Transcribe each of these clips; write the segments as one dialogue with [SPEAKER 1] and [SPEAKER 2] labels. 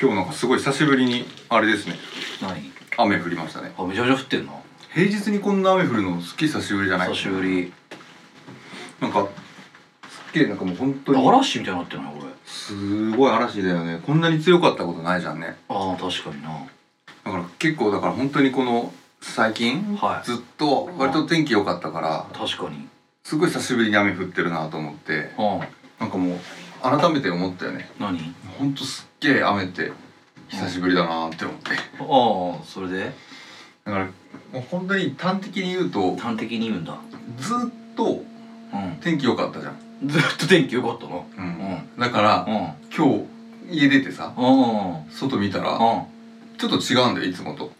[SPEAKER 1] 今日なんかすごい久しぶりにあれですね
[SPEAKER 2] 何
[SPEAKER 1] 雨降りましたね
[SPEAKER 2] あめちゃめちゃ降ってんな
[SPEAKER 1] 平日にこんな雨降るの好き久しぶりじゃない
[SPEAKER 2] 久しぶり
[SPEAKER 1] なんかすっげえなんかもう本当に
[SPEAKER 2] 嵐みたいになってない俺
[SPEAKER 1] すごい嵐だよねこんなに強かったことないじゃんね
[SPEAKER 2] ああ確かにな
[SPEAKER 1] だから結構だから本当にこの最近、
[SPEAKER 2] はい
[SPEAKER 1] ずっと割と天気良かったから
[SPEAKER 2] 確かに
[SPEAKER 1] すごい久しぶりに雨降ってるなと思って
[SPEAKER 2] あ
[SPEAKER 1] なんかもう改めて思ったよね
[SPEAKER 2] あ何
[SPEAKER 1] ほんとすっげえ雨って久しぶりだなって思って
[SPEAKER 2] ああそれで
[SPEAKER 1] だからもう本当に端的に言うと
[SPEAKER 2] 端的に言うんだ
[SPEAKER 1] ずっと
[SPEAKER 2] う
[SPEAKER 1] 天気良かったじゃん、
[SPEAKER 2] んずっと天気良かったな
[SPEAKER 1] う
[SPEAKER 2] うんん
[SPEAKER 1] だから
[SPEAKER 2] うん
[SPEAKER 1] 今日家出てさ
[SPEAKER 2] うん
[SPEAKER 1] 外見たら
[SPEAKER 2] うん
[SPEAKER 1] ちょっと違うんだよいつもと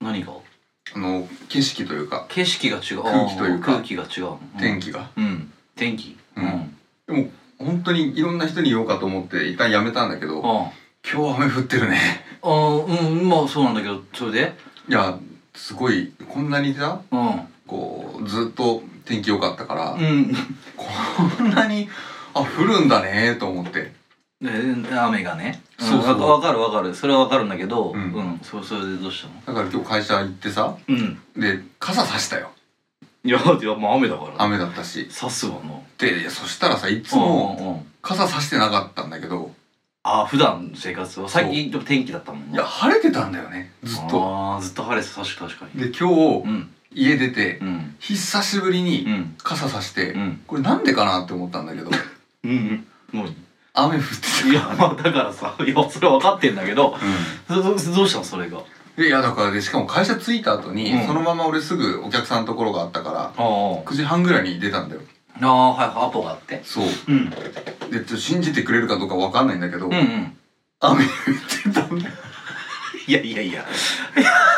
[SPEAKER 2] 何が
[SPEAKER 1] あの景色というか
[SPEAKER 2] 景色が違う
[SPEAKER 1] 空気というか
[SPEAKER 2] 空気が違う
[SPEAKER 1] 天
[SPEAKER 2] 気
[SPEAKER 1] 気が、
[SPEAKER 2] うん天気
[SPEAKER 1] うんでも本当にいろんな人に言おうかと思って一旦やめたんだけど
[SPEAKER 2] あ
[SPEAKER 1] 今日雨降ってるね
[SPEAKER 2] あああうんまあそうなんだけどそれで
[SPEAKER 1] いやすごいこんなにさ
[SPEAKER 2] うん
[SPEAKER 1] こうずっと天気良かったから、
[SPEAKER 2] うん
[SPEAKER 1] こんなにあ降るんだねと思って
[SPEAKER 2] で雨がね
[SPEAKER 1] そうそうん
[SPEAKER 2] わかわかるわかるそれはわかるんだけど
[SPEAKER 1] うん
[SPEAKER 2] うんそそれでどうしたの
[SPEAKER 1] だから今日会社行ってさ
[SPEAKER 2] うん
[SPEAKER 1] で傘さしたよ
[SPEAKER 2] いやいやまあ雨だから
[SPEAKER 1] 雨だったし
[SPEAKER 2] 刺すわの
[SPEAKER 1] でいやそしたらさいつ
[SPEAKER 2] う
[SPEAKER 1] も
[SPEAKER 2] んうんうん
[SPEAKER 1] 傘さしてなかったんだけど
[SPEAKER 2] あ普段の生活は最近でも天気だったもん
[SPEAKER 1] いや晴れてたんだよねずっと
[SPEAKER 2] ああずっと晴れてた確か確かに
[SPEAKER 1] で今
[SPEAKER 2] う
[SPEAKER 1] 日
[SPEAKER 2] ん
[SPEAKER 1] 家出て
[SPEAKER 2] うん
[SPEAKER 1] 久しぶり
[SPEAKER 2] う
[SPEAKER 1] に
[SPEAKER 2] ん
[SPEAKER 1] 傘さして
[SPEAKER 2] うん
[SPEAKER 1] これなんでかなって思ったんだけど
[SPEAKER 2] うんもう
[SPEAKER 1] 雨降っ
[SPEAKER 2] い
[SPEAKER 1] て
[SPEAKER 2] やまあだからさいやそれ分かってんだけど
[SPEAKER 1] た、うん
[SPEAKER 2] どどどうしたのそれが
[SPEAKER 1] でいやだからでしかも会社着いた後に、
[SPEAKER 2] うん
[SPEAKER 1] そのまま俺すぐお客さんのところがあったから
[SPEAKER 2] ああ
[SPEAKER 1] 9時半ぐらいに出たんだよ
[SPEAKER 2] ああはいはいアポがあって
[SPEAKER 1] そう
[SPEAKER 2] うん
[SPEAKER 1] でちょっと信じてくれるかどうかわかんないんだけど、
[SPEAKER 2] うんうん
[SPEAKER 1] 雨降ってたんだよ
[SPEAKER 2] いやいやいやいや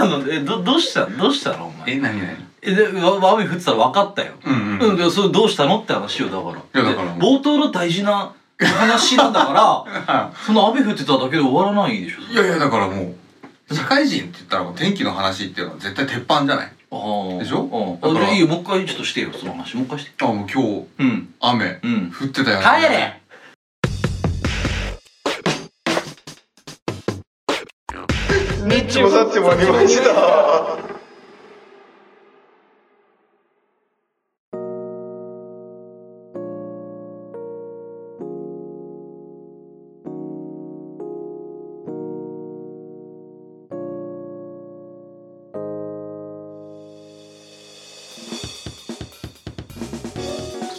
[SPEAKER 2] あのえどどうしたどうしたのお前
[SPEAKER 1] え何何
[SPEAKER 2] えでわ雨降ってたら分かったよ
[SPEAKER 1] うんうん、
[SPEAKER 2] うん、でそれどうしたのって話よだから
[SPEAKER 1] いやだから
[SPEAKER 2] で冒頭の大事な話なん だからその雨降ってただけで終わらないでしょ
[SPEAKER 1] いやいやだからもう社会人って言ったらもう天気の話っていうのは絶対鉄板じゃない
[SPEAKER 2] ああ
[SPEAKER 1] でしょ
[SPEAKER 2] うん
[SPEAKER 1] だか
[SPEAKER 2] あ
[SPEAKER 1] ら
[SPEAKER 2] でいいよもう一回ちょっとしてよその話もう一回して
[SPEAKER 1] あもう今日
[SPEAKER 2] うん
[SPEAKER 1] 雨
[SPEAKER 2] うん
[SPEAKER 1] 降ってたよね
[SPEAKER 2] 帰れ
[SPEAKER 3] ちもさっちもありました。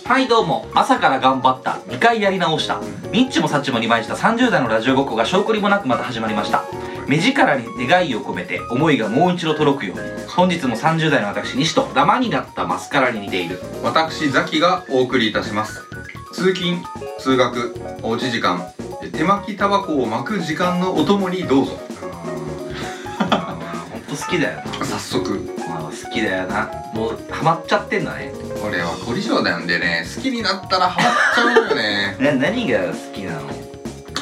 [SPEAKER 2] はいどうも朝から頑張った2回やり直したニッチもサッチも2枚した30代のラジオごっこが証拠りもなくまた始まりました目力に願いを込めて思いがもう一度届くように本日も30代の私西とダマになったマスカラに似ている
[SPEAKER 1] 私ザキがお送りいたします通勤通学おうち時間手巻きタバコを巻く時間のお供にどうぞ
[SPEAKER 2] ほんと好きだよな
[SPEAKER 1] 早速
[SPEAKER 2] まあ好きだよなもうハマっちゃってんだね
[SPEAKER 1] 俺は凝り性なんでね好きになったらハマっちゃうのよ ね
[SPEAKER 2] な何が好きなの、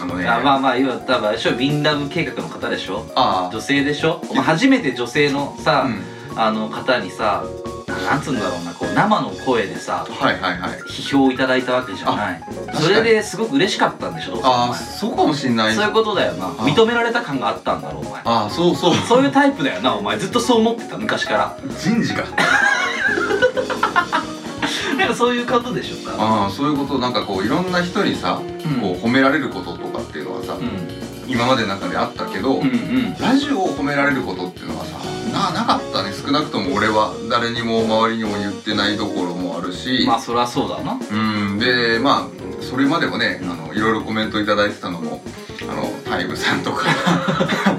[SPEAKER 1] あのね
[SPEAKER 2] あまあまあ今多分あれでしょビンラブ計画の方でしょ
[SPEAKER 1] あ
[SPEAKER 2] 女性でしょお前初めて女性の
[SPEAKER 1] あ
[SPEAKER 2] さ、
[SPEAKER 1] うん
[SPEAKER 2] あの方にさなんつうんだろうなこう生の声でさ
[SPEAKER 1] はいはいはい
[SPEAKER 2] 批評をいただいたわけじゃない
[SPEAKER 1] かに
[SPEAKER 2] それですごく嬉しかったんでしょどうせお
[SPEAKER 1] ああ
[SPEAKER 2] 前
[SPEAKER 1] そうかもしんない
[SPEAKER 2] そういうことだよな
[SPEAKER 1] ー
[SPEAKER 2] 認められた感があったんだろうお前
[SPEAKER 1] ああそうそう
[SPEAKER 2] そういうタイプだよなお前ずっとそう思ってた昔から
[SPEAKER 1] 人事が
[SPEAKER 2] なんかそういうことでしょか
[SPEAKER 1] ああそういうことなんかこういろんな人にさ、
[SPEAKER 2] うん
[SPEAKER 1] こう褒められることとかっていうのはさ、
[SPEAKER 2] うん
[SPEAKER 1] 今までの中であったけど、
[SPEAKER 2] うんうん
[SPEAKER 1] ラジオを褒められることっていうのはさななかったね少なくとも俺は誰にも周りにも言ってないところもあるし、
[SPEAKER 2] まあそりゃそうだな
[SPEAKER 1] うんでまあそれまでもねあのいろいろコメントいただいてたのもあのタイムさん とか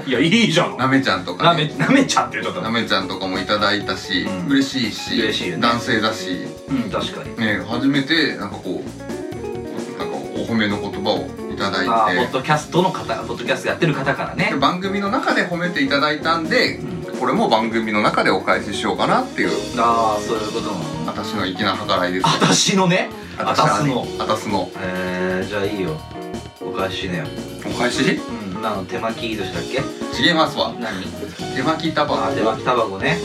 [SPEAKER 2] いやいいじゃん
[SPEAKER 1] なめちゃんと
[SPEAKER 2] な
[SPEAKER 1] か、
[SPEAKER 2] め
[SPEAKER 1] ね、
[SPEAKER 2] なめちゃってるちょっと
[SPEAKER 1] なめちゃんとかもいただいたし、
[SPEAKER 2] うん
[SPEAKER 1] 嬉しいし
[SPEAKER 2] 嬉しいよね
[SPEAKER 1] 男性だし、
[SPEAKER 2] うん確かに
[SPEAKER 1] ね、初めてなんかこうなんかお褒めの言葉をいただいて。
[SPEAKER 2] ああポッドキャストの方ポッドキャストやってる方からね
[SPEAKER 1] で番組の中で褒めていただいたんで、これも番組の中でお返ししようかなっていう
[SPEAKER 2] ああそういうことなの
[SPEAKER 1] 私の粋な計らいです
[SPEAKER 2] 私のね私の
[SPEAKER 1] あたすの
[SPEAKER 2] えー、じゃあいいよお返しねよ
[SPEAKER 1] お返し
[SPEAKER 2] うんなの手巻き寿司だっけ
[SPEAKER 1] 違いますわ
[SPEAKER 2] 何
[SPEAKER 1] 手巻きタバコ
[SPEAKER 2] あ手巻きタバコね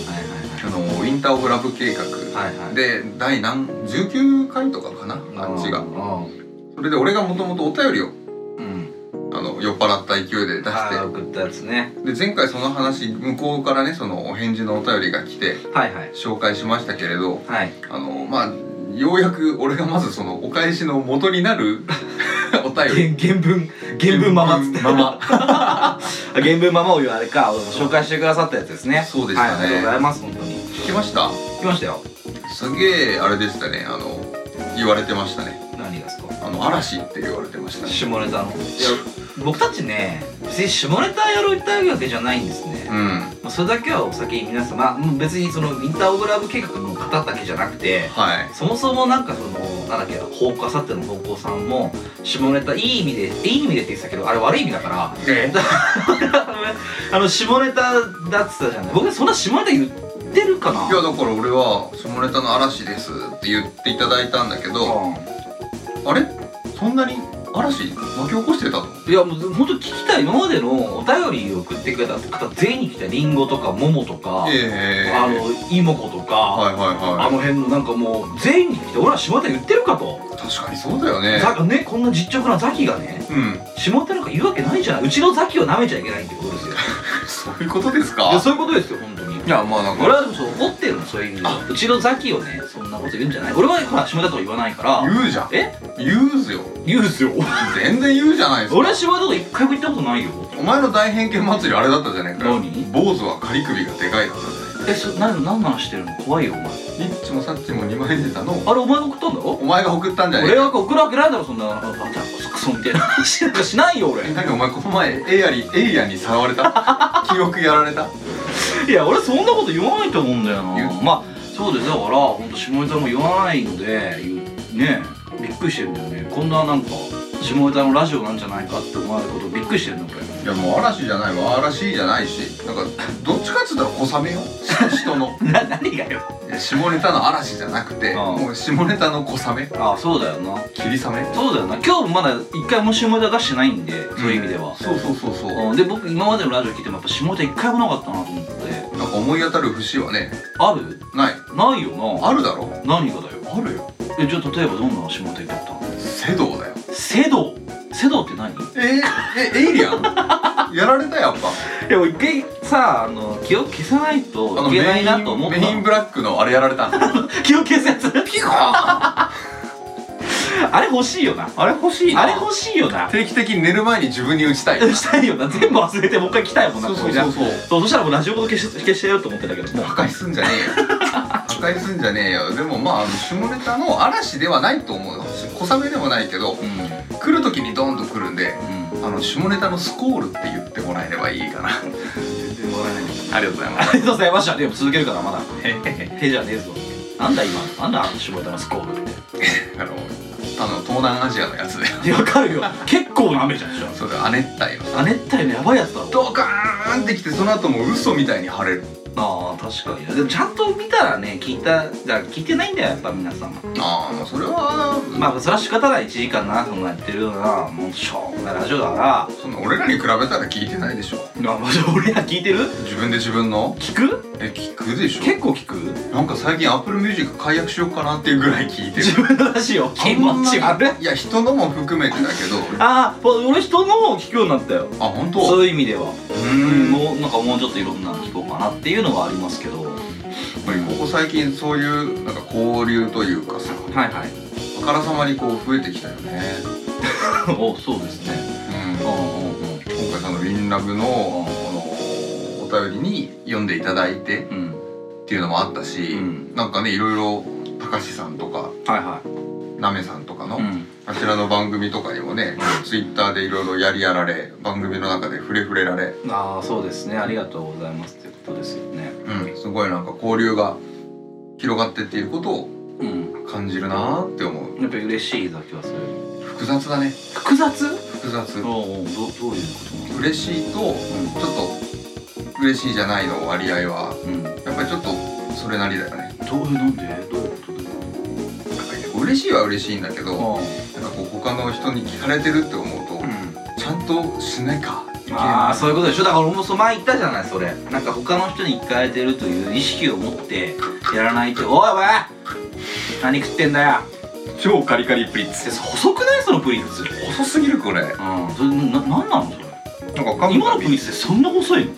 [SPEAKER 1] あのウィンター・オブ・ラブ計画、
[SPEAKER 2] はいはいはいはいはい
[SPEAKER 1] で第何19回とかかなあっちが
[SPEAKER 2] うん
[SPEAKER 1] それで俺がもともとお便りを
[SPEAKER 2] うん
[SPEAKER 1] あのの酔っ払った勢いで出
[SPEAKER 2] あー
[SPEAKER 1] し
[SPEAKER 2] 送ったやつね
[SPEAKER 1] てで前回その話向こうからねそのお返事のお便りが来て
[SPEAKER 2] はいはい
[SPEAKER 1] 紹介しましたけれど
[SPEAKER 2] はい
[SPEAKER 1] あのまあようやく俺がまずそのお返しの元になる お便り
[SPEAKER 2] 原原文原文ままっつって
[SPEAKER 1] 原文ま
[SPEAKER 2] 原文ままを 言うあれか紹介してくださったやつですね
[SPEAKER 1] そうでしたね
[SPEAKER 2] はいありがとうございます本当に
[SPEAKER 1] 聞きました
[SPEAKER 2] 来ましたよ
[SPEAKER 1] すげえあれでしたねあの言われてましたね
[SPEAKER 2] 何がですか
[SPEAKER 1] あの嵐って言われてましたね
[SPEAKER 2] 下ネタのいや僕たちね別に下ネタやろう言ったわけじゃないんですね、
[SPEAKER 1] うん
[SPEAKER 2] まあそれだけはお先に皆様もう別にそのインターオブラブ計画の方だけじゃなくて
[SPEAKER 1] はい
[SPEAKER 2] そもそもなんかそのなんだっけ放火あさっての方向さんも下ネタいい意味でいい意味でって言ってたけどあれ悪い意味だから
[SPEAKER 1] え
[SPEAKER 2] あの下ネタだって言ったじゃない僕そんな下ネタ言ってるかない
[SPEAKER 1] やだから俺は「下ネタの嵐です」って言っていただいたんだけど
[SPEAKER 2] う
[SPEAKER 1] あれそんなに嵐巻き起こしてたの
[SPEAKER 2] んいやもう本当聞きたい今までのお便りを送ってくれた方全員に来たリンゴとかモモとか、
[SPEAKER 1] ええ
[SPEAKER 2] あのイモコとか、
[SPEAKER 1] はいはい
[SPEAKER 2] あ
[SPEAKER 1] は
[SPEAKER 2] の辺のなんかもう全員に来て俺は下ネタ言ってるかと、
[SPEAKER 1] い確かにそうだよね
[SPEAKER 2] ザねこんな実直なザキがね
[SPEAKER 1] うん
[SPEAKER 2] 下ネタなんか言うわけないじゃないうちのザキを舐めちゃいけないってことですよ
[SPEAKER 1] そういうことです
[SPEAKER 2] いや
[SPEAKER 1] か
[SPEAKER 2] そういうことですよ本当に
[SPEAKER 1] いやまあなん
[SPEAKER 2] 俺
[SPEAKER 1] か
[SPEAKER 2] はでもそう怒ってるのそういう意味ではうちのザキをねそんなこと言うんじゃない俺はほら下ネタとか言わないから
[SPEAKER 1] 言うじゃん
[SPEAKER 2] え
[SPEAKER 1] 言うずよ
[SPEAKER 2] 言うですよ
[SPEAKER 1] 全然言うじゃないですか
[SPEAKER 2] 俺は下ネタとか一回も言ったことないよ
[SPEAKER 1] お前の大偏見祭りあれだったじゃねえかよ
[SPEAKER 2] 何
[SPEAKER 1] 坊主は仮首がでかいだったじゃね
[SPEAKER 2] えそ何何の話してるの怖いよお前
[SPEAKER 1] えかニッチもサッチも二枚舌の
[SPEAKER 2] あれお前が送ったんだろ
[SPEAKER 1] お前が送ったんじゃねえ
[SPEAKER 2] 俺
[SPEAKER 1] か
[SPEAKER 2] が送るわけないだろそんなあバカクソみたいな 話なんかしないよ俺
[SPEAKER 1] えなんかお前この前エイヤにエイヤに触れた 記憶やられた
[SPEAKER 2] いや俺そんなこと言わないと思うんだよな
[SPEAKER 1] 言う
[SPEAKER 2] まあそうですだから本当下ネタも言わないので言うねえびっくりしてるんだよねこんななんか下ネタのラジオなんじゃないかって思われることびっくりしてるのこれ
[SPEAKER 1] いやもう嵐じゃないわ嵐じゃないしなんかどっちかっつったら小雨よ人の
[SPEAKER 2] な何がよ
[SPEAKER 1] いや下ネタの嵐じゃなくて
[SPEAKER 2] うん
[SPEAKER 1] もう下ネタの小雨
[SPEAKER 2] ああそうだよな
[SPEAKER 1] 霧雨
[SPEAKER 2] そうだよな今日もまだ一回も下ネタ出してないんでそういう意味では、
[SPEAKER 1] そうそうそうそう
[SPEAKER 2] うんで僕今までのラジオ聞いてもやっぱ下ネタ一回もなかったなと思って
[SPEAKER 1] なんか思い当たる節はね
[SPEAKER 2] ある
[SPEAKER 1] ない
[SPEAKER 2] ないよな
[SPEAKER 1] あるだろ
[SPEAKER 2] 何がだよ
[SPEAKER 1] あるよ
[SPEAKER 2] えじゃあ例えばどんな下ネタ言ったの
[SPEAKER 1] セドだよ
[SPEAKER 2] セドセドって何
[SPEAKER 1] えー、えエイリアンやられたやっぱ
[SPEAKER 2] でも一回さあの気を消さない
[SPEAKER 1] あ
[SPEAKER 2] と
[SPEAKER 1] のメ
[SPEAKER 2] いけな
[SPEAKER 1] イ
[SPEAKER 2] いなと思
[SPEAKER 1] ン
[SPEAKER 2] っ
[SPEAKER 1] メ
[SPEAKER 2] た
[SPEAKER 1] インブラックのあれやられたの
[SPEAKER 2] 気を消すやつ
[SPEAKER 1] ピカ
[SPEAKER 2] あれ欲しいよな
[SPEAKER 1] ーンあれ欲しいな
[SPEAKER 2] あれ欲しいよな
[SPEAKER 1] 定期的に寝る前に自分に打ちたい
[SPEAKER 2] したいよな全部忘れてもう一回来たいもんな
[SPEAKER 1] そうそ
[SPEAKER 2] こ
[SPEAKER 1] う
[SPEAKER 2] れな
[SPEAKER 1] そうそう
[SPEAKER 2] そうそしたらもうラジオごと消し消してやろうと思ってたけどもう
[SPEAKER 1] 破壊すんじゃねえよ破壊すんじゃねえよでもまああの下ネタの嵐ではないと思うよ小雨でもないけど
[SPEAKER 2] うん
[SPEAKER 1] 来る時にドンと来るんで
[SPEAKER 2] うん
[SPEAKER 1] あの下ネタのスコールって言ってもらえればいいかな
[SPEAKER 2] 全然笑えな
[SPEAKER 1] あ
[SPEAKER 2] い
[SPEAKER 1] りがとうございま
[SPEAKER 2] あ
[SPEAKER 1] す
[SPEAKER 2] りがとうございましたでも続けるから まだ手じゃねえぞなんだ今なんだあの絞りのスコールっ
[SPEAKER 1] あのあの東南アジアのやつで
[SPEAKER 2] ていやわかるよ結構な雨じゃんじゃ
[SPEAKER 1] それ亜熱帯の
[SPEAKER 2] あ亜熱帯のやばいやつだろ
[SPEAKER 1] ドカーンってきてその後もう嘘みたいに晴れる
[SPEAKER 2] ああ確かにでもちゃんと見たらね聞いたじゃ聞いてないんだよやっぱ皆様
[SPEAKER 1] ああまあそれは
[SPEAKER 2] まあそれは仕方ない1時間7分もやってるようなもうしょうもないラジオだから
[SPEAKER 1] その俺らに比べたら聞いてないでしょ
[SPEAKER 2] まあまあじゃあ俺ら聞いてる
[SPEAKER 1] 自分で自分の
[SPEAKER 2] 聞く
[SPEAKER 1] え聞くでしょ
[SPEAKER 2] 結構聞く
[SPEAKER 1] なんか最近 AppleMusic 解約しようかなっていうぐらい聞いてる
[SPEAKER 2] 自分のラジオ気持ち悪い
[SPEAKER 1] いや人のも含めてだけど
[SPEAKER 2] ああ俺人のを聞くようになったよ
[SPEAKER 1] あ本当
[SPEAKER 2] そうういう意味では
[SPEAKER 1] ー
[SPEAKER 2] うん
[SPEAKER 1] んも
[SPEAKER 2] もうなんかもうちょっといろんなの聞こうかなっていうのはありますけど
[SPEAKER 1] う
[SPEAKER 2] は
[SPEAKER 1] ここ最近そういうなんか交流というかさ
[SPEAKER 2] いはい
[SPEAKER 1] あからさまにこう増えてきたよね
[SPEAKER 2] おそうです
[SPEAKER 1] う
[SPEAKER 2] ね
[SPEAKER 1] ん
[SPEAKER 2] うんうんうん
[SPEAKER 1] 今回その「ウィンラブのこのお便りに読んでいただいて
[SPEAKER 2] うん
[SPEAKER 1] っていうのもあったし、
[SPEAKER 2] うん
[SPEAKER 1] なんかねいろいろたかしさんとか
[SPEAKER 2] はいは
[SPEAKER 1] なめさんとかの、
[SPEAKER 2] いうん
[SPEAKER 1] あちらの番組とかにもねツイッターでいろいろやりやられ番組の中で触れ触れられ、
[SPEAKER 2] ああそうですねありがとうございますってことですよね
[SPEAKER 1] うん、すごいなんか交流が広がってっていうことを
[SPEAKER 2] うん
[SPEAKER 1] 感じるなーって思う
[SPEAKER 2] やっぱり嬉しいだけはそういう
[SPEAKER 1] 複雑だね
[SPEAKER 2] 複雑
[SPEAKER 1] 複雑
[SPEAKER 2] おうおうどどういうことなの
[SPEAKER 1] 嬉しいとちょっと嬉しいじゃないの割合は
[SPEAKER 2] うん、うん、ど
[SPEAKER 1] やっぱりちょっとそれなりだよね
[SPEAKER 2] うなんでどういうことで
[SPEAKER 1] なんかね嬉しいは嬉しいんだけどなんか
[SPEAKER 2] あ
[SPEAKER 1] こう他の人に聞かれてるって思うとちゃんとしないかいけ
[SPEAKER 2] あー
[SPEAKER 1] な
[SPEAKER 2] そういうことでしょだから俺もそう前言ったじゃないそれなんか他の人に聞かれてるという意識を持ってやらないとおいおい何食ってんだよ
[SPEAKER 1] い超カリカリプリッツ
[SPEAKER 2] え細くないそのプリンスうん
[SPEAKER 1] 細すぎるこれなん
[SPEAKER 2] それなななんなのそ
[SPEAKER 1] か
[SPEAKER 2] れ
[SPEAKER 1] 韓国
[SPEAKER 2] 今のプリンスってそんな細いの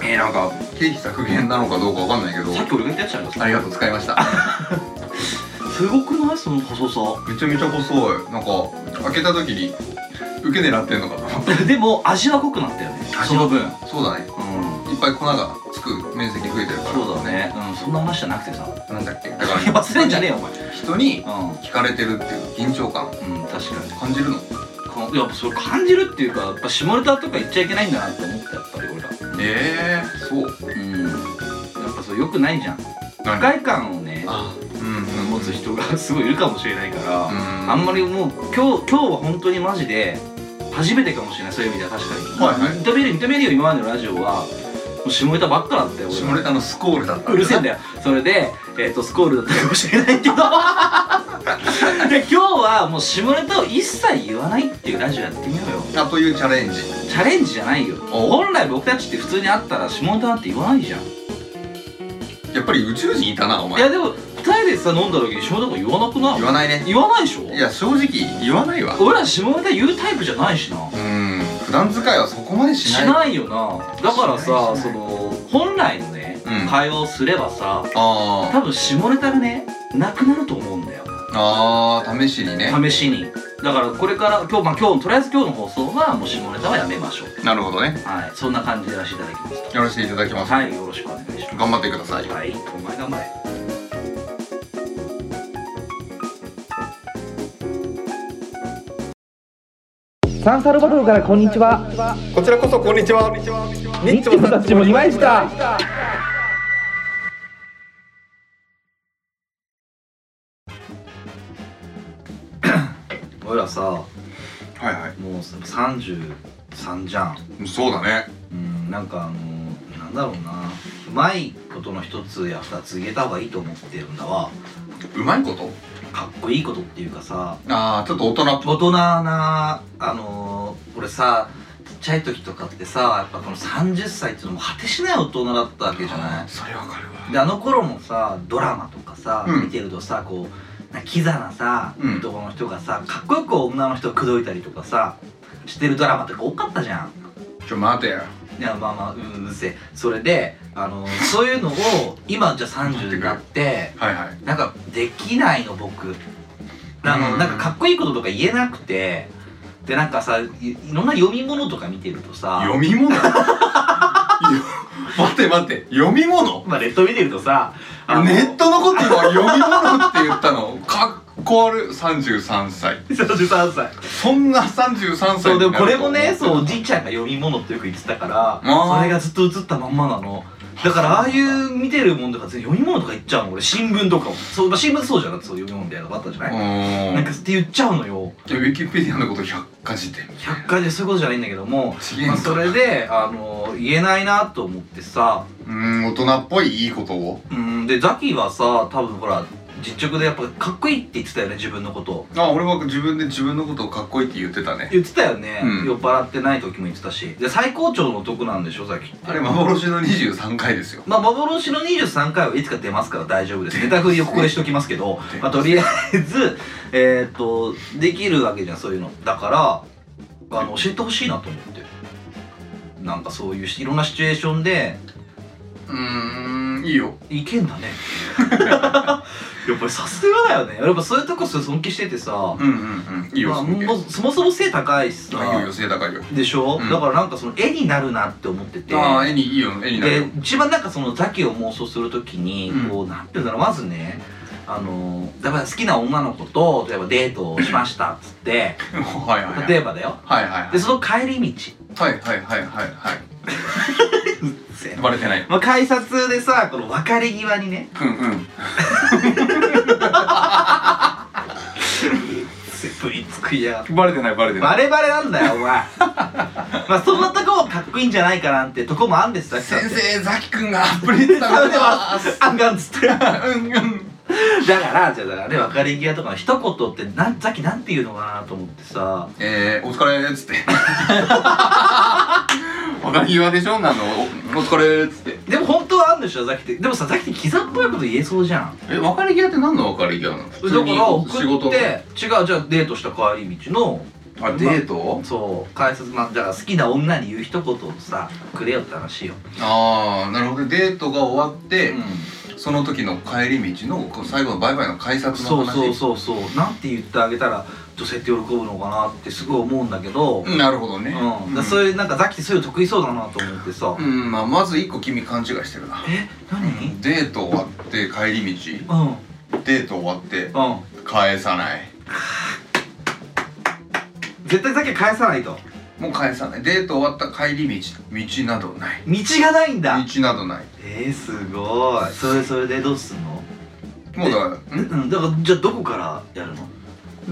[SPEAKER 1] えー、なんか経費削減なのかどうかわかんないけど
[SPEAKER 2] さっき俺が言ったやつじゃないです
[SPEAKER 1] ありがとう使いました
[SPEAKER 2] かすごくないその細さ
[SPEAKER 1] めちゃめちゃ細いなんか開けた時に受け狙ってんのかと思っ
[SPEAKER 2] でも味は濃くなったよね
[SPEAKER 1] 味は
[SPEAKER 2] その分うん
[SPEAKER 1] た そうだねいっぱい粉がつく面積増えてるから
[SPEAKER 2] そうだねうんそんな話じゃなくてさ
[SPEAKER 1] なんだっ けだから
[SPEAKER 2] 忘れんじゃねえよお前
[SPEAKER 1] 人に
[SPEAKER 2] う
[SPEAKER 1] 聞かれてるっていう緊張感
[SPEAKER 2] ん、うん、確かに
[SPEAKER 1] 感じるの
[SPEAKER 2] こやっぱそれ感じるっていうかやっぱ下ネタとか言っちゃいけないんだなって思ったやっぱり俺ら
[SPEAKER 1] ええそう
[SPEAKER 2] うんやっぱそれよくないじゃん不
[SPEAKER 1] 何
[SPEAKER 2] 快感をね
[SPEAKER 1] あうん
[SPEAKER 2] 持つ人がすごいいるかもしれないから、
[SPEAKER 1] うん
[SPEAKER 2] あんまりもう今日今日は本当にマジで初めてかもしれないそういう意味では確かに、
[SPEAKER 1] はいはい
[SPEAKER 2] 認める認めるよ今までのラジオはもう下ネタばっかだったよ俺
[SPEAKER 1] 下ネタのスコールだった
[SPEAKER 2] うるせえん
[SPEAKER 1] よ
[SPEAKER 2] だよそれで、えー、とスコールだったかもしれな いけどいや今日はもう下ネタを一切言わないっていうラジオやってみようよ
[SPEAKER 1] あというチャレンジ
[SPEAKER 2] チャレンジじゃないよ
[SPEAKER 1] お
[SPEAKER 2] 本来僕たちって普通に会ったら下ネタなんて言わないじゃんい
[SPEAKER 1] やっぱり宇宙人いたなお前
[SPEAKER 2] やでも二人でさ飲んだ時に下ネタとか言わなくない
[SPEAKER 1] 言わないね
[SPEAKER 2] 言わないでしょ
[SPEAKER 1] いや正直言わないわう
[SPEAKER 2] 俺ら下ネタ言うタイプじゃないしな
[SPEAKER 1] ーん普段使いはそこまでし
[SPEAKER 2] し
[SPEAKER 1] ない
[SPEAKER 2] ないよなだからさ
[SPEAKER 1] しないしない
[SPEAKER 2] その本来のね、
[SPEAKER 1] うん
[SPEAKER 2] 会話をすればさ
[SPEAKER 1] あー
[SPEAKER 2] 多分下ネタがねなくなると思うんだよ
[SPEAKER 1] あー試しにね
[SPEAKER 2] 試しにだからこれから今日まあ今日とりあえず今日の放送はもう下ネタはやめましょう
[SPEAKER 1] なるほどね
[SPEAKER 2] はいそんな感じでやらせていただきます
[SPEAKER 1] やらせていただきます
[SPEAKER 2] はいよろしくお願いしま
[SPEAKER 1] 頑張ってください
[SPEAKER 2] すはいお前頑張れ
[SPEAKER 4] サンサルバドルからこんにちは。
[SPEAKER 3] こちらこそこんにちは
[SPEAKER 4] ニッチもサッチもいました。
[SPEAKER 2] 俺らさも
[SPEAKER 1] はいは
[SPEAKER 2] う33じゃん
[SPEAKER 1] いそうだね
[SPEAKER 2] うんなんかあのなんだろうなうまいことの一つや二つ入れた方がいいと思ってるんだわ
[SPEAKER 1] うまいこと
[SPEAKER 2] かっこいいことっていうかさ
[SPEAKER 1] ああちょっと大人っぽい
[SPEAKER 2] 大人なあのー、俺さちっちゃい時とかってさやっぱこの30歳っていうのも果てしない大人だったわけじゃない
[SPEAKER 1] それわかるわ
[SPEAKER 2] であの頃もさドラマとかさ、
[SPEAKER 1] うん
[SPEAKER 2] 見てるとさこうなキザなさ、
[SPEAKER 1] うん
[SPEAKER 2] 男の人がさかっこよく女の人を口説いたりとかさしてるドラマとか多かったじゃん
[SPEAKER 1] ちょ待てよ
[SPEAKER 2] いやまあまあうんうるせえそれであのそういうのを今じゃあ30になって
[SPEAKER 1] はいはい
[SPEAKER 2] なんかできないの僕あの、
[SPEAKER 1] うん
[SPEAKER 2] なんかかっこいいこととか言えなくてでなんかさいいろんな読み物とか見てるとさ
[SPEAKER 1] 読み物いや 待って待って読み物
[SPEAKER 2] まあネット見てるとさあの
[SPEAKER 1] ネットのこと今読み物って言ったのかっこ悪い33歳
[SPEAKER 2] 33歳
[SPEAKER 1] そんな33歳
[SPEAKER 2] そうで
[SPEAKER 1] にな
[SPEAKER 2] も
[SPEAKER 1] ると
[SPEAKER 2] これもねそうおじいちゃんが読み物ってよく言ってたから
[SPEAKER 1] あー
[SPEAKER 2] それがずっと映ったまんまなのだからああいう見てるもんとか全然読み物とか言っちゃうの俺新聞とかもそう、まあ、新聞そうじゃなくてそう読み物みたいなのあったじゃ
[SPEAKER 1] う
[SPEAKER 2] ない、
[SPEAKER 1] ーん
[SPEAKER 2] なんかって言っちゃうのよ
[SPEAKER 1] いやウィキペディアのこと100科辞典
[SPEAKER 2] 100回でそういうことじゃないんだけども、
[SPEAKER 1] ちげえん
[SPEAKER 2] ま
[SPEAKER 1] か
[SPEAKER 2] あ、それであの言えないなと思ってさ
[SPEAKER 1] うーん大人っぽいいいことを
[SPEAKER 2] うんでザキはさ多分ほら実直でやっぱかっこいいって言ってたよね自分のこと
[SPEAKER 1] あ俺は自分で自分のことをかっこいいって言ってたね
[SPEAKER 2] 言ってたよね、
[SPEAKER 1] うん
[SPEAKER 2] 酔っ払ってない時も言ってたしで最高潮の男なんでしょザキって
[SPEAKER 1] あれ幻の23回ですよ
[SPEAKER 2] まあ、幻の23回はいつか出ますから大丈夫ですネタ振りをここでしときますけど、まあ、とりあえずえーっとできるわけじゃんそういうのだからあの教えてほしいなと思ってなんかそういうしいろんなシチュエーションで
[SPEAKER 1] うーんいいよ
[SPEAKER 2] いけんだ ねやっぱりさすがだよねやっぱそういうとこすごい尊敬しててさ
[SPEAKER 1] うんうんうんいいよ
[SPEAKER 2] まあ、
[SPEAKER 1] その
[SPEAKER 2] もうそもそも背高いしさ
[SPEAKER 1] あいいよ背高いよ
[SPEAKER 2] でしょ、
[SPEAKER 1] うん
[SPEAKER 2] だからなんかその絵になるなって思ってて
[SPEAKER 1] ああ絵にいいよ絵になるよ
[SPEAKER 2] で一番なんかそのザキを妄想するときに、
[SPEAKER 1] うん
[SPEAKER 2] こうなんていうんだろうまずねあのやっぱ好きな女の子と例えばデートをしましたっつって
[SPEAKER 1] はいはいはい
[SPEAKER 2] 例えばだよ
[SPEAKER 1] はいはいはい
[SPEAKER 2] でその帰り道
[SPEAKER 1] はいはいはいはいはいバレてない
[SPEAKER 2] まあ、改札でさこの別れ際にね
[SPEAKER 1] うんうん
[SPEAKER 2] プリつくいやがって
[SPEAKER 1] バレてないバレてない
[SPEAKER 2] バレバレなんだよ お前まあそんなとこもかっこいいんじゃないかなんてとこもあんですザキさん
[SPEAKER 1] 先
[SPEAKER 2] って
[SPEAKER 1] 生ザキ君がアプリで
[SPEAKER 2] 食
[SPEAKER 1] 食
[SPEAKER 2] べ
[SPEAKER 1] べ
[SPEAKER 2] て
[SPEAKER 1] て
[SPEAKER 2] ま
[SPEAKER 1] ますす
[SPEAKER 2] あんがんっつってだか
[SPEAKER 1] うんうん
[SPEAKER 2] ら じゃあだからね別れ際とかの一言ってなんザキなんて言うのかなと思ってさ
[SPEAKER 1] えー、お疲れっつ って別れ際でしょあのおお疲れっつって
[SPEAKER 2] でも本当はあなんでしょうザキってでもさザキってキザっぽいこと言えそうじゃん
[SPEAKER 1] え別れ際って何の別れ際なの普
[SPEAKER 2] だから送
[SPEAKER 1] 仕事
[SPEAKER 2] って違うじゃあデートした帰り道の
[SPEAKER 1] あデート
[SPEAKER 2] そう解説なんじゃあ好きな女に言う一言をさくれよって話よ、
[SPEAKER 1] ああなるほどデートが終わって、
[SPEAKER 2] う
[SPEAKER 1] その時の帰り道のこう最後のバイバイの改札の
[SPEAKER 2] そう
[SPEAKER 1] 話
[SPEAKER 2] そうそうそうなんて言ってあげたら女性って喜ぶのかなってすごい思うんだけど、うん
[SPEAKER 1] なるほどね、
[SPEAKER 2] だからそういうなんかザキってそういうの得意そうだなと思ってさ、
[SPEAKER 1] うんまあ、まず一個君勘違いしてるな
[SPEAKER 2] え何
[SPEAKER 1] デート終わって帰り道
[SPEAKER 2] うん
[SPEAKER 1] デート終わって
[SPEAKER 2] うん
[SPEAKER 1] 返さない
[SPEAKER 2] 絶対ザキは返さないと
[SPEAKER 1] もう返さないデート終わった帰り道道などない
[SPEAKER 2] 道がないんだ
[SPEAKER 1] 道などない
[SPEAKER 2] えー、すごいそれそれでどうすんの
[SPEAKER 1] もうだか
[SPEAKER 2] う
[SPEAKER 1] らん
[SPEAKER 2] んだからじゃあどこからやるの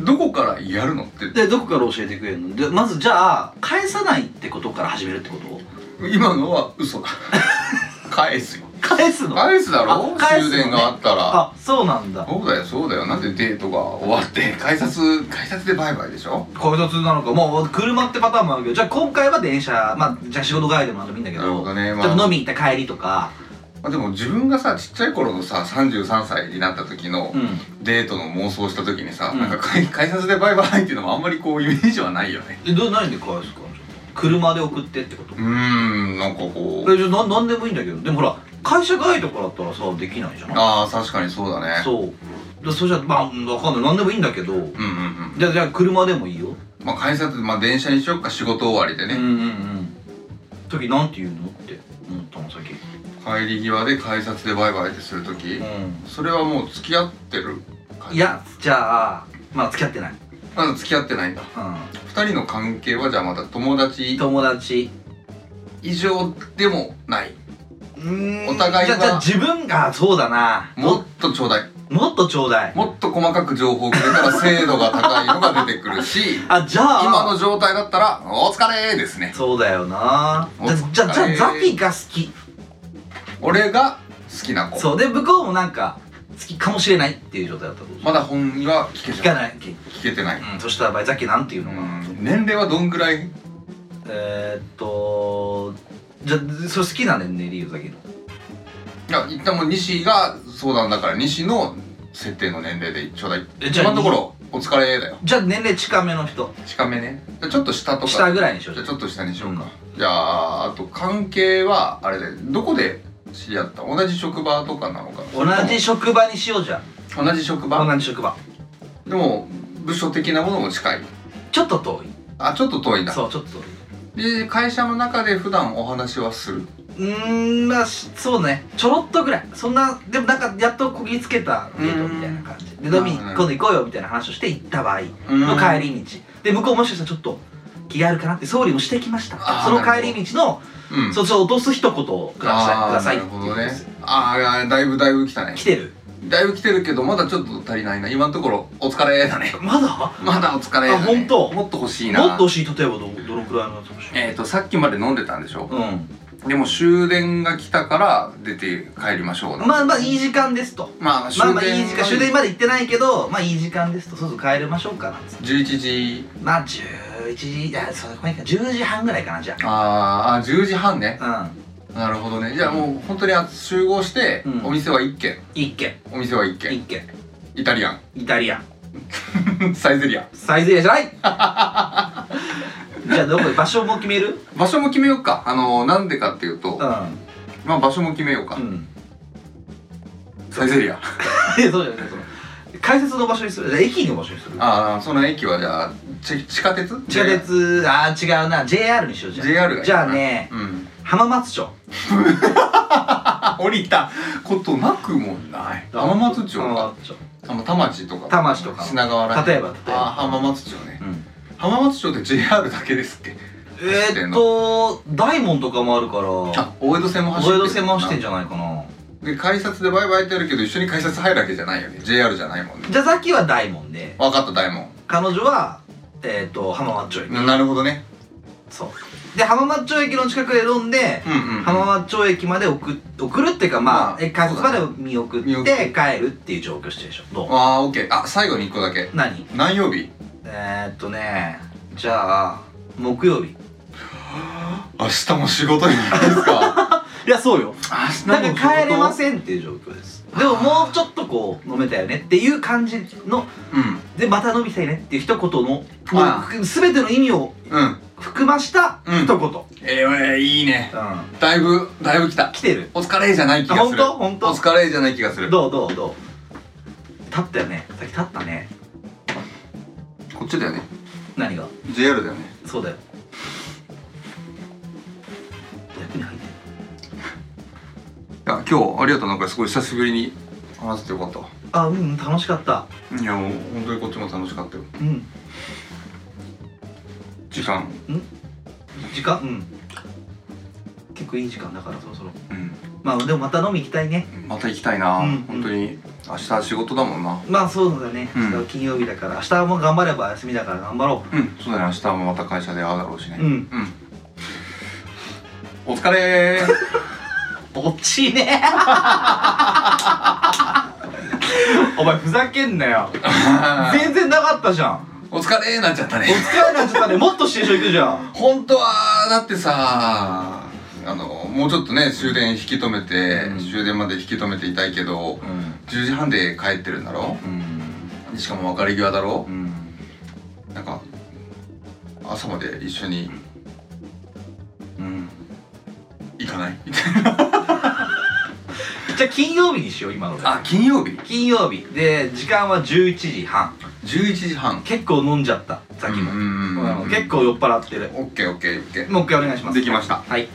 [SPEAKER 1] どこからやるのって
[SPEAKER 2] でどこから教えてくれるのでまずじゃあ返さないってことから始めるってこと
[SPEAKER 1] 今のは嘘 だ返すよ
[SPEAKER 2] 返すの
[SPEAKER 1] 返すだろ
[SPEAKER 2] あ返すの
[SPEAKER 1] 終
[SPEAKER 2] ね
[SPEAKER 1] 電があったら
[SPEAKER 2] あそうなんだ
[SPEAKER 1] そうだよそうだよなんでデートが終わって改札改札でバイバイでしょ
[SPEAKER 2] 改札なのかもう車ってパターンもあるけどじゃあ今回は電車まあじゃあ仕事帰りでもなんでもいいんだけど
[SPEAKER 1] なるほどねまあ
[SPEAKER 2] ちょっと飲み行った帰りとか
[SPEAKER 1] あでも自分がさちっちゃい頃のさ33歳になった時の
[SPEAKER 2] うん
[SPEAKER 1] デートの妄想した時にさ、
[SPEAKER 2] うん
[SPEAKER 1] なんか改改札でバイバイっていうのもあんまりこうイメージはないよね
[SPEAKER 2] えど何で返すか車で送ってってこと
[SPEAKER 1] うーんなんかこう
[SPEAKER 2] えじゃあな何でもいいんだけどでもほら会社帰りとかだったらさできないじゃない
[SPEAKER 1] ああ確かにそうだね
[SPEAKER 2] そうでそれじゃまあうんわかんない何でもいいんだけど
[SPEAKER 1] うんうんうん
[SPEAKER 2] じゃあじゃあ車でもいいよ
[SPEAKER 1] まあ改札まあ電車にしよっか仕事終わりで
[SPEAKER 2] うんう
[SPEAKER 1] ね、
[SPEAKER 2] んうん時なんて言うのって思ったの先
[SPEAKER 1] 帰り際で改札でバイバイってする時、
[SPEAKER 2] う
[SPEAKER 1] それはもう付き合ってる感
[SPEAKER 2] ん
[SPEAKER 1] じ
[SPEAKER 2] いやじゃあまあ付き合ってない
[SPEAKER 1] まだ付き合ってないんだ
[SPEAKER 2] う
[SPEAKER 1] 二人の関係はじゃあまだ友
[SPEAKER 2] ん
[SPEAKER 1] 達
[SPEAKER 2] 友達
[SPEAKER 1] 以上でもない
[SPEAKER 2] うん
[SPEAKER 1] お互いは
[SPEAKER 2] じゃあじゃあ自分がそうだな
[SPEAKER 1] も
[SPEAKER 2] も
[SPEAKER 1] っとちょうだい
[SPEAKER 2] もっとちょうだい
[SPEAKER 1] もっと細かく情報くれたら精度が高いのが出てくる し
[SPEAKER 2] あじゃあ
[SPEAKER 1] 今の状態だったら「お疲れ!」ですね
[SPEAKER 2] そうだよな
[SPEAKER 1] お
[SPEAKER 2] じゃあじゃあじゃあ
[SPEAKER 1] えー
[SPEAKER 2] ザキが好き
[SPEAKER 1] 俺が好きな子
[SPEAKER 2] そうで向こうもなんか好きかもしれないっていう状態だったと
[SPEAKER 1] まだ本には聞け
[SPEAKER 2] 聞
[SPEAKER 1] て
[SPEAKER 2] か
[SPEAKER 1] ない
[SPEAKER 2] ないき
[SPEAKER 1] 聞けてない、
[SPEAKER 2] うんそしたらばザキなんていう
[SPEAKER 1] う
[SPEAKER 2] のかな、
[SPEAKER 1] ん年齢はどんぐらい
[SPEAKER 2] えー、っとじゃあそれ好きな年齢理由だけど
[SPEAKER 1] いや一旦もう西が相談だから西の設定の年齢でちょうだい
[SPEAKER 2] えじゃあ
[SPEAKER 1] 今のところ「お疲れ!」だよ
[SPEAKER 2] じゃあ年齢近めの人
[SPEAKER 1] 近めねじゃあちょっと下とか
[SPEAKER 2] 下ぐらいにしよう
[SPEAKER 1] じゃあ
[SPEAKER 2] じ
[SPEAKER 1] ち
[SPEAKER 2] ゃ
[SPEAKER 1] ょっと下にしようか、じゃああと関係はあれでどこで知り合った同じ職場とかなのか
[SPEAKER 2] あ同じ職場にしようじゃ
[SPEAKER 1] 同じ職
[SPEAKER 2] あ
[SPEAKER 1] 場
[SPEAKER 2] 同じ職場
[SPEAKER 1] でも部署的なものも近い
[SPEAKER 2] ちょっと遠い
[SPEAKER 1] あちょっと遠いんだ
[SPEAKER 2] そうちょっと遠い
[SPEAKER 1] で会社の中で普段お話はする
[SPEAKER 2] うーんまあしそうねちょろっとぐらいそんなでもなんかやっとこぎつけたデートみたいな感じで飲みに
[SPEAKER 1] うん
[SPEAKER 2] 今度行こうよみたいな話をして行った場合
[SPEAKER 1] うん
[SPEAKER 2] の帰り道で向こうもしかしたらちょっと気があるかなって総理もしてきました
[SPEAKER 1] あー
[SPEAKER 2] その帰り道の
[SPEAKER 1] うん
[SPEAKER 2] そっちを落とす一言をくださいください
[SPEAKER 1] あ
[SPEAKER 2] っ
[SPEAKER 1] ーなるほ
[SPEAKER 2] ていうこ
[SPEAKER 1] ど
[SPEAKER 2] とで
[SPEAKER 1] ね
[SPEAKER 2] す
[SPEAKER 1] ああだいぶだいぶ来たね
[SPEAKER 2] 来てる
[SPEAKER 1] だいぶ来てるけどまだちょっと足りないな今のところお疲れだね
[SPEAKER 2] まだ
[SPEAKER 1] まだお疲れだ、ね、
[SPEAKER 2] あ本当
[SPEAKER 1] もっと欲しいな
[SPEAKER 2] もっと欲しい例えばどどのくらいのやつ欲しい
[SPEAKER 1] えっ、とさっきまで飲んでたんでしょ
[SPEAKER 2] うん
[SPEAKER 1] でも終電が来たから出て帰りましょうな
[SPEAKER 2] まあまあいい時間ですと
[SPEAKER 1] まあ
[SPEAKER 2] まあまあいい時間終電まで行ってないけどまあいい時間ですとそうそう帰りましょうかなんつって
[SPEAKER 1] 11時
[SPEAKER 2] まあ11時いやそうだごめんか10時半ぐらいかなじゃ
[SPEAKER 1] あーあ10時半ね
[SPEAKER 2] あ
[SPEAKER 1] なるほどねじゃあもう本当にあ集合して、
[SPEAKER 2] うん
[SPEAKER 1] お店は1軒
[SPEAKER 2] うん一軒
[SPEAKER 1] お店は1
[SPEAKER 2] 一
[SPEAKER 1] 軒
[SPEAKER 2] 軒
[SPEAKER 1] イタリア
[SPEAKER 2] イタリアン
[SPEAKER 1] ン サイゼリア
[SPEAKER 2] サイゼリヤじゃない じゃあどこ場所も決める
[SPEAKER 1] 場所も決めようかあのなんでかっていうと、
[SPEAKER 2] う
[SPEAKER 1] まあ場所も決めようか、
[SPEAKER 2] んうん
[SPEAKER 1] サイゼリア
[SPEAKER 2] え そうじゃないその解説の場所にするじゃあ駅の場所にする
[SPEAKER 1] ああその駅はじゃあち地下鉄
[SPEAKER 2] 地下鉄あー違うな JR にしようじゃん
[SPEAKER 1] JR がいい
[SPEAKER 2] じゃ
[SPEAKER 1] かな
[SPEAKER 2] あね
[SPEAKER 1] うん
[SPEAKER 2] 浜松町
[SPEAKER 1] あ降りたことなくもない浜松町
[SPEAKER 2] 浜
[SPEAKER 1] か
[SPEAKER 2] 松町
[SPEAKER 1] あの田町とか
[SPEAKER 2] 田町とか
[SPEAKER 1] 品川らへん
[SPEAKER 2] 例えば例えば
[SPEAKER 1] あー浜松町ね
[SPEAKER 2] うん
[SPEAKER 1] 浜松町って JR だけですっけ
[SPEAKER 2] えーっと大門とかもあるから
[SPEAKER 1] あ大江戸線も走って
[SPEAKER 2] 大
[SPEAKER 1] る
[SPEAKER 2] 江戸線も走ってんじゃないかな
[SPEAKER 1] で改札でバイバイってやるけど一緒に改札入るわけじゃないよね JR じゃないもんね
[SPEAKER 2] じゃあザキは大門で
[SPEAKER 1] 分かった大門
[SPEAKER 2] 彼女はえーっと浜松町駅
[SPEAKER 1] ななるほどね
[SPEAKER 2] そうで浜松町駅の近くで飲んで
[SPEAKER 1] うんうん
[SPEAKER 2] 浜松町駅まで送っ送るっていうかま
[SPEAKER 1] まあ
[SPEAKER 2] あえ改札まで見送っ
[SPEAKER 1] 見送って
[SPEAKER 2] て帰るっていう状況してるでしょどう
[SPEAKER 1] ああオッケーあ最後に1個だけ
[SPEAKER 2] 何
[SPEAKER 1] 何曜日
[SPEAKER 2] えー、っとねじゃあ木曜日
[SPEAKER 1] 明日も仕事じゃないですか
[SPEAKER 2] いやそうよ
[SPEAKER 1] 明
[SPEAKER 2] だ
[SPEAKER 1] 日
[SPEAKER 2] か
[SPEAKER 1] も
[SPEAKER 2] ら帰れま
[SPEAKER 1] ん
[SPEAKER 2] せんっていう状況ですでももうちょっとこう飲めたよねっていう感じの
[SPEAKER 1] う
[SPEAKER 2] でまた飲みたいねっていう一言のも
[SPEAKER 1] ああ
[SPEAKER 2] う全ての意味を
[SPEAKER 1] んうん
[SPEAKER 2] 含ました
[SPEAKER 1] うん
[SPEAKER 2] 一言、うん
[SPEAKER 1] えー、えーいいねだいぶだいぶ来た
[SPEAKER 2] 来てる
[SPEAKER 1] お疲れじゃない気がす
[SPEAKER 2] 本
[SPEAKER 1] る
[SPEAKER 2] 当本
[SPEAKER 1] お
[SPEAKER 2] 当
[SPEAKER 1] 疲れじゃない気がする
[SPEAKER 2] どうどうどう立ったよねさっき立ったね
[SPEAKER 1] こっちだよね
[SPEAKER 2] 何が
[SPEAKER 1] JR だよね
[SPEAKER 2] そうだよ役に入ってる
[SPEAKER 1] いや今日ありがとうなんかすごい久しぶりに話せてよかったわ
[SPEAKER 2] あうん楽しかった
[SPEAKER 1] いやもう本当にこっちも楽しかったよ
[SPEAKER 2] うん
[SPEAKER 1] 時間
[SPEAKER 2] 時間うん結構いい時間だからそろそろ
[SPEAKER 1] うん
[SPEAKER 2] まあでもまた飲み行きたいね
[SPEAKER 1] また行きたいな、
[SPEAKER 2] うん
[SPEAKER 1] 本当に明日仕事だもんな
[SPEAKER 2] まあそうだね、
[SPEAKER 1] うん
[SPEAKER 2] 明日金曜日だから明日も頑張れば休みだから頑張ろ
[SPEAKER 1] うんそうだね明日もまた会社で会うだろうしね
[SPEAKER 2] ううん
[SPEAKER 1] うんお疲れー
[SPEAKER 2] ぼっちいねお前ふざけんなよ全然なかったじゃん
[SPEAKER 1] お疲れーなっちゃったね
[SPEAKER 2] お疲れなんちゃったねもっと新書行くじゃん
[SPEAKER 1] 本当はだってさあのもうちょっとね終電引き止めて、
[SPEAKER 2] うん
[SPEAKER 1] 終電まで引き止めていたいけど
[SPEAKER 2] うん
[SPEAKER 1] 10時半で帰ってるんだろ
[SPEAKER 2] うん
[SPEAKER 1] しかも別れ際だろ
[SPEAKER 2] う、ん
[SPEAKER 1] なんか朝まで一緒に
[SPEAKER 2] うん
[SPEAKER 1] 行かない
[SPEAKER 2] じゃあ金曜日にしよう今ので
[SPEAKER 1] あ金曜日
[SPEAKER 2] 金曜日で時間は11時半
[SPEAKER 1] 11時半
[SPEAKER 2] 結構飲んじゃったさっきも、
[SPEAKER 1] うんうんうん
[SPEAKER 2] うん結構酔っ払ってる
[SPEAKER 1] オッケーオッケーオッケー
[SPEAKER 2] もう一回お願いします
[SPEAKER 1] できました
[SPEAKER 2] はい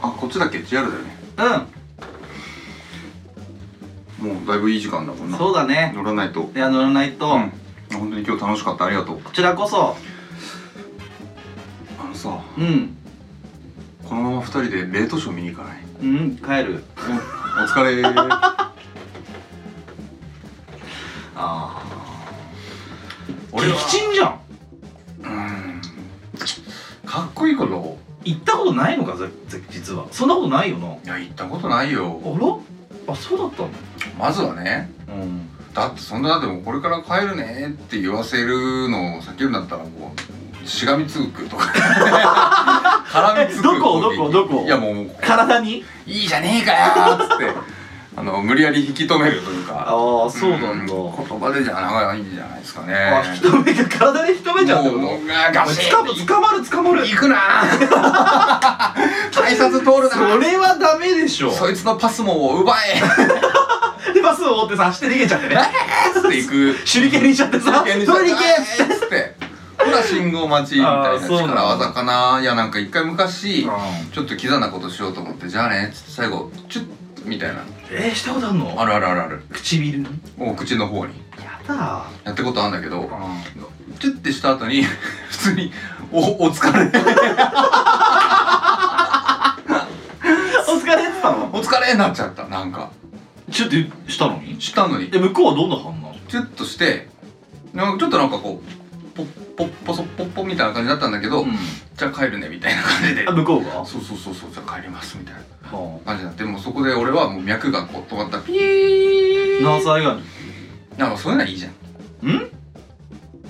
[SPEAKER 1] あこっちだっけ JR だよね
[SPEAKER 2] う
[SPEAKER 1] もうだいぶいい時間だもん
[SPEAKER 2] ん
[SPEAKER 1] な
[SPEAKER 2] そうだね
[SPEAKER 1] 乗らないと
[SPEAKER 2] いや乗らないと、
[SPEAKER 1] うん本当に今日楽しかったありがとう
[SPEAKER 2] こちらこそ
[SPEAKER 1] あのさ
[SPEAKER 2] うん
[SPEAKER 1] このまま2人でレートショー見に行かない
[SPEAKER 2] うん帰る
[SPEAKER 1] お疲 れー
[SPEAKER 2] ああ
[SPEAKER 1] 俺は
[SPEAKER 2] 激鎮じゃん
[SPEAKER 1] うんかっこいいこと
[SPEAKER 2] 行ったことないのかぜぜ実はそんなことないよない
[SPEAKER 1] や行ったことないよ
[SPEAKER 2] あらあそうだったの
[SPEAKER 1] まずはね
[SPEAKER 2] うん
[SPEAKER 1] だってそんなだってもうこれから帰るねって言わせるのを避けるんだったらもうしがみつく とか絡みつく
[SPEAKER 2] どこどこどこ
[SPEAKER 1] いやもう
[SPEAKER 2] 体に
[SPEAKER 1] いいじゃねえかよーっつってあの無理やり引き止めるというか
[SPEAKER 2] ああそうなんだ、
[SPEAKER 1] う言葉でじゃ長いんじゃないですかね
[SPEAKER 2] あ引き止めて体で引き止めちゃうってこ
[SPEAKER 1] も
[SPEAKER 2] と
[SPEAKER 1] うガシ
[SPEAKER 2] 捕ま捕まる捕まる
[SPEAKER 1] 行くなー改札通る
[SPEAKER 2] そ
[SPEAKER 1] な
[SPEAKER 2] れはダメでしょ
[SPEAKER 1] そいつのパスモンを奪え
[SPEAKER 2] でバスを追ってさ走って逃げちゃってね
[SPEAKER 1] っつって行く
[SPEAKER 2] 手裏剣にしちゃってさ
[SPEAKER 1] 手裏剣にし
[SPEAKER 2] 取りに行け
[SPEAKER 1] たっつってほら信号待ちみた
[SPEAKER 2] あ
[SPEAKER 1] い
[SPEAKER 2] ー
[SPEAKER 1] な
[SPEAKER 2] そうなんだ
[SPEAKER 1] 力技かないやなんか一回昔ちょっとキザなことしようと思ってじゃあねっつって最後チュッみたいな
[SPEAKER 2] えー、したことあんの
[SPEAKER 1] あるあるあるある
[SPEAKER 2] 唇に
[SPEAKER 1] お口の方に
[SPEAKER 2] やだ
[SPEAKER 1] やったことあるんだけどチュッてした後に 普通に「おお疲れ
[SPEAKER 2] お疲れってたの
[SPEAKER 1] お疲れ」になっちゃったなんか
[SPEAKER 2] ちょっとしたのに
[SPEAKER 1] したのに
[SPEAKER 2] え向こうはどんな反応
[SPEAKER 1] チュッとしてなんかちょっとなんかこうポッポッポソッポッポみたいな感じだったんだけど、じゃあ帰るねみたいな感じで
[SPEAKER 2] あ向こうが
[SPEAKER 1] そうそうそうそうじゃあ帰りますみたいな
[SPEAKER 2] は
[SPEAKER 1] 感じになってもうそこで俺はもう脈がこう止まったらピー
[SPEAKER 2] あ何歳以外に
[SPEAKER 1] なんかそういうのはいいじゃん
[SPEAKER 2] ん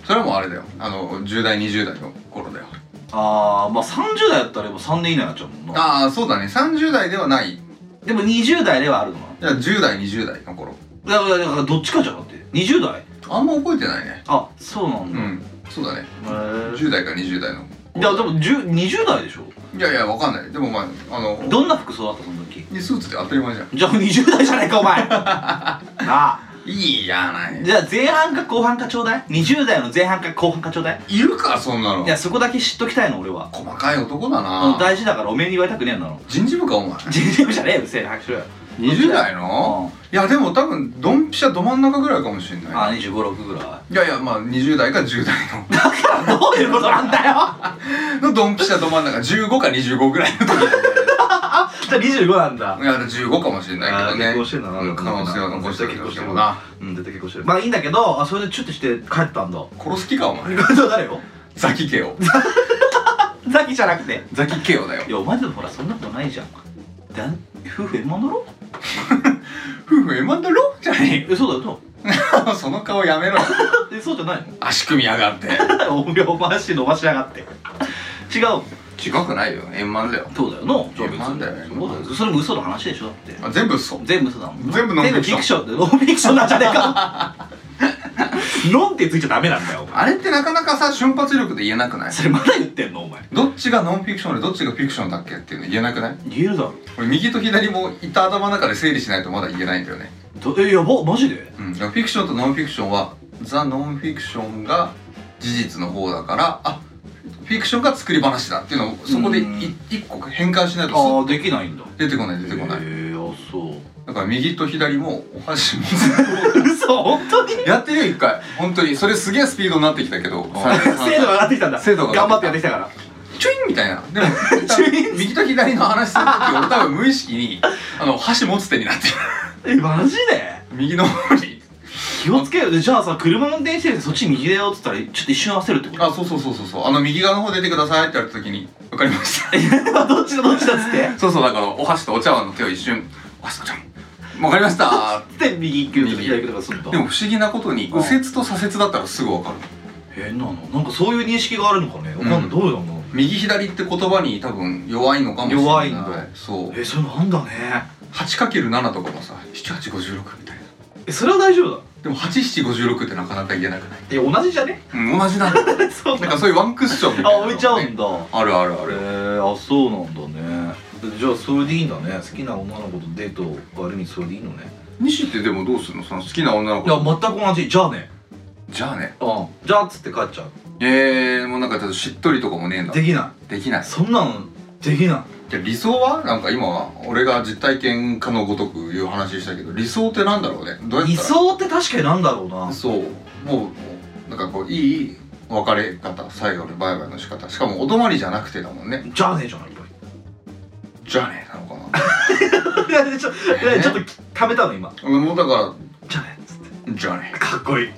[SPEAKER 1] それはもうあれだよあの10代20代の頃だよ
[SPEAKER 2] ああまあ30代だったらやっぱ3年以内になっちゃうもんな
[SPEAKER 1] ああそうだね30代ではないい
[SPEAKER 2] でも20代ではあるのか
[SPEAKER 1] や10代20代の頃
[SPEAKER 2] なだからだからどっちかじゃなくて20代
[SPEAKER 1] あんま覚えてないね
[SPEAKER 2] あそうなん
[SPEAKER 1] う
[SPEAKER 2] だ、へ
[SPEAKER 1] んそうだね
[SPEAKER 2] ー
[SPEAKER 1] 10代か20代の
[SPEAKER 2] いやでも10 20代でしょ
[SPEAKER 1] いやいやわかんないでもまああの
[SPEAKER 2] どんな服装だったその時
[SPEAKER 1] にスーツって当たり前じゃん
[SPEAKER 2] じゃあ20代じゃないかお 前なあ
[SPEAKER 1] いいじゃない
[SPEAKER 2] じゃあ前半か後半かちょうだい20代の前半か後半かちょうだい
[SPEAKER 1] いるかそんないの
[SPEAKER 2] やそこだけ知っときたいの俺は
[SPEAKER 1] 細かい男だ
[SPEAKER 2] うん
[SPEAKER 1] な
[SPEAKER 2] 大事だからおめえに言われたくねえんだろ
[SPEAKER 1] 人事部かお前
[SPEAKER 2] 人生部じゃねえようるせえな拍手
[SPEAKER 1] 20代のいやでも多分ドンピシャど真ん中ぐらいかもしれ
[SPEAKER 2] あ
[SPEAKER 1] ない
[SPEAKER 2] 二256ぐら
[SPEAKER 1] いやいやまあ20代か10代の
[SPEAKER 2] い どういうことな んだよじゃ
[SPEAKER 1] の ドンピシャど真ん中15か25ぐらいの時だ
[SPEAKER 2] あ25なんだ
[SPEAKER 1] いや15かもしれないけどね
[SPEAKER 2] あー結婚してんだな
[SPEAKER 1] うん可能性は残してるけど
[SPEAKER 2] 絶対結婚してる
[SPEAKER 1] でもな
[SPEAKER 2] うん絶対結婚してるまあいいんだけどあそれでチュッとして帰ったんだ
[SPEAKER 1] 殺す気かお前
[SPEAKER 2] 誰よ
[SPEAKER 1] ザキ家を
[SPEAKER 2] ザキじゃなくて
[SPEAKER 1] ザキ家をだよ
[SPEAKER 2] いやお前でもほらそんなことないじゃんだん夫婦円満だろ
[SPEAKER 1] 夫婦円満だろじゃね
[SPEAKER 2] えそうだよ
[SPEAKER 1] えよ その顔やめろよ
[SPEAKER 2] えそうじゃないの
[SPEAKER 1] 足組みやがって
[SPEAKER 2] お前お前足伸ばしやがって違う
[SPEAKER 1] 近くないよ円満だよ
[SPEAKER 2] そうだよの
[SPEAKER 1] そうなんだよね
[SPEAKER 2] そうだよそれも嘘の話でしょだって
[SPEAKER 1] あ全部嘘
[SPEAKER 2] 全部嘘だもん
[SPEAKER 1] 全部ノンフィクション
[SPEAKER 2] 全部フィクションノンフィクションなんじゃねえかノンってついちゃダメなんだよお前
[SPEAKER 1] あれってなかなかさ瞬発力で言えなくない
[SPEAKER 2] それまだ言ってんのお前
[SPEAKER 1] どっちがノンフィクションでどっちがフィクションだっけっていうの言えなくない
[SPEAKER 2] 言えるだろ
[SPEAKER 1] 俺右と左も言った頭の中で整理しないとまだ言えないんだよね
[SPEAKER 2] どえやばマジで
[SPEAKER 1] うん、だからフィクションとノンフィクションはザ・ノンフィクションが事実の方だからあフィクションが作り話だっていうのをそこでい
[SPEAKER 2] うん
[SPEAKER 1] 一個変換しないと
[SPEAKER 2] あ
[SPEAKER 1] す
[SPEAKER 2] あできないんだ
[SPEAKER 1] 出てこない出てこない、
[SPEAKER 2] えー、あそう
[SPEAKER 1] だから右と左もお箸も
[SPEAKER 2] 嘘本当に
[SPEAKER 1] やってるよ一回本当にそれすげえスピードになってきたけど
[SPEAKER 2] 精度が上がってきたん だ
[SPEAKER 1] 精度が上
[SPEAKER 2] 頑
[SPEAKER 1] が
[SPEAKER 2] 張
[SPEAKER 1] っ
[SPEAKER 2] ってて
[SPEAKER 1] きた
[SPEAKER 2] やってきたから
[SPEAKER 1] チュインみたいなでも多分右と左の話する時俺多分無意識にあの箸持つ手になってる
[SPEAKER 2] えマジで
[SPEAKER 1] 右の方に
[SPEAKER 2] 気をつけるじゃあさ車運転してる人そっち右だよっつったらちょっと一瞬焦るってこと
[SPEAKER 1] あそうそうそうそうそうあの右側の方出てくださいって言われた時に分かりました
[SPEAKER 2] あ どっちだどっちだっつって
[SPEAKER 1] そうそうだからお箸とお茶碗の手を一瞬「お箸とお茶碗わかりました
[SPEAKER 2] で右行くとか左行くとかすん」だ
[SPEAKER 1] でも不思議なことに
[SPEAKER 2] あ
[SPEAKER 1] 右折と左折だったらすぐわかる
[SPEAKER 2] 変なのなんかそういう認識があるのかねわかんない、
[SPEAKER 1] うん
[SPEAKER 2] どうなんだろう
[SPEAKER 1] 右左って言葉に多分弱いのかもしれない
[SPEAKER 2] 弱いんだ
[SPEAKER 1] そう
[SPEAKER 2] えそれなんだね
[SPEAKER 1] 8×7 とかもさ7856みたいな
[SPEAKER 2] えそれは大丈夫だ
[SPEAKER 1] でも8756ってなかなか言えなくない
[SPEAKER 2] いや同じじゃね
[SPEAKER 1] うん同じなんだ
[SPEAKER 2] そ う
[SPEAKER 1] なんかそういうワンクッションみたい
[SPEAKER 2] あ
[SPEAKER 1] なのがね
[SPEAKER 2] 置いちゃうんだ
[SPEAKER 1] あるあるあ
[SPEAKER 2] え
[SPEAKER 1] る
[SPEAKER 2] ー、あそうなんだねじゃあそれでいいんだね好きな女の子とデートがあるにそれでいいのね
[SPEAKER 1] 西ってでもどうするのその好きな女の
[SPEAKER 2] いや
[SPEAKER 1] 子
[SPEAKER 2] 全く同じじゃあね
[SPEAKER 1] じゃあね
[SPEAKER 2] うんじゃあっつって帰っちゃう
[SPEAKER 1] えー、もうなんかちょっとしっとりとかもねえんだ
[SPEAKER 2] できな
[SPEAKER 1] できない
[SPEAKER 2] いそんなのできない
[SPEAKER 1] じゃあ理想はなんか今は俺が実体験可のごとく言う話したけど理想ってなんだろうねどうやったら
[SPEAKER 2] 理想って確かになんだろうな
[SPEAKER 1] そうもうなんかこういい別れ方最後のバイバイの仕方しかもお泊まりじゃなくてだもんね
[SPEAKER 2] じゃあねえじゃないやっ
[SPEAKER 1] じゃあねなのか
[SPEAKER 2] ぱ りいやちょいやちょっときためたの今
[SPEAKER 1] な もうだか
[SPEAKER 2] じゃあねっつって
[SPEAKER 1] らじゃあね
[SPEAKER 2] かっこいい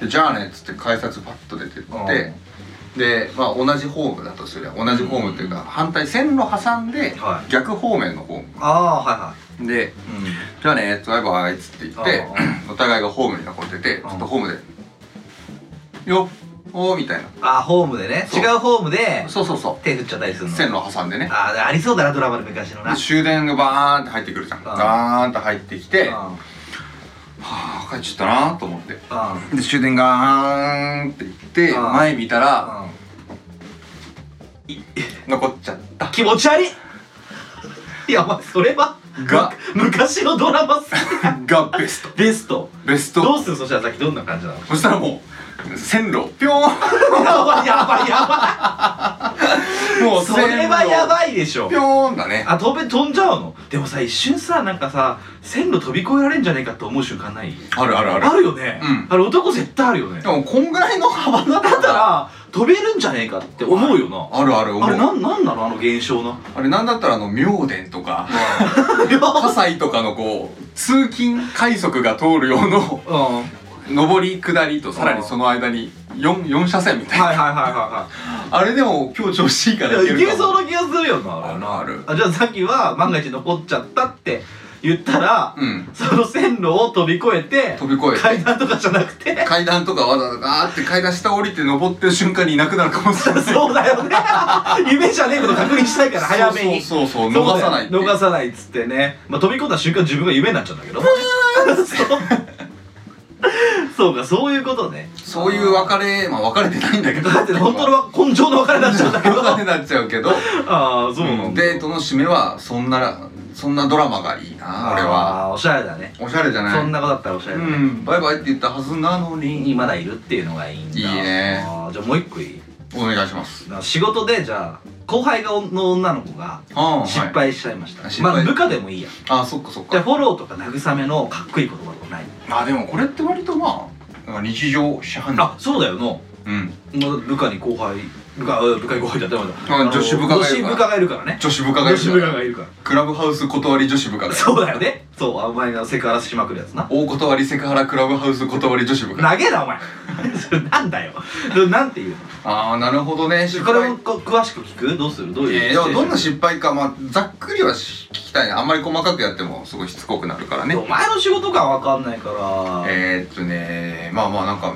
[SPEAKER 1] でじゃあねっつって改札パッと出てってでまあ同じホームだとすれば同じホームっていうか反対線路挟んで
[SPEAKER 2] は
[SPEAKER 1] 逆方面のホー
[SPEAKER 2] ああ
[SPEAKER 1] ムで
[SPEAKER 2] ーはいはい
[SPEAKER 1] 「じゃあねバイバイ」っつって言って
[SPEAKER 2] あ
[SPEAKER 1] お互いがホームにこう出てちょっとホームで「よっおー」みたいな
[SPEAKER 2] あーホームでね
[SPEAKER 1] そう
[SPEAKER 2] 違うホームで
[SPEAKER 1] そうそうそ
[SPEAKER 2] 手振っちゃったりする
[SPEAKER 1] う
[SPEAKER 2] の
[SPEAKER 1] 線路挟んでね
[SPEAKER 2] あーありそうだなドラマの昔のな
[SPEAKER 1] で終電がバーンって入ってくるじゃん
[SPEAKER 2] ん
[SPEAKER 1] ガーンと入ってきては
[SPEAKER 2] あ
[SPEAKER 1] あ帰っちゃったなーと思って
[SPEAKER 2] あ
[SPEAKER 1] で終電ガーンって行って
[SPEAKER 2] あ
[SPEAKER 1] 前見たら
[SPEAKER 2] あ
[SPEAKER 1] 残っちゃった
[SPEAKER 2] 気持ち悪いいやお前それは
[SPEAKER 1] が
[SPEAKER 2] む昔のドラマっ す
[SPEAKER 1] がベスト
[SPEAKER 2] ベスト
[SPEAKER 1] ベス
[SPEAKER 2] ど
[SPEAKER 1] ト
[SPEAKER 2] うするそしたらさっきどんな感じなの
[SPEAKER 1] そしたらもう線路ピョー
[SPEAKER 2] やばいやばいやば
[SPEAKER 1] ンもう
[SPEAKER 2] いそれはやばいでしょ
[SPEAKER 1] ピョーンだね
[SPEAKER 2] あ飛べ飛んじゃうのでもさ一瞬さなんかさ線路飛び越えられんじゃねえかって思う瞬間ない
[SPEAKER 1] あるあるあ
[SPEAKER 2] あ
[SPEAKER 1] る
[SPEAKER 2] るよね、
[SPEAKER 1] うん
[SPEAKER 2] あれ男絶対あるよね
[SPEAKER 1] でもこんぐらいの幅だった
[SPEAKER 2] だった
[SPEAKER 1] ら
[SPEAKER 2] ら飛べるんじゃねえかって思うよな
[SPEAKER 1] あるある思
[SPEAKER 2] あれ
[SPEAKER 1] う
[SPEAKER 2] なんなんなのあの現象な
[SPEAKER 1] あれなんだったらあの妙殿とか
[SPEAKER 2] いや
[SPEAKER 1] 葛西とかのこう通勤快速が通る用の
[SPEAKER 2] うんはい
[SPEAKER 1] 上り下りとさらにその間に 4, 四車線みたいな、
[SPEAKER 2] はいはいは
[SPEAKER 1] あれでも今日調子いいか
[SPEAKER 2] い
[SPEAKER 1] ら
[SPEAKER 2] はいい
[SPEAKER 1] け
[SPEAKER 2] い
[SPEAKER 1] る
[SPEAKER 2] や
[SPEAKER 1] か
[SPEAKER 2] いけ
[SPEAKER 1] も
[SPEAKER 2] そうな気がするよな
[SPEAKER 1] あるなある
[SPEAKER 2] あじゃあさっきは万が一残っちゃったって言ったら、
[SPEAKER 1] うん
[SPEAKER 2] その線路を飛び越えて
[SPEAKER 1] 飛び越え
[SPEAKER 2] 階
[SPEAKER 1] て
[SPEAKER 2] 段とかじゃなくて
[SPEAKER 1] 階段とかわざわざガーって階段下降りて登ってる瞬間にいなくなるかもしれない
[SPEAKER 2] そうだよね夢じゃねえこと確認したいから 早めに
[SPEAKER 1] そうそうそう
[SPEAKER 2] そう
[SPEAKER 1] そう
[SPEAKER 2] だ
[SPEAKER 1] 逃さないっ
[SPEAKER 2] よ
[SPEAKER 1] ていう
[SPEAKER 2] 逃さないっつってね、まあ、飛び込んだ瞬間自分が夢になっちゃうんだけどそうそうかそういうことね
[SPEAKER 1] そういう別れまあ別れてないんだけど
[SPEAKER 2] だって本当の根性の別れになっちゃうんだけど
[SPEAKER 1] 別れになっちゃうけど
[SPEAKER 2] ああそうなんだ
[SPEAKER 1] デートの締めはそんなそんなドラマがいいな俺は
[SPEAKER 2] あーおしゃれだね
[SPEAKER 1] おしゃれじゃない
[SPEAKER 2] そんな子だったらおしゃれ
[SPEAKER 1] う
[SPEAKER 2] だね、
[SPEAKER 1] んバイバイって言ったはずなの
[SPEAKER 2] に
[SPEAKER 1] に
[SPEAKER 2] まだいるっていうのがいいんだ
[SPEAKER 1] いいね
[SPEAKER 2] あーじゃあもう一個いい
[SPEAKER 1] お願いします
[SPEAKER 2] な仕事でじゃあ後輩がの女の子が
[SPEAKER 1] ああ
[SPEAKER 2] 失
[SPEAKER 1] はい
[SPEAKER 2] 敗しちゃいました、
[SPEAKER 1] あ失敗
[SPEAKER 2] まあ部下でもいいや
[SPEAKER 1] あそっかそっ
[SPEAKER 2] じゃあ
[SPEAKER 1] か
[SPEAKER 2] フォローとか慰めのかっこいい言葉とかない
[SPEAKER 1] あでもこれって割とまあなんか日常市販
[SPEAKER 2] あそうだよの
[SPEAKER 1] うん
[SPEAKER 2] まあ部下に後輩部下うん部下に後輩だってま
[SPEAKER 1] あ
[SPEAKER 2] だ
[SPEAKER 1] 女子部下がいるから
[SPEAKER 2] 女子部下がいるからね
[SPEAKER 1] 女子部下がい
[SPEAKER 2] 女
[SPEAKER 1] るじゃ
[SPEAKER 2] 子部
[SPEAKER 1] ん
[SPEAKER 2] 下がいるから
[SPEAKER 1] クラブハウス断り女子部下だよ
[SPEAKER 2] そうだよねそうあお前がセクハラしまくるやつな
[SPEAKER 1] 大断りセクハラクラブハウス断り女子部下
[SPEAKER 2] 投げだ お前それなんだよそれなんて言うの
[SPEAKER 1] ああなるほどね失
[SPEAKER 2] これ
[SPEAKER 1] 敗
[SPEAKER 2] もこ詳しく聞くどうするどういう
[SPEAKER 1] えー、でもどんな
[SPEAKER 2] シチュエーション
[SPEAKER 1] 失敗か、まあ、ざっくりはし聞きたいねあんまり細かくやってもすごいしつこくなるからね
[SPEAKER 2] お前の仕事感わかんないから、
[SPEAKER 1] えー、っとねまあまあなんか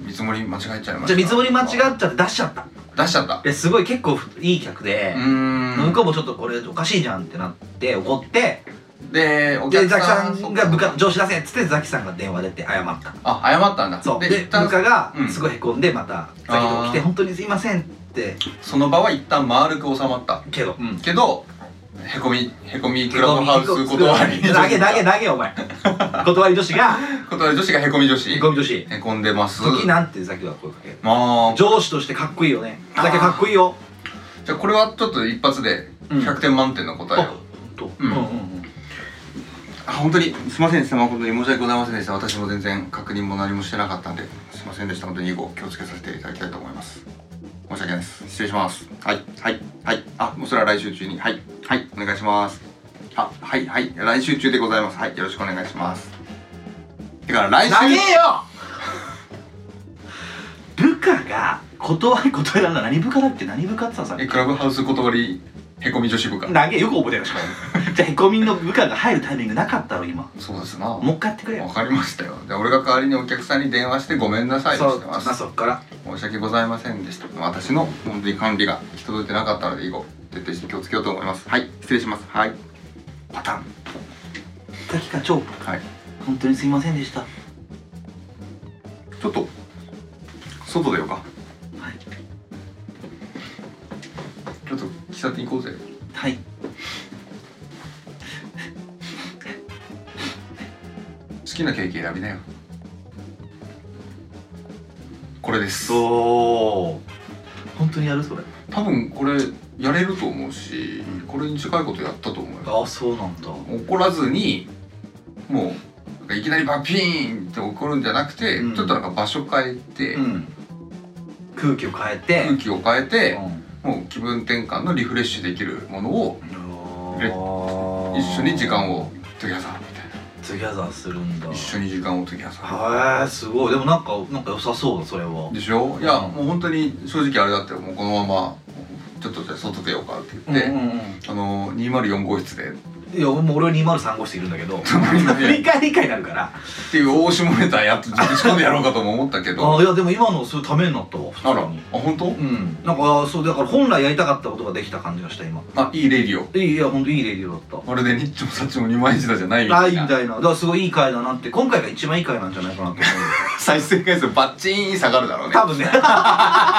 [SPEAKER 1] 見積もり間違えちゃいました
[SPEAKER 2] じゃあ見積もり間違っ
[SPEAKER 1] っ
[SPEAKER 2] ちゃって出しちゃった
[SPEAKER 1] 出しちゃった
[SPEAKER 2] ですごい結構いい客で
[SPEAKER 1] う、ーん
[SPEAKER 2] 向こうもちょっとこれおかしいじゃんってなって怒って
[SPEAKER 1] でお
[SPEAKER 2] で
[SPEAKER 1] 客
[SPEAKER 2] ザキ
[SPEAKER 1] さ
[SPEAKER 2] さ
[SPEAKER 1] ん
[SPEAKER 2] んが部下の上司出せっつってザキさんが電話出て謝った
[SPEAKER 1] あ謝ったんだ
[SPEAKER 2] そうで
[SPEAKER 1] で一
[SPEAKER 2] 部
[SPEAKER 1] 旦
[SPEAKER 2] 下が
[SPEAKER 1] うん
[SPEAKER 2] すごいへこんでまたザキと来て「本当にすいません」って
[SPEAKER 1] その場は一旦丸く収まった
[SPEAKER 2] けどうん
[SPEAKER 1] けどへこみへこみクラブハウス断り
[SPEAKER 2] 投げ投げ投げお前断り女子が
[SPEAKER 1] 断り女子がへこみ女子
[SPEAKER 2] ゴミ女子
[SPEAKER 1] へこんでます
[SPEAKER 2] 時なんてザキは声かける
[SPEAKER 1] まあ
[SPEAKER 2] 上司としてかっこいいよねザキはかっこいいよ
[SPEAKER 1] じゃあこれはちょっと一発で
[SPEAKER 2] うん
[SPEAKER 1] 100点満点の答えを、
[SPEAKER 2] と
[SPEAKER 1] うんあ本当にすいません誠に申し訳ございませんでした私も全然確認も何もしてなかったんですいませんでした本当に以後気をつけさせていただきたいと思います申し訳ないです失礼しますはいはいはいあもうそれは来週中にはいはいお願いしますあはいはい来週中でございますはいよろしくお願いしますだから来週
[SPEAKER 2] 投げよ部下が断り断りなんだ何部下だっけ何部下って言ってたの
[SPEAKER 1] えクラブハウス断りへこみ女子部か
[SPEAKER 2] さ投げよく覚えてるしかも じゃあへこみの部下が入るタイミングなかったろ今
[SPEAKER 1] そうですな
[SPEAKER 2] もう一回やってくれ
[SPEAKER 1] わ
[SPEAKER 2] よ
[SPEAKER 1] かりましたよで俺が代わりにお客さんに電話してごめんなさいと
[SPEAKER 2] そ
[SPEAKER 1] し
[SPEAKER 2] う
[SPEAKER 1] て
[SPEAKER 2] ま
[SPEAKER 1] ま
[SPEAKER 2] あ
[SPEAKER 1] す
[SPEAKER 2] そっから
[SPEAKER 1] 申し訳ございませんでした私の本当に管理が行き届いてなかったので以後徹底して気をつけようと思いますはい失礼しますはいパタン
[SPEAKER 2] 滝課長
[SPEAKER 1] はい
[SPEAKER 2] 本当にすいませんでしたは
[SPEAKER 1] ちょっと外出ようか
[SPEAKER 2] い
[SPEAKER 1] ちょっと喫茶店行こうぜ
[SPEAKER 2] はい
[SPEAKER 1] 好きなケーキ選びなよこれです
[SPEAKER 2] そう本当にやるそれ
[SPEAKER 1] 多分これやれると思うしこれに近いことやったと思うよ
[SPEAKER 2] あそうなんだ
[SPEAKER 1] 怒らずにもうなんかいきなりバピーンって怒るんじゃなくて、
[SPEAKER 2] うん
[SPEAKER 1] ちょっとなんか場所変えて、
[SPEAKER 2] うん空気を変えて
[SPEAKER 1] 空気を変えて、
[SPEAKER 2] う
[SPEAKER 1] もう気分転換のリフレッシュできるものを
[SPEAKER 2] ん
[SPEAKER 1] で一緒に時間をトゥギャザーみたい
[SPEAKER 2] トゥギャザーするんだ
[SPEAKER 1] な一緒に時間をトゥギャザー
[SPEAKER 2] へえすごいでもなんかなんか良さそうだそれは
[SPEAKER 1] でしょいや
[SPEAKER 2] うん
[SPEAKER 1] もう本当に正直あれだってもうこのままちょっとじゃあ外出ようかって言って、
[SPEAKER 2] うんうんうん
[SPEAKER 1] あの204号室でっ
[SPEAKER 2] いやもう俺は203号室いるんだけど振り
[SPEAKER 1] て
[SPEAKER 2] 返り以下になるから
[SPEAKER 1] いう大下ネタやっと打ち込んでやろうかとも思ったけど
[SPEAKER 2] あいやでも今のそういうためになったわ
[SPEAKER 1] あ
[SPEAKER 2] 普
[SPEAKER 1] ら
[SPEAKER 2] 通
[SPEAKER 1] あ
[SPEAKER 2] に
[SPEAKER 1] 本当
[SPEAKER 2] うんなんかあそうだから本来やりたかったことができた感じがした今
[SPEAKER 1] あいいレディオ
[SPEAKER 2] いやいやほんといいレディオだっ
[SPEAKER 1] まるでニッチもサッチも二枚舌じゃないみ
[SPEAKER 2] たあ
[SPEAKER 1] た
[SPEAKER 2] い
[SPEAKER 1] い
[SPEAKER 2] い
[SPEAKER 1] な
[SPEAKER 2] みたいなだからすごいいい回だなって今回が一番いい回なんじゃないかなと思う
[SPEAKER 1] 再生回数バッチーン下がるだろうね
[SPEAKER 2] 多分ね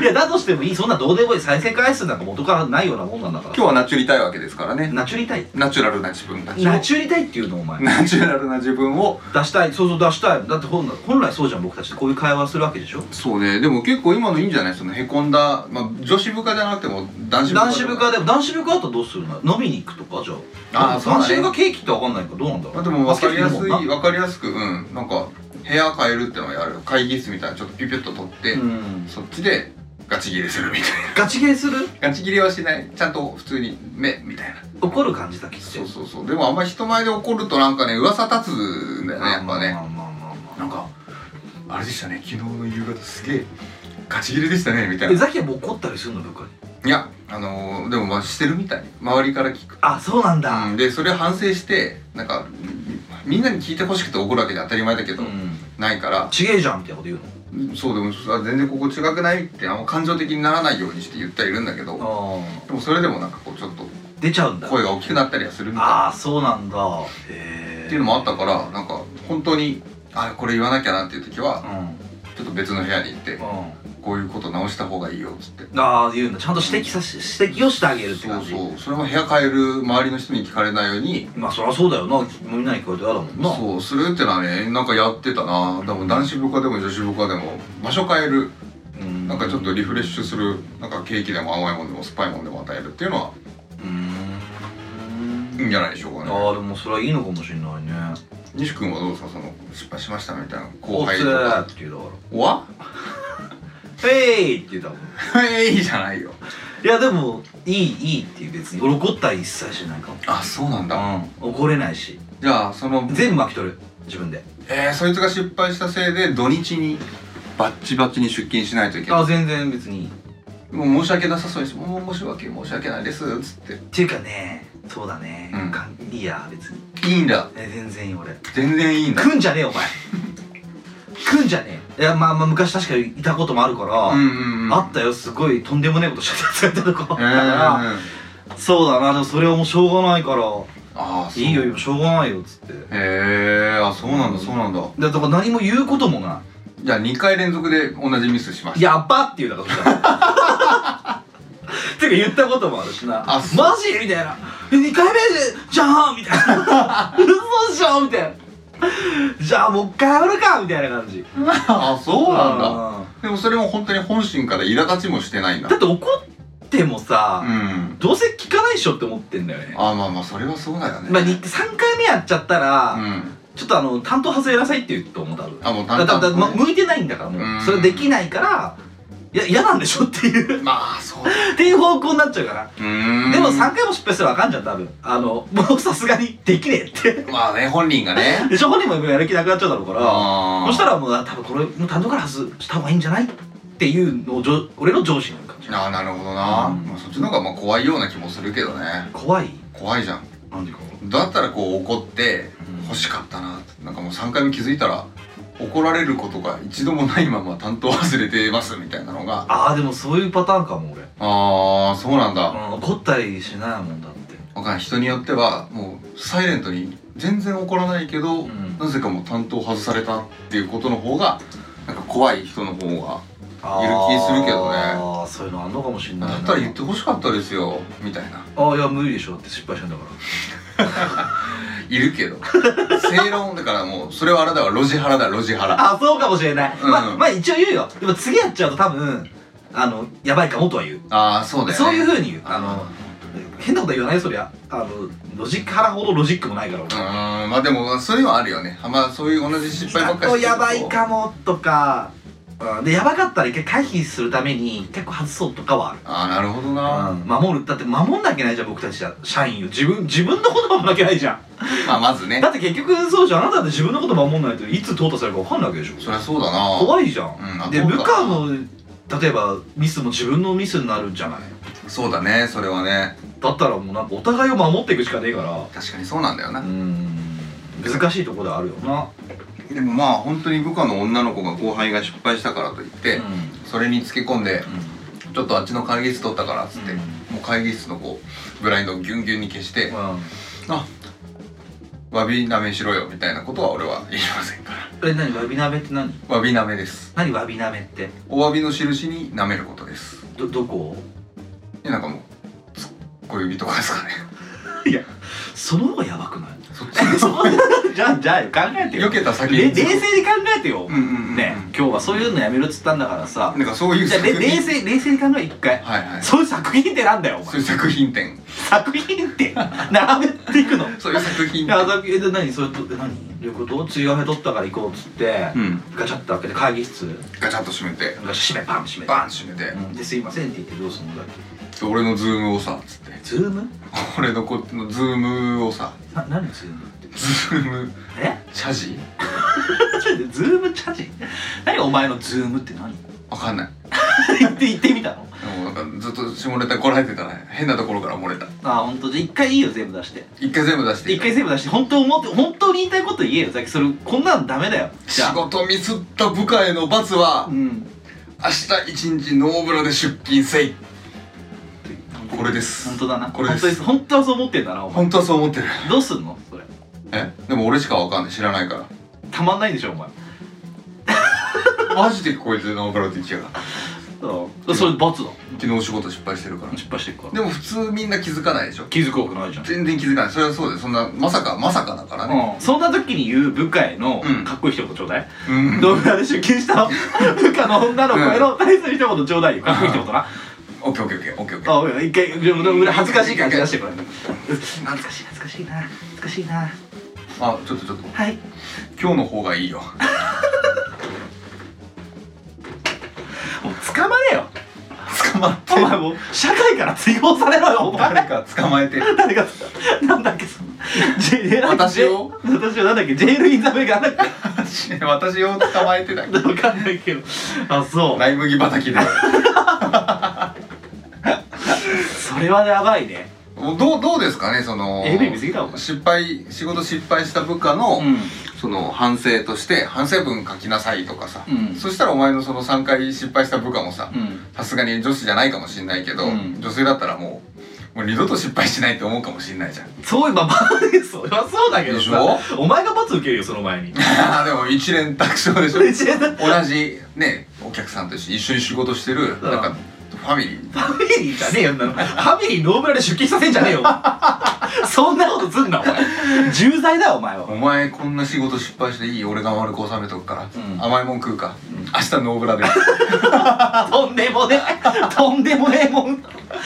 [SPEAKER 2] いやだとしてもいいそんなどうでもいい再生回数なんか元からないようなもんなんだから
[SPEAKER 1] 今日はナチュリたいわけですからね
[SPEAKER 2] ナチュリたい
[SPEAKER 1] ナチュラルな自分たちを
[SPEAKER 2] ナチュリたいっていうのお前
[SPEAKER 1] ナチュラルな自分を
[SPEAKER 2] 出したいそうそう出したいだって本来本来そうじゃん僕たちってこういう会話するわけでしょ
[SPEAKER 1] そうねでも結構今のいいんじゃないそのへこんだ、まあ、女子部下じゃなくても男子部下
[SPEAKER 2] 男子部下でも男子部下だったらどうするの飲みに行くとかじゃあ
[SPEAKER 1] あーそうだ
[SPEAKER 2] 男
[SPEAKER 1] ね
[SPEAKER 2] 子部下ケーキって分かんないからどうなんだろう
[SPEAKER 1] まあ、でも分かりやすい
[SPEAKER 2] バスケット
[SPEAKER 1] 分かりやすくうんなんか部屋変えるってのはやる会議室みたいなちょっとピュピュッと取って、
[SPEAKER 2] いいもんなうん
[SPEAKER 1] そっちでガチ切れするみたい
[SPEAKER 2] ガチゲーする
[SPEAKER 1] な ガチ切れはしないちゃんと普通に目みたいな
[SPEAKER 2] 怒る感じだけって
[SPEAKER 1] そうそうそうでもあんまり人前で怒るとなんかね噂立つんだよねやっぱね
[SPEAKER 2] まあまあまあまあ
[SPEAKER 1] なんかあれでしたね昨日の夕方すげえガチ切れでしたねみたい
[SPEAKER 2] え
[SPEAKER 1] な
[SPEAKER 2] ザキはもう怒ったりするの部下に
[SPEAKER 1] いやあのー、でもまあしてるみたい周りから聞く
[SPEAKER 2] あそうなんだ
[SPEAKER 1] うん、でそれ反省してなんかみみんなに聞いてほしくて怒るわけで当たり前だけど、
[SPEAKER 2] うん
[SPEAKER 1] ないから
[SPEAKER 2] ちげえじゃんみたいなこと言う
[SPEAKER 1] そうでもあ全然ここ違くないってあんま感情的にならないようにして言ってはいるんだけど
[SPEAKER 2] のあ
[SPEAKER 1] でもそれでもなんかこうちょっと
[SPEAKER 2] ー出ちゃうんだ
[SPEAKER 1] 声が大きくなったりはするみたい
[SPEAKER 2] あ
[SPEAKER 1] な
[SPEAKER 2] あそうなんだへえ
[SPEAKER 1] っていうのもあったからなんか本当にあこれ言わなきゃなっていう時は
[SPEAKER 2] うん
[SPEAKER 1] ちょっと別の部屋に行って
[SPEAKER 2] うん
[SPEAKER 1] こういうこと直した方がいいよっつって
[SPEAKER 2] ああ言うんだちゃんと指摘さし指摘をしてあげるっ
[SPEAKER 1] そ
[SPEAKER 2] て感
[SPEAKER 1] う
[SPEAKER 2] じ
[SPEAKER 1] そうそれも部屋変える周りの人に聞かれないように
[SPEAKER 2] まあそりゃそうだよなみんなに聞こえて嫌だもんな
[SPEAKER 1] そうするってのはねなんかやってたなでも男子部下でも女子部下でも場所変える
[SPEAKER 2] うん
[SPEAKER 1] なんかちょっとリフレッシュするなんかケーキでも甘いもんでも酸っぱいもんでも与えるっていうのは
[SPEAKER 2] うーん
[SPEAKER 1] いいんじゃないでしょうかね
[SPEAKER 2] ああでもそれはいいのかもしれないね
[SPEAKER 1] 西君はどうですかその失敗しましたみたいな後
[SPEAKER 2] おっ
[SPEAKER 1] 輩
[SPEAKER 2] す
[SPEAKER 1] と
[SPEAKER 2] ー
[SPEAKER 1] か
[SPEAKER 2] って言うだか
[SPEAKER 1] 「わ
[SPEAKER 2] ら「へい!」って言うたもん
[SPEAKER 1] え いいじゃないよ
[SPEAKER 2] いやでもいいいいっていう別に俺怒ったり一切しないかも
[SPEAKER 1] あそうなんだ
[SPEAKER 2] うん怒れないし
[SPEAKER 1] じゃあその
[SPEAKER 2] 全部巻き取る自分で
[SPEAKER 1] えー、そいつが失敗したせいで土日にバッチバチに出勤しないといけ
[SPEAKER 2] あ
[SPEAKER 1] な
[SPEAKER 2] あ全然別にいいっ
[SPEAKER 1] いもう申し訳なさそうにして「もう申し訳申し訳ないです」っつって
[SPEAKER 2] ていうかねそうだね、
[SPEAKER 1] うん
[SPEAKER 2] かんいいや別に
[SPEAKER 1] 「いいんだ
[SPEAKER 2] え全然いい俺
[SPEAKER 1] 全然いいんだ
[SPEAKER 2] 来んじゃねえよお前来んじゃねえいやまあまあ昔確かにいたこともあるから、
[SPEAKER 1] うんうんうん
[SPEAKER 2] あったよすごいとんでもねえことしちゃったやつがいたとか、
[SPEAKER 1] えーうん
[SPEAKER 2] そうだなでもそれはもうしょうがないか
[SPEAKER 1] あ
[SPEAKER 2] ら
[SPEAKER 1] あそう
[SPEAKER 2] いいよいいよしょうがないよっつって
[SPEAKER 1] へえあそうなんだそうなんだ
[SPEAKER 2] でだから何も言うこともな
[SPEAKER 1] じゃあ2回連続で同じミスしま
[SPEAKER 2] い
[SPEAKER 1] した
[SPEAKER 2] やばっていうだからそしたら てか言ったこともあるしな
[SPEAKER 1] あそう
[SPEAKER 2] マジみたいなえ2回目でじゃあみたい な嘘でしょみたいなじゃあもう一回やるかみたいな感じ
[SPEAKER 1] あそうなんだ
[SPEAKER 2] だ
[SPEAKER 1] でもそれも本当に本心から苛立ちもしてないんだ
[SPEAKER 2] だって怒ってもさ、
[SPEAKER 1] うん
[SPEAKER 2] どうせ聞かないでしょって思ってんだよね
[SPEAKER 1] あまあまあそれはそうだよね
[SPEAKER 2] まあ、に3回目やっちゃったら、
[SPEAKER 1] うん
[SPEAKER 2] ちょっとあの担当外れなさいって言うと思う多分
[SPEAKER 1] あもう
[SPEAKER 2] だ
[SPEAKER 1] 担
[SPEAKER 2] だ
[SPEAKER 1] 々
[SPEAKER 2] だ、ま
[SPEAKER 1] ね
[SPEAKER 2] 向いてないんだからもう
[SPEAKER 1] うん
[SPEAKER 2] それできないからいや嫌なんでしょっていう
[SPEAKER 1] まあそうだ
[SPEAKER 2] っていう方向になっちゃうから
[SPEAKER 1] うーん
[SPEAKER 2] でも3回も失敗したら分かんじゃん多分あのもうさすがにできねえって
[SPEAKER 1] まあね本人がね
[SPEAKER 2] でしょ本人もやる気なくなっちゃうだろうから
[SPEAKER 1] あー
[SPEAKER 2] そしたらもうあ多分これもう担当から外した方がいいんじゃないっていうのをじょ俺の上司になる感じ
[SPEAKER 1] あーなるほどな、まあ、そっちの方がまあ怖いような気もするけどね
[SPEAKER 2] 怖い
[SPEAKER 1] 怖いじゃん
[SPEAKER 2] 何でか
[SPEAKER 1] だったらこう怒って欲しかったなってなんかもう3回目気づいたら怒られることが一度もないまま担当忘れてますみたいなのが
[SPEAKER 2] ああでもそういうパターンかも俺、
[SPEAKER 1] ああそうなんだ、わ
[SPEAKER 2] うん、怒ったりしないもんだって
[SPEAKER 1] かんない人によってはもうサイレントに全然怒らないけど、
[SPEAKER 2] うん
[SPEAKER 1] なぜかもう担当外されたっていうことの方がなんか怖い人の方が
[SPEAKER 2] あー
[SPEAKER 1] いる気するけどね
[SPEAKER 2] あーそういうのあんのかもしんないな
[SPEAKER 1] だったら言って欲しかったですよみたいな
[SPEAKER 2] ああいや無理でしょだって失敗したんだか
[SPEAKER 1] いるけど正論だからもうそれはあれだわロジハラだ路地腹
[SPEAKER 2] らあそうかもしれない、
[SPEAKER 1] うん
[SPEAKER 2] まあまあ一応言うよでも次やっちゃうと多分あのやばいかもとは言う
[SPEAKER 1] ああそうだよね
[SPEAKER 2] そういうふうに言うあの変なこと言わないよそりゃあのロジック腹ほどロジックもないから
[SPEAKER 1] う
[SPEAKER 2] 俺
[SPEAKER 1] ーんまあでもそういうのはあるよねあまあそういう同じ失敗ばっかり
[SPEAKER 2] あと
[SPEAKER 1] してる
[SPEAKER 2] や
[SPEAKER 1] と
[SPEAKER 2] ばいかもとかうんでやばかったら一回回避するために結構外そうとかはある
[SPEAKER 1] ああなるほどな、
[SPEAKER 2] うん守るだって守んなきゃいけないじゃん僕たちは社員を自分自分のこと守んなきゃいけないじゃん
[SPEAKER 1] まあまずね
[SPEAKER 2] だって結局そうじゃんあなたって自分のこと守んないといつ淘汰されるか分かんないわけでしょ
[SPEAKER 1] そりゃそうだな
[SPEAKER 2] 怖いじゃ
[SPEAKER 1] うん
[SPEAKER 2] ん、
[SPEAKER 1] あ
[SPEAKER 2] で
[SPEAKER 1] そうだ
[SPEAKER 2] 部下の例えばミスも自分のミスになるんじゃない
[SPEAKER 1] そうだねそれはね
[SPEAKER 2] だったらもうなんかお互いを守っていくしかねえか
[SPEAKER 1] 確かにそうなんだよな、
[SPEAKER 2] らうーん難しいところであるよな、
[SPEAKER 1] でもまあ本当に部下の女の子が後輩が失敗したからといって、
[SPEAKER 2] うん
[SPEAKER 1] それにつけ込んで、ちょっとあっちの会議室取ったからっつって、
[SPEAKER 2] うん
[SPEAKER 1] もう会議室のこうブラインドをギュンギュンに消して、
[SPEAKER 2] うん
[SPEAKER 1] あ詫びなめしろよみたいなことは俺は言いませんか
[SPEAKER 2] え何わびなめって何
[SPEAKER 1] ら詫びなめです
[SPEAKER 2] 何わびなめって
[SPEAKER 1] お詫びの印に舐めることです
[SPEAKER 2] ど どこ
[SPEAKER 1] でなんかもうつ小指とかですか ね
[SPEAKER 2] いやその方がやばくない
[SPEAKER 1] そっち
[SPEAKER 2] じゃあじゃあよ考えてよ
[SPEAKER 1] 避けた先
[SPEAKER 2] れ冷
[SPEAKER 1] に
[SPEAKER 2] 静に考えてよ、
[SPEAKER 1] うんうんうんうん
[SPEAKER 2] ね今日はそういうのやめるっつったんだからさ
[SPEAKER 1] なんかそういう
[SPEAKER 2] じゃあ
[SPEAKER 1] 作
[SPEAKER 2] れ
[SPEAKER 1] 品
[SPEAKER 2] 冷静冷静に考え一回、
[SPEAKER 1] はいはい
[SPEAKER 2] そういう作品ってなんだよお前
[SPEAKER 1] そういう作品展
[SPEAKER 2] 作品って並べていくの
[SPEAKER 1] そういう作品
[SPEAKER 2] いや作品で何それとえ何どういうこと梅雨が取ったから行こうっつって、
[SPEAKER 1] うん
[SPEAKER 2] ガチャッと開けて会議室
[SPEAKER 1] ガチャッと閉めて
[SPEAKER 2] ガシャ閉めパン閉め
[SPEAKER 1] バーン閉めて、
[SPEAKER 2] うんですいませんって言ってどうすんのだっけ
[SPEAKER 1] で俺のズームをさつって
[SPEAKER 2] ズーム
[SPEAKER 1] 俺のこのズームをさ
[SPEAKER 2] な何ズームって
[SPEAKER 1] ズーム
[SPEAKER 2] え
[SPEAKER 1] チャジ
[SPEAKER 2] ズームチャジ 何お前のズームって何
[SPEAKER 1] わかんない
[SPEAKER 2] 言って言ってみたの
[SPEAKER 1] でもなんかずっと下ネタこらえてたら変なところから漏れた
[SPEAKER 2] あ本当じゃあ一回いいよ全部出して
[SPEAKER 1] 一回全部出してい
[SPEAKER 2] 一
[SPEAKER 1] い
[SPEAKER 2] 回全部出して本当思って本当に言いたいこと言えよさっきそれこんなのダメだよじゃ
[SPEAKER 1] 仕
[SPEAKER 2] あ
[SPEAKER 1] 事ミスった部下への罰は
[SPEAKER 2] うん
[SPEAKER 1] 明日一日ノーブラで出勤せいこれです
[SPEAKER 2] 本当だな
[SPEAKER 1] これで
[SPEAKER 2] 本当です
[SPEAKER 1] す
[SPEAKER 2] 本当はそう思ってんだなお前
[SPEAKER 1] 本当はそう思ってる
[SPEAKER 2] どうすんのそれ
[SPEAKER 1] えでも俺しかわかんない知らないか
[SPEAKER 2] たまんないでしょお前
[SPEAKER 1] らマジでこいつノーブラって言ってきやがった
[SPEAKER 2] そうそれ罰だ
[SPEAKER 1] 昨日お仕事失敗してるから
[SPEAKER 2] 失敗してるから
[SPEAKER 1] でも普通みんな気づかないでしょ
[SPEAKER 2] 気づくわけないじゃん、
[SPEAKER 1] 全然気づかないそれはそうですそんなまさかまさかだからね
[SPEAKER 2] うん、そんな時に言う部下への
[SPEAKER 1] うん
[SPEAKER 2] かっこいい一言ちょうだい、
[SPEAKER 1] うん
[SPEAKER 2] 動画で出勤した 部下の女の子への大切な一言ちょうだいよかっこいい一言な
[SPEAKER 1] オッケーオッケーオッケーオッケーオッケー
[SPEAKER 2] あおい一回でもでも俺恥ずかしい感じ出してこれ恥ずかしい恥ずかしいな恥ずかしいな
[SPEAKER 1] あちょっとちょっと
[SPEAKER 2] はい
[SPEAKER 1] 今日の方がいいよ
[SPEAKER 2] もう捕まれよ
[SPEAKER 1] 捕まっ
[SPEAKER 2] お
[SPEAKER 1] て
[SPEAKER 2] 前もう社会から追放されろよお前
[SPEAKER 1] 誰か捕まえて
[SPEAKER 2] 誰がなんだっけそのジェ
[SPEAKER 1] 私を
[SPEAKER 2] 私をなんだっけジェールインザベガなんだっ け
[SPEAKER 1] 私を捕まえて だけ
[SPEAKER 2] わかんないけどあそう
[SPEAKER 1] ライ麦畑で
[SPEAKER 2] それはやばいね
[SPEAKER 1] どうどうですかねその
[SPEAKER 2] えぐい見過ぎたお前
[SPEAKER 1] 失敗仕事失敗した部下の、
[SPEAKER 2] うん
[SPEAKER 1] その反省として反省文書きなさいとかさ、
[SPEAKER 2] うん
[SPEAKER 1] そしたらお前のその3回失敗した部下もさ
[SPEAKER 2] うん
[SPEAKER 1] さすがに女子じゃないかもしんないけど、
[SPEAKER 2] うん
[SPEAKER 1] 女性だったらもうもう二度と失敗しないって思うかもしんないじゃん
[SPEAKER 2] そういえばまあそれはそうだけど
[SPEAKER 1] でしょ
[SPEAKER 2] さお前が罰受けるよその前に
[SPEAKER 1] あーでも一連卓勝でしょ
[SPEAKER 2] 一連卓
[SPEAKER 1] 同じねお客さんと一緒一緒に仕事してるなんかファミリー
[SPEAKER 2] ファミリーじゃねえよんなのファミリーノーブラで出勤させんじゃねえよお前そんなことすんなお前重罪だよお前は
[SPEAKER 1] お前こんな仕事失敗していい俺が悪く収めとくから、
[SPEAKER 2] うん
[SPEAKER 1] 甘いもん食うか、明日ノーブ ラで
[SPEAKER 2] とんでもねえとんでもねえもん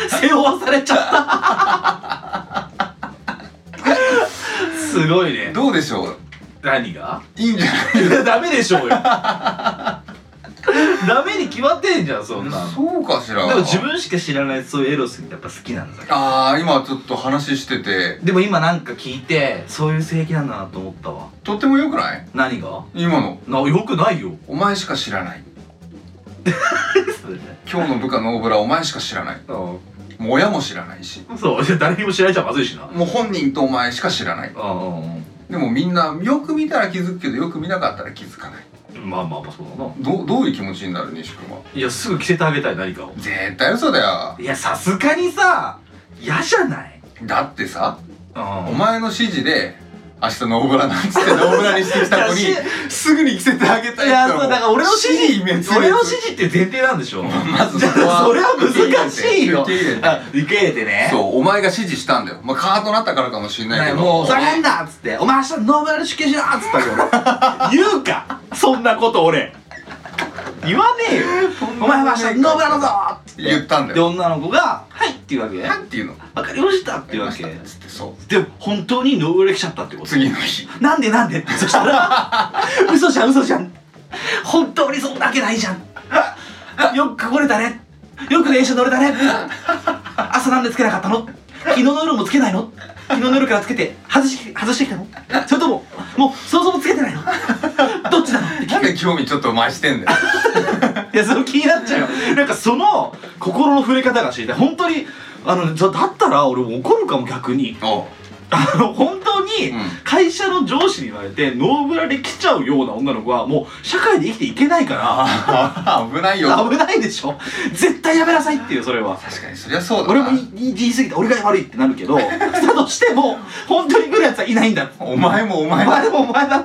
[SPEAKER 2] 背負わされちゃ ったすごいね
[SPEAKER 1] どうでしょう
[SPEAKER 2] 何が
[SPEAKER 1] いいんじゃない
[SPEAKER 2] ダメでしょうよダメに決まってんじゃんそんなの
[SPEAKER 1] そうかしら
[SPEAKER 2] でも自分しか知らないそういうエロスってやっぱ好きなんだから
[SPEAKER 1] ああ今ちょっと話してて
[SPEAKER 2] でも今なんか聞いてそういう性癖なんだなと思ったわ
[SPEAKER 1] とっても良くない
[SPEAKER 2] 何が
[SPEAKER 1] 今の
[SPEAKER 2] なよくないよ
[SPEAKER 1] お前しか知らない
[SPEAKER 2] それね
[SPEAKER 1] 今日の部下ノーブラお前しか知らないもう親も知らないし
[SPEAKER 2] そうじゃあ誰にも知られちゃまずいしな
[SPEAKER 1] もう本人とお前しか知らない
[SPEAKER 2] うん
[SPEAKER 1] でもみんなよく見たら気づくけどよく見なかったら気づかない
[SPEAKER 2] まあまあまあそうだな
[SPEAKER 1] どうどういう気持ちになる西君はい
[SPEAKER 2] やすぐ着せてあげたい何かを
[SPEAKER 1] 絶対嘘だよ
[SPEAKER 2] いやさすがにさ嫌じゃない
[SPEAKER 1] だってさ
[SPEAKER 2] うん
[SPEAKER 1] お前の指示で明日ノーブラなんつ ってノーブラにしてきた子に
[SPEAKER 2] いや
[SPEAKER 1] すぐに着せてあげたい
[SPEAKER 2] いやそうだから俺の指示
[SPEAKER 1] 滅裂
[SPEAKER 2] 俺の指示っていう前提なんでしょ
[SPEAKER 1] まず
[SPEAKER 2] じゃ
[SPEAKER 1] そこは
[SPEAKER 2] あそれは難しいよ
[SPEAKER 1] 受け入れて
[SPEAKER 2] あ受け入れてね
[SPEAKER 1] そうお前が指示したんだよまあカートなったからかもしれない
[SPEAKER 2] ね
[SPEAKER 1] けど
[SPEAKER 2] もうそれなんだっつって「お前明日ノーベル出勤しな」っつったけど言うかそんなこと俺言わねえよ「お前は明日ノーベルだぞ!」っつって
[SPEAKER 1] 言ったんだ
[SPEAKER 2] で
[SPEAKER 1] よ
[SPEAKER 2] 女の子が「はい」って言うわけ
[SPEAKER 1] なんていうの
[SPEAKER 2] 「わかりました」って言うわけ
[SPEAKER 1] わかりましたつってそ
[SPEAKER 2] でも本当にノーベル来ちゃったってこ
[SPEAKER 1] う
[SPEAKER 2] と
[SPEAKER 1] 次の日
[SPEAKER 2] なんでなんでってそしたら 「嘘じゃん嘘じゃん本当にそんなわけないじゃんよく来れたねよく電車乗れたね朝なんでつけなかったの昨日の夜もつけないの昨日の夜からつけて外し外してきたのそれとももうそもそもつけてないのどっちなのって聞
[SPEAKER 1] なん
[SPEAKER 2] く
[SPEAKER 1] で興味ちょっと増して んだよ
[SPEAKER 2] いやその気になっちゃうよなんかその心の触れ方が知りたい本当にあのじゃだったら俺怒るかも逆に
[SPEAKER 1] おう
[SPEAKER 2] あの本当に
[SPEAKER 1] うん
[SPEAKER 2] 会社の上司に言われてノーブラで来ちゃうような女の子はもう社会で生きていけないか
[SPEAKER 1] あ危ないよ
[SPEAKER 2] ら危ないでしょ絶対やめなさいっていうそれは
[SPEAKER 1] 確かにそりゃそうだ
[SPEAKER 2] 俺
[SPEAKER 1] な
[SPEAKER 2] も言い言い過ぎた俺が悪いってなるけどだとしても本当に来るやつはいないんだ
[SPEAKER 1] お前もお
[SPEAKER 2] お
[SPEAKER 1] 前
[SPEAKER 2] 前
[SPEAKER 1] だ
[SPEAKER 2] でもお前だ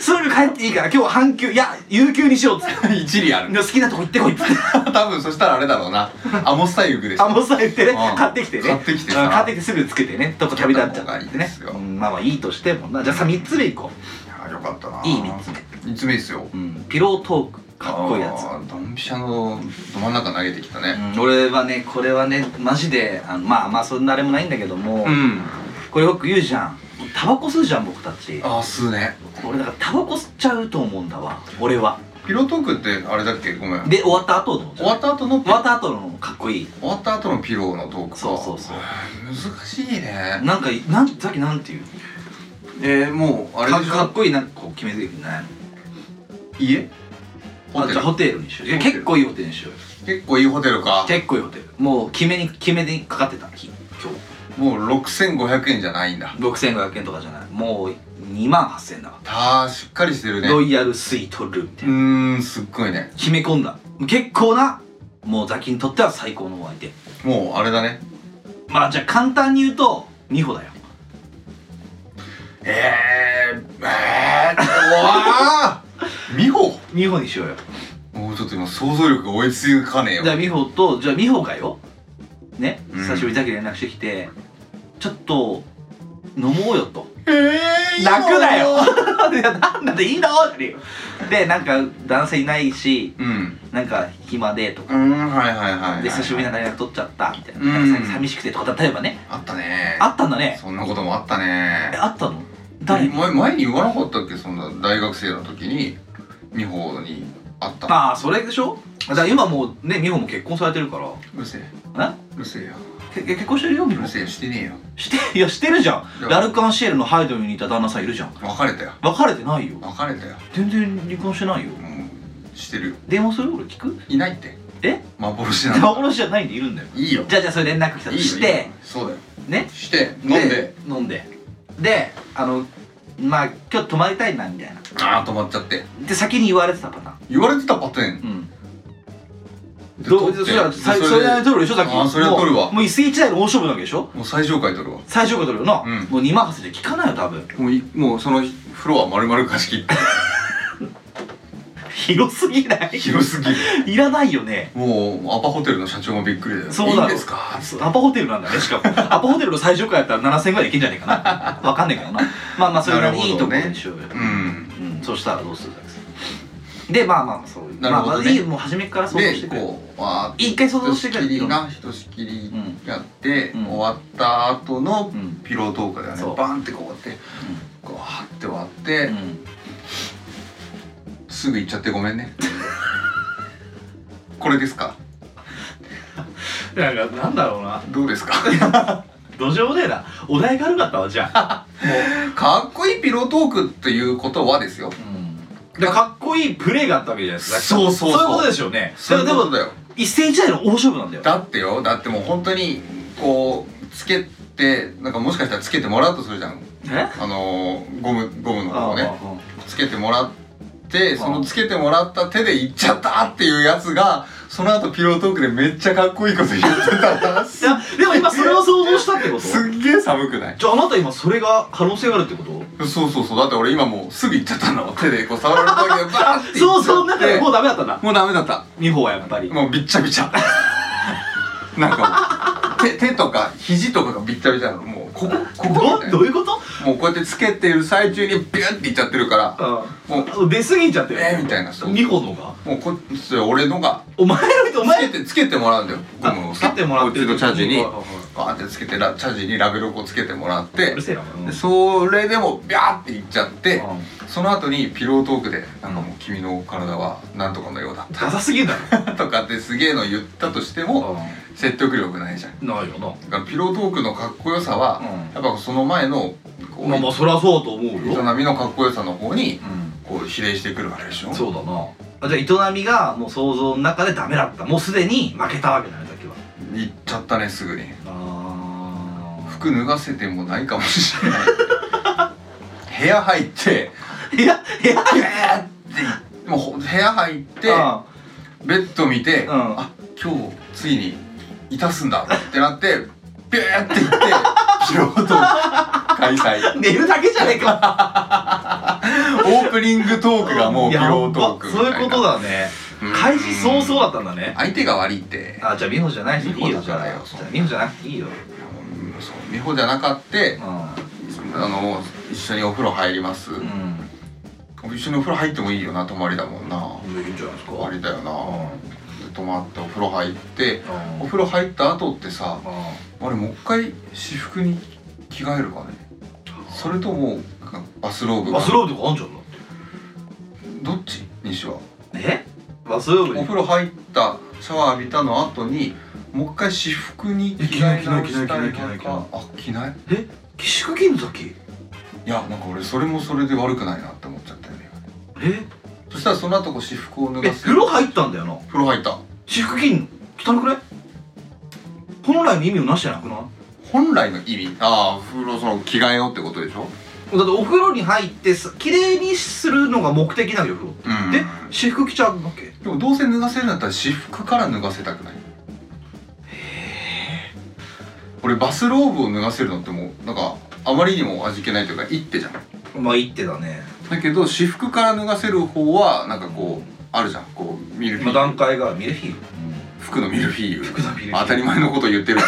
[SPEAKER 2] そういうの帰っていいから今日は半休いや有休にしようっつって
[SPEAKER 1] 一理ある
[SPEAKER 2] 好きなとこ行ってこいっつって
[SPEAKER 1] 多分そしたらあれだろうなアモスタイグでし
[SPEAKER 2] あ
[SPEAKER 1] ょ
[SPEAKER 2] もうさ言ってね
[SPEAKER 1] うん
[SPEAKER 2] 買ってきてね
[SPEAKER 1] 買ってきてさ
[SPEAKER 2] うん買ってきてすぐつけてねとこ旅立っちゃうってね
[SPEAKER 1] つけた方がいいですよ
[SPEAKER 2] うんまあまあいいとしてもなじゃあさ3つ目いこう
[SPEAKER 1] あよかったない
[SPEAKER 2] い三
[SPEAKER 1] 三
[SPEAKER 2] つ
[SPEAKER 1] 三つ目ですよ
[SPEAKER 2] うん、ピロートークかっこいいやつ、
[SPEAKER 1] あードンピシャのど真ん中投げてきたね
[SPEAKER 2] うん俺はねこれはねマジであのまあまあそんなあれもないんだけども、
[SPEAKER 1] うん
[SPEAKER 2] これよく言うじゃんタバコ吸うじゃん僕たち
[SPEAKER 1] ああ吸うね
[SPEAKER 2] 俺だからタバコ吸っちゃうと思うんだわ俺は
[SPEAKER 1] ピロトークってあれだっけごめん
[SPEAKER 2] で終わった後の
[SPEAKER 1] 終わった後の
[SPEAKER 2] 終わった後のかっこいい
[SPEAKER 1] 終わった後のピローのトークか
[SPEAKER 2] そうそうそう
[SPEAKER 1] 難しいね
[SPEAKER 2] なんかなんさっきなんていう
[SPEAKER 1] えー、もうあれ
[SPEAKER 2] か
[SPEAKER 1] でし
[SPEAKER 2] か
[SPEAKER 1] ょ
[SPEAKER 2] っこいいなんかこう決めていくんじゃないの
[SPEAKER 1] 家ホ
[SPEAKER 2] あ
[SPEAKER 1] テ
[SPEAKER 2] じゃ
[SPEAKER 1] ル
[SPEAKER 2] あホテルにしよういや
[SPEAKER 1] ホテル
[SPEAKER 2] 結構いいホテルにしようよ
[SPEAKER 1] 結構いいホテルか
[SPEAKER 2] 結構いいホテルもう決めに決めにかかってた日今日
[SPEAKER 1] もう6500円じゃないんだ
[SPEAKER 2] 6500円とかじゃないもう2万8000円だわ
[SPEAKER 1] あーしっかりしてるね
[SPEAKER 2] ロ
[SPEAKER 1] う
[SPEAKER 2] イヤルスイートルームみたいな
[SPEAKER 1] ーんすっごいね
[SPEAKER 2] 決め込んだ結構なもうザキにとっては最高のお相手
[SPEAKER 1] もうあれだね
[SPEAKER 2] まあじゃあ簡単に言うと美穂だよ
[SPEAKER 1] えー、えー、うわ ー美穂
[SPEAKER 2] 美穂にしようよ
[SPEAKER 1] もうちょっと今想像力が追いつかねえよ
[SPEAKER 2] じゃあ美穂とじゃあ美穂がよね
[SPEAKER 1] うん
[SPEAKER 2] 久しぶりだけ連絡してきて、ちょっと飲もうよと
[SPEAKER 1] えーいいの
[SPEAKER 2] 泣くなよ いやなんだっていいのっていうでなんか男性いないし
[SPEAKER 1] うん
[SPEAKER 2] なんか暇でとか
[SPEAKER 1] うんはいはいはい、はい、
[SPEAKER 2] で久しぶりな連絡取っちゃったみたいな,、
[SPEAKER 1] うん
[SPEAKER 2] なんか寂しくてとか例えばね
[SPEAKER 1] あったね
[SPEAKER 2] あったんだね
[SPEAKER 1] そんなこともあったね
[SPEAKER 2] えあったの誰に
[SPEAKER 1] 前前に言わなかったっけそんな大学生の時に美穂に会った
[SPEAKER 2] ああそれでしょだから今もうね美穂も結婚されてるから
[SPEAKER 1] うるせえ
[SPEAKER 2] な
[SPEAKER 1] うるせえよ
[SPEAKER 2] け結婚してるよ美
[SPEAKER 1] うる
[SPEAKER 2] 穂
[SPEAKER 1] せえよしてねえよ
[SPEAKER 2] していやしてるじゃ
[SPEAKER 1] や
[SPEAKER 2] んラルカンシエルのハイドにいた旦那さんいるじゃん
[SPEAKER 1] 別れたよ
[SPEAKER 2] 別れてないよ
[SPEAKER 1] 別れたよ
[SPEAKER 2] 全然離婚してないよ
[SPEAKER 1] もうしてるよ
[SPEAKER 2] 電話する俺聞く
[SPEAKER 1] いないって
[SPEAKER 2] え
[SPEAKER 1] 幻なんだ
[SPEAKER 2] 幻じゃないんでいるんだよ
[SPEAKER 1] いいよ
[SPEAKER 2] じゃあじゃあそれ連絡来た
[SPEAKER 1] いいよ
[SPEAKER 2] とし
[SPEAKER 1] いいよ
[SPEAKER 2] て
[SPEAKER 1] そうだよ
[SPEAKER 2] ね
[SPEAKER 1] して飲んで
[SPEAKER 2] 飲んでであのまあ今日泊まりたいなみたいな
[SPEAKER 1] ああ止まっちゃって
[SPEAKER 2] で先に言われてたパターン
[SPEAKER 1] 言われてたパターン
[SPEAKER 2] うん
[SPEAKER 1] で
[SPEAKER 2] どう
[SPEAKER 1] 撮って
[SPEAKER 2] それは最それなりに取るでしょさっき
[SPEAKER 1] あーそれは取るわ
[SPEAKER 2] もうもう一世一代の大勝負なわけでしょ
[SPEAKER 1] もう最上階取るわ
[SPEAKER 2] 最初から取るよな、
[SPEAKER 1] うん
[SPEAKER 2] もう二万八千じゃ効かないよ多分
[SPEAKER 1] もういもうそのフロア丸々貸し切って
[SPEAKER 2] 広すぎない
[SPEAKER 1] 広すぎる
[SPEAKER 2] いらないよね
[SPEAKER 1] もうアパホテルの社長もびっくりだよ
[SPEAKER 2] そうだろ
[SPEAKER 1] いいんですか
[SPEAKER 2] そうアパホテルなんだ ねしかもアパホテルの最上階やったら7000円ぐらいでいけんじゃねえかなわかんねえけどなまあまあそれぐらいのいいところにしようよ、
[SPEAKER 1] うん
[SPEAKER 2] うん、そしたらどうするんですかでまあまあまあそういう
[SPEAKER 1] なるほどね
[SPEAKER 2] まあまあいいよもう初めから想像して
[SPEAKER 1] で
[SPEAKER 2] くれ
[SPEAKER 1] こうわー
[SPEAKER 2] 一回想像してくれ
[SPEAKER 1] ひとしきりなひとしきり
[SPEAKER 2] うん
[SPEAKER 1] やって、
[SPEAKER 2] うん
[SPEAKER 1] 終わった後の
[SPEAKER 2] うん
[SPEAKER 1] ピロートークだよね、
[SPEAKER 2] そう
[SPEAKER 1] バンってこうやってこうはって割って、
[SPEAKER 2] うん
[SPEAKER 1] すぐ行っちゃってごめんね これですか
[SPEAKER 2] なんかなんだろうな
[SPEAKER 1] どう ですか
[SPEAKER 2] 土壌でなお題軽かったわじゃあ
[SPEAKER 1] かっこいいピロートークっていうことはですよ
[SPEAKER 2] うんでかっこいいプレーがあったわけじゃないですか
[SPEAKER 1] そうそうそう
[SPEAKER 2] そういうことですよね
[SPEAKER 1] そういうこと
[SPEAKER 2] でも
[SPEAKER 1] だよ
[SPEAKER 2] 一世一代の大勝負なんだよ
[SPEAKER 1] だってよだってもう本当にこうつけてなんかもしかしたらつけてもらうとするじゃん
[SPEAKER 2] え
[SPEAKER 1] あのー、ゴムゴムの方をね
[SPEAKER 2] あ
[SPEAKER 1] つけてもらってそのつけてもらった手で行っちゃったっていうやつがその後ピロートークでめっちゃかっこいいこと言ってた ら
[SPEAKER 2] いやでも今それを想像したってこと
[SPEAKER 1] すっげえ寒くない
[SPEAKER 2] じゃああなた今それが可能性があるってこと
[SPEAKER 1] そうそうそうだって俺今もうすぐ行っちゃったんだもん手で こう触られた時はバーって行っちゃって
[SPEAKER 2] 想像の中でもうダメだったんだ
[SPEAKER 1] もうダメだった
[SPEAKER 2] 美穂はやっぱり
[SPEAKER 1] もうびっちゃびちゃ なんかもう手手とか肘とかがびっちゃびちゃなのもうここここみたい
[SPEAKER 2] ど
[SPEAKER 1] な
[SPEAKER 2] どういうこと
[SPEAKER 1] もうこうやってつけてる最中にビュンっていっちゃってるからもう
[SPEAKER 2] うん出過ぎちゃってる
[SPEAKER 1] えーみたいなそう
[SPEAKER 2] 美穂のが
[SPEAKER 1] もうこそれ俺のが
[SPEAKER 2] お前の人
[SPEAKER 1] つ
[SPEAKER 2] お
[SPEAKER 1] け
[SPEAKER 2] 前
[SPEAKER 1] てつけてもらうんだよゴムを
[SPEAKER 2] つけ
[SPEAKER 1] さ
[SPEAKER 2] てもらってる
[SPEAKER 1] こっちのチャージに
[SPEAKER 2] はいはいはい
[SPEAKER 1] バーってつけてラチャージにラベルをこうつけてもらって
[SPEAKER 2] うるせえなお前
[SPEAKER 1] でそれでもビャーっていっちゃって
[SPEAKER 2] う
[SPEAKER 1] その後にピロートークで「なんかもう君の体はなんとかのようだっ
[SPEAKER 2] ダサすぎるだろ
[SPEAKER 1] た」とかってすげえの言ったとしても説得力ないじゃん
[SPEAKER 2] ないよな
[SPEAKER 1] だからピロートークのかっこよさは、
[SPEAKER 2] う
[SPEAKER 1] やっぱその前のこう
[SPEAKER 2] まあまあそりゃそうと思うよ
[SPEAKER 1] 営みのかっこよさの方に
[SPEAKER 2] う
[SPEAKER 1] こう比例してくるわけでしょ
[SPEAKER 2] んそうだなあじゃあ営みがもう想像の中でダメだったもうすでに負けたわけだねだけは
[SPEAKER 1] 行っちゃったねすぐに
[SPEAKER 2] ああ
[SPEAKER 1] 服脱がせてもないかもしれない部屋入って
[SPEAKER 2] いやいや
[SPEAKER 1] ビャーってもうほ部屋入ってベッド見て、
[SPEAKER 2] うん
[SPEAKER 1] あ今日ついにいたすんだってなってビューって行ってピロートーク開催
[SPEAKER 2] 寝るだけじゃねえか
[SPEAKER 1] オープニングトークがもうピロートークみた
[SPEAKER 2] そう
[SPEAKER 1] いな
[SPEAKER 2] いうことだね
[SPEAKER 1] うん
[SPEAKER 2] 開始早々だったんだね
[SPEAKER 1] 相手が悪いって
[SPEAKER 2] あじゃあ美穂じゃないしい
[SPEAKER 1] 美穂
[SPEAKER 2] いよ
[SPEAKER 1] だ
[SPEAKER 2] じ
[SPEAKER 1] か
[SPEAKER 2] ゃあ
[SPEAKER 1] ら
[SPEAKER 2] じゃ
[SPEAKER 1] よ
[SPEAKER 2] あ美穂じゃなくていいよ
[SPEAKER 1] うんそう美穂じゃなかってあの一緒にお風呂入ります、
[SPEAKER 2] うんうん
[SPEAKER 1] 一緒にお風呂入ってもいいよな泊まりだもんな
[SPEAKER 2] うんいいんじゃないですか
[SPEAKER 1] あれだよ
[SPEAKER 2] うん
[SPEAKER 1] なで泊まってお風呂入って
[SPEAKER 2] うん
[SPEAKER 1] お風呂入った後ってさ
[SPEAKER 2] う
[SPEAKER 1] あれもう一回私服に着替えるかねそれともバスローブ
[SPEAKER 2] ん
[SPEAKER 1] か
[SPEAKER 2] バスローブとかあんじゃんだって
[SPEAKER 1] どっちにしは
[SPEAKER 2] えバスローブ
[SPEAKER 1] お
[SPEAKER 2] に
[SPEAKER 1] 風呂入ったシャワー浴びたの後にもう一回私服に着替え直したい
[SPEAKER 3] え着ない着ない着ない着ない着ない着
[SPEAKER 1] かあ着ない
[SPEAKER 2] 寄宿金時
[SPEAKER 1] いやなんか俺それもそれで悪くないなって思っちゃったよね
[SPEAKER 2] え
[SPEAKER 1] そしたらその後こう私服を脱
[SPEAKER 2] え
[SPEAKER 1] がす
[SPEAKER 2] 風呂入ったんだよな
[SPEAKER 1] 風呂入った
[SPEAKER 2] 私服金汚くない本来の意味をなしてなくない
[SPEAKER 1] 本来の意味ああ風呂その着替えようってことでしょ
[SPEAKER 2] だってお風呂に入ってさ綺麗にするのが目的なんだよ風呂
[SPEAKER 1] うん
[SPEAKER 2] で私服着ちゃうわけ
[SPEAKER 1] でもどうせ脱がせるんだったら私服から脱がせたくない俺バスローブを脱がせるのってもうなんかあまりにも味気ないというか一手じゃん
[SPEAKER 2] まあいいってだね
[SPEAKER 1] だけど私服から脱がせる方はなんかこうあるじゃんこうミルフィ
[SPEAKER 2] 今
[SPEAKER 1] ーユ
[SPEAKER 2] 段階がミルフィーユ
[SPEAKER 1] 服のミルフィーユ
[SPEAKER 2] 服のミルフィーユ
[SPEAKER 1] 当たり前のこと言 ってる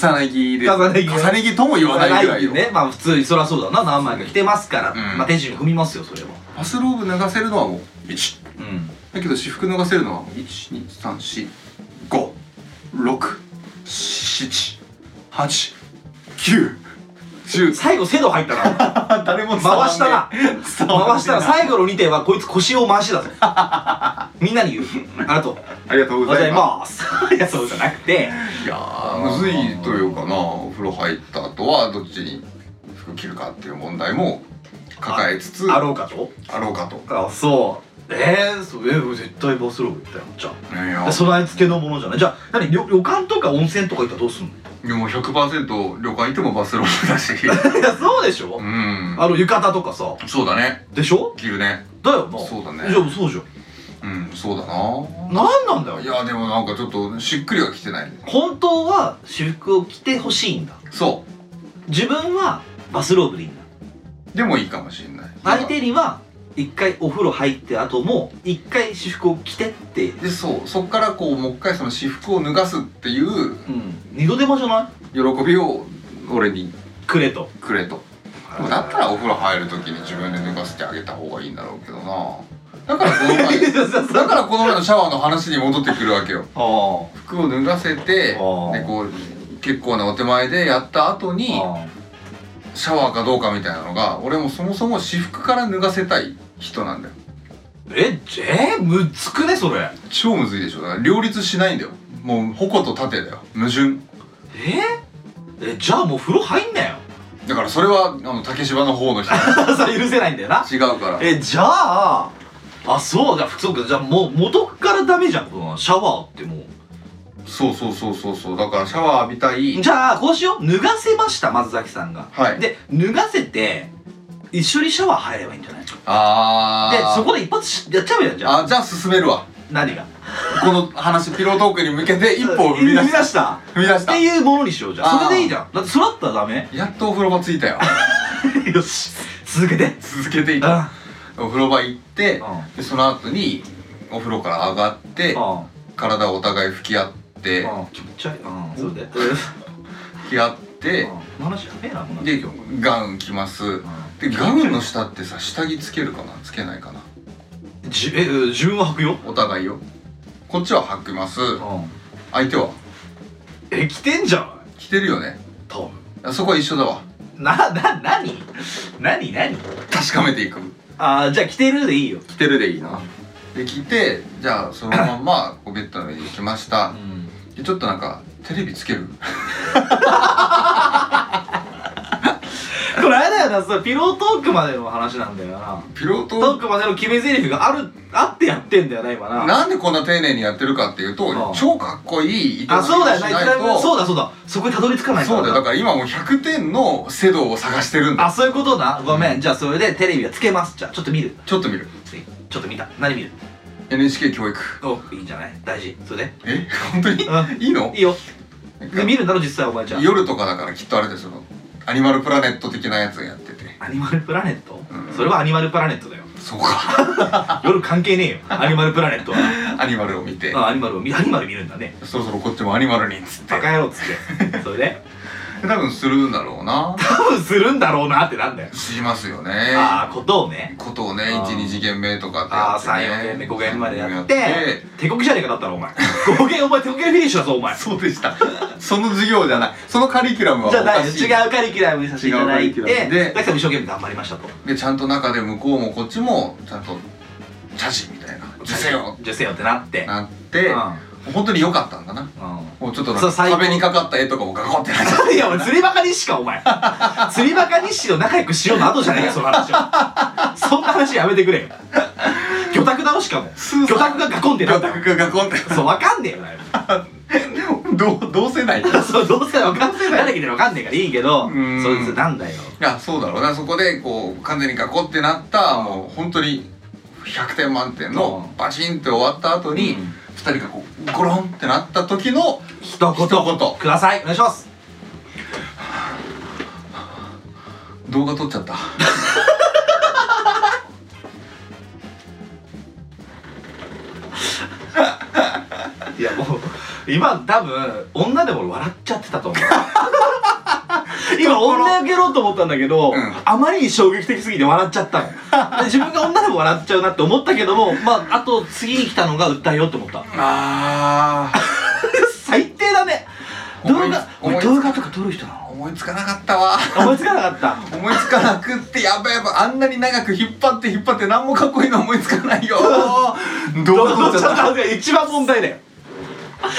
[SPEAKER 1] 重ね着で
[SPEAKER 2] 重ね着ね
[SPEAKER 1] 重ね着とも言わないぐらいよ
[SPEAKER 2] ねまあ普通にそりゃそうだな何枚か着てますから、
[SPEAKER 1] うん
[SPEAKER 2] まあ手順踏みますよそれは
[SPEAKER 1] バスローブ脱がせるのはもう1
[SPEAKER 2] うん
[SPEAKER 1] だけど私服脱がせるのは12345678910
[SPEAKER 2] 最後セド入った な
[SPEAKER 1] 誰も
[SPEAKER 2] 回したな
[SPEAKER 1] 伝わんねえ
[SPEAKER 2] 回したら最後の2点はこいつ腰を回しだ ぞみんなに言うありがとう
[SPEAKER 1] ありがとう
[SPEAKER 2] ご
[SPEAKER 1] ござ
[SPEAKER 2] ざ
[SPEAKER 1] い
[SPEAKER 2] い
[SPEAKER 1] ま
[SPEAKER 2] ます いやそうじゃなくて
[SPEAKER 1] すいやーむずいというかなお風呂入った後はどっちに服着るかっていう問題も抱えつつ
[SPEAKER 2] あ
[SPEAKER 1] あ
[SPEAKER 2] ろうかと
[SPEAKER 1] ろうかと
[SPEAKER 2] あそうえー、そうえー絶対バスローブ行ったよじゃ
[SPEAKER 1] いやいや
[SPEAKER 2] あ備え付けのものじゃないじゃあ何旅旅館とか温泉 とか行ったらどうすんの
[SPEAKER 1] でも100%旅館行ってもバスローブだし
[SPEAKER 2] いやそうでしょ
[SPEAKER 1] うんうん
[SPEAKER 2] あの浴衣とかさ
[SPEAKER 1] そうだね
[SPEAKER 2] でしょ
[SPEAKER 1] 着るね
[SPEAKER 2] だよな
[SPEAKER 1] そうだね
[SPEAKER 2] じゃあそうじゃん
[SPEAKER 1] うんそうだな
[SPEAKER 2] 何なんだよ
[SPEAKER 1] いやでもなんかちょっとしっくりはきてない
[SPEAKER 2] 本当は私服を着てほしいんだ
[SPEAKER 1] そ
[SPEAKER 2] 自分はバスローブでいいんだ
[SPEAKER 1] うでもいいかもしれない
[SPEAKER 2] 相手には一回お風呂入って後も一回私服を着てって
[SPEAKER 1] でそうそっからこうもう一回その私服を脱がすっていう
[SPEAKER 2] うん二度手間じゃない
[SPEAKER 1] 喜びを俺に
[SPEAKER 2] くれ と
[SPEAKER 1] くれとでもだったらお風呂入る時に自分で脱がせてあげた方がいいんだろうけどなだからこの前 だからこの前のシャワーの話に戻ってくるわけよ
[SPEAKER 2] ああ
[SPEAKER 1] 服を脱がせてで
[SPEAKER 2] あー
[SPEAKER 1] こう結構なお手前でやった後に
[SPEAKER 2] あ
[SPEAKER 1] シャワーかどうかみたいなのが俺もそもそも私服から脱がせたい人なんだよ
[SPEAKER 2] ええー、むつくねそれ
[SPEAKER 1] 超むずいでしょだから両立しないんだよもう矛と盾だよ矛盾
[SPEAKER 2] えー、えじゃあもう風呂入んなよ
[SPEAKER 1] だからそれはあの竹芝の方の人
[SPEAKER 2] それ許せないんだよな
[SPEAKER 1] 違うから
[SPEAKER 2] えじゃああそうじゃあそうかじゃあもう元からダメじゃんこのシャワーってもう
[SPEAKER 1] そうそうそうそうそうだからシャワー浴びたい
[SPEAKER 2] じゃあこうしよう脱がせました松崎さんが
[SPEAKER 1] はい
[SPEAKER 2] で脱がせて一緒にシャワー入ればいいんじゃないで
[SPEAKER 1] あー
[SPEAKER 2] そこで一発しやっちゃうやんじゃあ
[SPEAKER 1] あじゃあ進めるわ
[SPEAKER 2] 何が
[SPEAKER 1] この話ピロートークに向けて一歩を踏み出
[SPEAKER 2] 踏
[SPEAKER 1] し
[SPEAKER 2] み
[SPEAKER 1] た
[SPEAKER 2] 出した
[SPEAKER 1] 踏み出し
[SPEAKER 2] っていうものにしようじゃ
[SPEAKER 1] あ
[SPEAKER 2] ん
[SPEAKER 1] ー
[SPEAKER 2] それでいいじゃんだってそれだったらダメ
[SPEAKER 1] たやっとお風呂場着い たよ
[SPEAKER 2] よし続けてうん
[SPEAKER 1] 続けていた
[SPEAKER 2] あ
[SPEAKER 1] お風呂場行って
[SPEAKER 2] あ
[SPEAKER 1] でその後にお風呂から上がって
[SPEAKER 2] あ
[SPEAKER 1] 体をお互い拭き合って
[SPEAKER 2] ああ気持ち悪いうんそれでうん
[SPEAKER 1] 拭き合って
[SPEAKER 2] この話やべえなこの話
[SPEAKER 1] でガウン着ますでガウンの下ってさ下着つけるかなつけないかな
[SPEAKER 2] うんじえうん自分は履くよ
[SPEAKER 1] お互いよこっちは履きます相手は
[SPEAKER 2] え着てんじゃん
[SPEAKER 1] 着てるよね
[SPEAKER 2] 多分
[SPEAKER 1] あそこは一緒だわ
[SPEAKER 2] なな何何何
[SPEAKER 1] 確かめていく
[SPEAKER 2] あーじゃあ着てるでいいよ
[SPEAKER 1] 着てるでいいなで着てじゃあそのまんまこうベッドの上に行きました
[SPEAKER 2] ん
[SPEAKER 1] でちょっとなんかテレビつける
[SPEAKER 2] これあれだよなそのピロートークまでの話なんだよな
[SPEAKER 1] ピロート
[SPEAKER 2] トー
[SPEAKER 1] ー
[SPEAKER 2] クまでの決め台詞があるあってやってんだよな今な
[SPEAKER 1] クなんでこんな丁寧にやってるかっていう
[SPEAKER 2] あ
[SPEAKER 1] と
[SPEAKER 2] あ
[SPEAKER 1] 超かっこいい糸
[SPEAKER 2] あそうだよ
[SPEAKER 1] し
[SPEAKER 2] な
[SPEAKER 1] ない
[SPEAKER 2] 一番
[SPEAKER 1] と
[SPEAKER 2] そうだそうだそこにたどり着かないから
[SPEAKER 1] そう
[SPEAKER 2] な
[SPEAKER 1] だよだから今もう100点のセドを探してるんだ
[SPEAKER 2] あそういうことなごめん、じゃあそれでテレビはつけますじゃあちょっと見る
[SPEAKER 1] ちょっと見る
[SPEAKER 2] ちょっと見た何見る
[SPEAKER 1] NHK 教育
[SPEAKER 2] おいいんじゃない大事それで
[SPEAKER 1] え本当に
[SPEAKER 2] う
[SPEAKER 1] いいの
[SPEAKER 2] いいよで見るんだろ実際お前ちゃん
[SPEAKER 1] 夜とかだからきっとあれですよアニマルプラネット的なやつがやってて
[SPEAKER 2] アニマルプラネット、
[SPEAKER 1] うん
[SPEAKER 2] それはアニマルプラネットだよ
[SPEAKER 1] そうか
[SPEAKER 2] 夜関係ねえよアニマルプラネットは
[SPEAKER 1] アニマルを見て
[SPEAKER 2] あアニマルを見アニマル見るんだね
[SPEAKER 1] そろそろこっちもアニマルにっつって
[SPEAKER 2] バカ野郎っつってそれで
[SPEAKER 1] 多分するんだろうな
[SPEAKER 2] 多分するんだろうなってなんだよ
[SPEAKER 1] しますよね
[SPEAKER 2] ああことをね
[SPEAKER 1] ことをね
[SPEAKER 2] あー
[SPEAKER 1] 12次元目とかって
[SPEAKER 2] あ
[SPEAKER 1] や
[SPEAKER 2] あ
[SPEAKER 1] って、
[SPEAKER 2] 3
[SPEAKER 1] ね、
[SPEAKER 2] 4ゲ目5ゲ目までやっ
[SPEAKER 1] や
[SPEAKER 2] て手こきじゃねえかだったろお前5ゲお前手こきのフィニッシュだぞお 前
[SPEAKER 1] そうでしたその授業じゃないそのカリキュラムはお
[SPEAKER 2] じゃあ
[SPEAKER 1] か
[SPEAKER 2] ない
[SPEAKER 1] しい
[SPEAKER 2] 違うカリキュラムにさせていただいて
[SPEAKER 1] 違うカリキュラムで
[SPEAKER 2] 大樹さんも一生懸命頑張りましたと
[SPEAKER 1] でちゃんと中で向こうもこっちもちゃんと茶事みたいな「受精よ
[SPEAKER 2] 受精よってなって
[SPEAKER 1] なって、本当に良かったんだな
[SPEAKER 2] うんうん
[SPEAKER 1] もうちょっとなん
[SPEAKER 2] そう
[SPEAKER 1] か
[SPEAKER 2] 最高
[SPEAKER 1] 壁にかかった絵とかもガコってなっちゃっ
[SPEAKER 2] いや、お前釣りバカ日誌か、お前。釣りバカ日誌の仲良くしようの後じゃねえか、その話は。そんな話やめてくれよ。魚卓だろ、しかも。魚卓がガコンって
[SPEAKER 1] て
[SPEAKER 2] なっ
[SPEAKER 1] 魚
[SPEAKER 2] た。
[SPEAKER 1] 拓がガコンって
[SPEAKER 2] そう、わかんねえよ、だい
[SPEAKER 1] どう同世代
[SPEAKER 2] ぶそう、どうせわかんねえ。誰来てるわかんねえからいいけど、
[SPEAKER 1] う
[SPEAKER 2] そ
[SPEAKER 1] ーん
[SPEAKER 2] れなんだよ。
[SPEAKER 1] いやそうだろうなそこでこう完全にガコってなったもう本当に100点満点のバチンって終わった後に、
[SPEAKER 2] うん
[SPEAKER 1] 二人がこうゴロンってなった時の
[SPEAKER 2] 一言。
[SPEAKER 1] 一
[SPEAKER 2] ください。お願いします。
[SPEAKER 1] 言動画撮っちゃった
[SPEAKER 2] いや、もう、今、多分、女でも笑っちゃってたと 思う。今女受けろうと思ったんだけど、
[SPEAKER 1] うん
[SPEAKER 2] あまりに衝撃的すぎて笑っち ゃったので自分が女でも笑っちゃうなって思ったけどもまああと次に来たのが訴えようって思った
[SPEAKER 1] あ
[SPEAKER 2] 最低だね動画
[SPEAKER 1] 思い
[SPEAKER 2] 俺
[SPEAKER 1] つ
[SPEAKER 2] 動画とか撮る人な
[SPEAKER 1] あ
[SPEAKER 2] の
[SPEAKER 1] 思いつかなかったわ
[SPEAKER 2] 思いつかなかった
[SPEAKER 1] 思いつかなくってやばいやばいあんなに長く引っ張って引っ張って何もかっこいいの思いつかない よ動画
[SPEAKER 2] 動
[SPEAKER 1] 撮っ
[SPEAKER 2] 画
[SPEAKER 1] ち
[SPEAKER 2] ちゃ
[SPEAKER 1] ゃ
[SPEAKER 2] っ
[SPEAKER 1] った
[SPEAKER 2] たが一番問題だよ考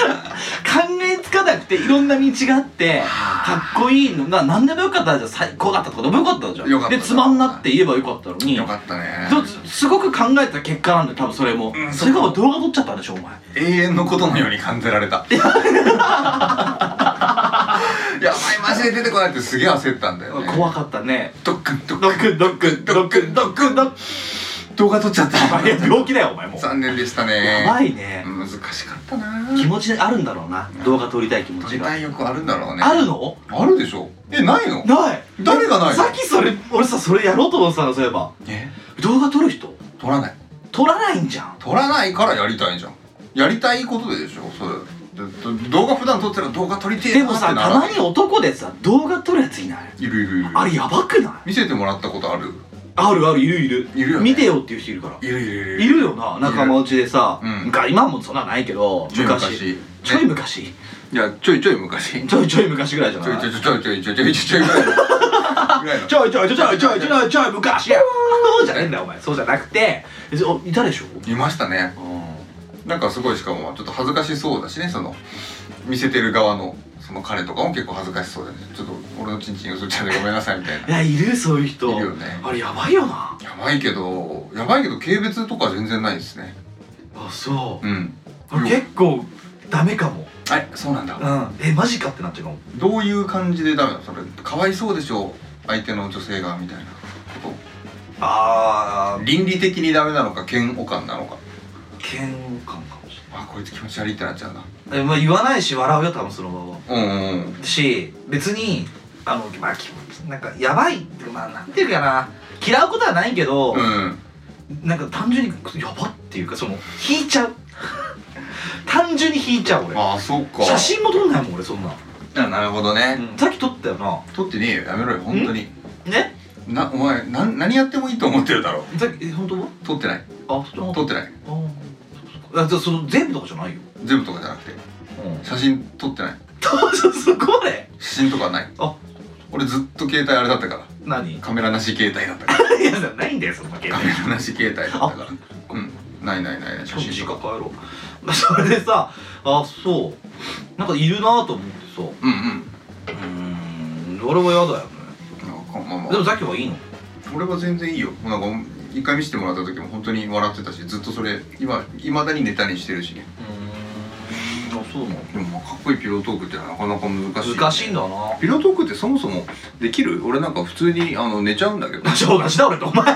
[SPEAKER 2] えつかなくていろんな道があってかっこいいのな何でもよかったらじゃん最高だったとかでもよかったじゃん
[SPEAKER 1] よかった
[SPEAKER 2] でつまんなって言えばよかったのに
[SPEAKER 1] よかったね
[SPEAKER 2] どすごく考えた結果なんだよ多分それも、
[SPEAKER 1] うん
[SPEAKER 2] それがもう動画撮っちゃったんでしょお前
[SPEAKER 1] 永遠のことのように感じられたやばいマジで生出てこないってすげえ焦ったんだよね
[SPEAKER 2] 怖かったね
[SPEAKER 1] ドックンドッ
[SPEAKER 2] ド
[SPEAKER 1] ク
[SPEAKER 2] ックンドックンドックンドックンドック
[SPEAKER 1] ン動画撮っちゃった
[SPEAKER 2] ンいや病気だよお前もう
[SPEAKER 1] 残念でしたね
[SPEAKER 2] やばいね
[SPEAKER 1] 難しかったな
[SPEAKER 2] 気持ちあるんだろうな動画撮りたい気持
[SPEAKER 1] 撮
[SPEAKER 2] ち
[SPEAKER 1] り
[SPEAKER 2] が
[SPEAKER 1] たい欲あるんだろうね
[SPEAKER 2] あるの
[SPEAKER 1] あるでしょえないの
[SPEAKER 2] ない
[SPEAKER 1] 誰がないの
[SPEAKER 2] さっきそれ俺さそれやろうと思ってたのそういえば
[SPEAKER 1] え
[SPEAKER 2] 動画撮る人
[SPEAKER 1] 撮らない
[SPEAKER 2] 撮らないんじゃん
[SPEAKER 1] 撮らないからやりたいじゃんやりたいことででしょそれだだ動画普段撮ってたら動画撮りてえ
[SPEAKER 2] で
[SPEAKER 1] な
[SPEAKER 2] も
[SPEAKER 1] って
[SPEAKER 2] さ
[SPEAKER 1] な
[SPEAKER 2] た
[SPEAKER 1] らな
[SPEAKER 2] まに男でさ動画撮るやついない
[SPEAKER 1] いるいるいる
[SPEAKER 2] あれやばくない
[SPEAKER 1] 見せてもらったことある
[SPEAKER 2] あるあるいるいる
[SPEAKER 1] いるよね
[SPEAKER 2] 見てよっていう人いるから
[SPEAKER 1] いるいる
[SPEAKER 2] いるよな仲間内でさ、
[SPEAKER 1] うん
[SPEAKER 2] 昔今はもうそんなないけど
[SPEAKER 1] ちょい昔ね
[SPEAKER 2] 昔ちょい昔
[SPEAKER 1] いやちょいちょい昔
[SPEAKER 2] ちょいちょい昔ぐらいじゃ
[SPEAKER 1] ちょい
[SPEAKER 2] ない
[SPEAKER 1] ちょいちょいちょいちょいちょいちょいぐらいのぐらいの
[SPEAKER 2] ちょいちょいちょいちょいちょいちょいちょい昔やそうじゃねえんだよお前そうじゃなくてえおいたでしょ
[SPEAKER 1] いましたねなんかすごいしかもちょっと恥ずかしそうだしねその見せてる側のその彼とかも結構恥ずかしそうでねちょっと俺のチンチン映っちゃうんでごめんなさいみたいない
[SPEAKER 2] やいるそういう人
[SPEAKER 1] いるよね
[SPEAKER 2] あれやばいよな
[SPEAKER 1] やばいけどやばいけど軽蔑とか全然ないですね
[SPEAKER 2] あそ
[SPEAKER 1] うん
[SPEAKER 2] う俺結構ダメかも
[SPEAKER 1] はいそうなんだ
[SPEAKER 2] うんえマジかってなっちゃうかも
[SPEAKER 1] どういう感じでダメなのそれかわいそうでしょ相手の女性がみたいなこ
[SPEAKER 2] あ
[SPEAKER 1] と
[SPEAKER 2] ー
[SPEAKER 1] 倫理的にダメなのか嫌悪感なのか
[SPEAKER 2] 嫌悪感かもし
[SPEAKER 1] あこいつ気持ち悪いってなっちゃうんだ
[SPEAKER 2] れないえ、まあ、言わないし笑うよ多分その場
[SPEAKER 1] う
[SPEAKER 2] は
[SPEAKER 1] んうんうん
[SPEAKER 2] し別にあのまあ気持ちなんかやばいっていうかまあなんていうかな嫌うことはないけど、
[SPEAKER 1] うん
[SPEAKER 2] なんか単純にやばっていうかその引いちゃう単純に引いちゃう俺
[SPEAKER 1] ああそっか
[SPEAKER 2] 写真も撮んないもん俺そんな、
[SPEAKER 1] あなるほどね、
[SPEAKER 2] さっき撮ったよな
[SPEAKER 1] 撮ってねえよやめろよ本当に
[SPEAKER 2] ね
[SPEAKER 1] なお前な何やってもいいと思ってるだろ
[SPEAKER 2] さっきえ本当は
[SPEAKER 1] 撮ってない
[SPEAKER 2] あそっ
[SPEAKER 1] 撮ってない
[SPEAKER 2] あーそっかあじゃあその全部とかじゃないよ、
[SPEAKER 1] 全部とかじゃなくて写真撮ってない
[SPEAKER 2] うん、 そこまで
[SPEAKER 1] 写真とかない
[SPEAKER 2] あ
[SPEAKER 1] 俺ずっと携帯あれだったから
[SPEAKER 2] 何い
[SPEAKER 1] カメラなし携帯だった から
[SPEAKER 2] やないんだよそんな携
[SPEAKER 1] カ
[SPEAKER 2] 帯
[SPEAKER 1] メラなし携帯だったからうんないないないない写真
[SPEAKER 2] 実
[SPEAKER 1] と
[SPEAKER 2] 家
[SPEAKER 1] か
[SPEAKER 2] 帰ろうそれでさあそうなんかいるなと思ってさう
[SPEAKER 1] うんうん
[SPEAKER 2] ーん俺は嫌だよね
[SPEAKER 1] なんかまあまあ
[SPEAKER 2] でもさっきはいいの
[SPEAKER 1] 俺は全然いいよなんか一回見せてもらった時も本当に笑ってたしずっとそれ今いまだにネタにしてるしね
[SPEAKER 2] うんあそうな
[SPEAKER 1] でもまあかっこいいピロートークってのはなかなか難しい、
[SPEAKER 2] の難しいんだな
[SPEAKER 1] ピロートークってそもそもできる俺なんか普通にあの寝ちゃうんだけど
[SPEAKER 2] 正月だ俺とお前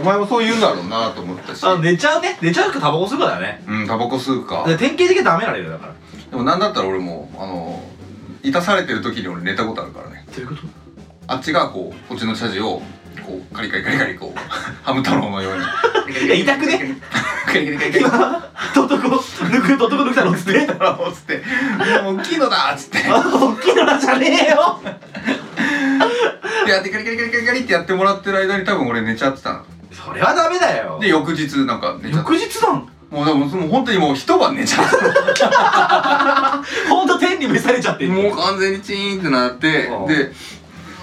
[SPEAKER 1] お前もそう言うんだろうなと思ったし
[SPEAKER 2] あ寝ちゃうね寝ちゃうかタバコ吸うかだよね
[SPEAKER 1] うんタバコ吸うか
[SPEAKER 2] で典型的にダメなのよだから
[SPEAKER 1] でもなんだったら俺もあのいたされてる時に俺寝たことあるからね
[SPEAKER 2] どういうこと
[SPEAKER 1] あっちがこうこっちの謝辞をこうカリカリカリカリこうハム太郎のように
[SPEAKER 2] いや痛くね
[SPEAKER 1] カリカリカリカリ
[SPEAKER 2] 今トトコ抜くトトコ抜くだろっつって
[SPEAKER 1] 太郎っつって「もう大きいのだ」っつって
[SPEAKER 2] あ大きいのなじゃねえよ
[SPEAKER 1] でやってカリカリカリカリカリってやってもらってる間に多分俺寝ちゃってた
[SPEAKER 2] それはダメだよ
[SPEAKER 1] ので翌日なんか寝ちゃって
[SPEAKER 2] 翌日なん
[SPEAKER 1] もうでももう本当にもう一晩寝ちゃってた
[SPEAKER 2] ほんと天に召されちゃってんの
[SPEAKER 1] もう完全にチーンってなって
[SPEAKER 2] うん
[SPEAKER 1] で「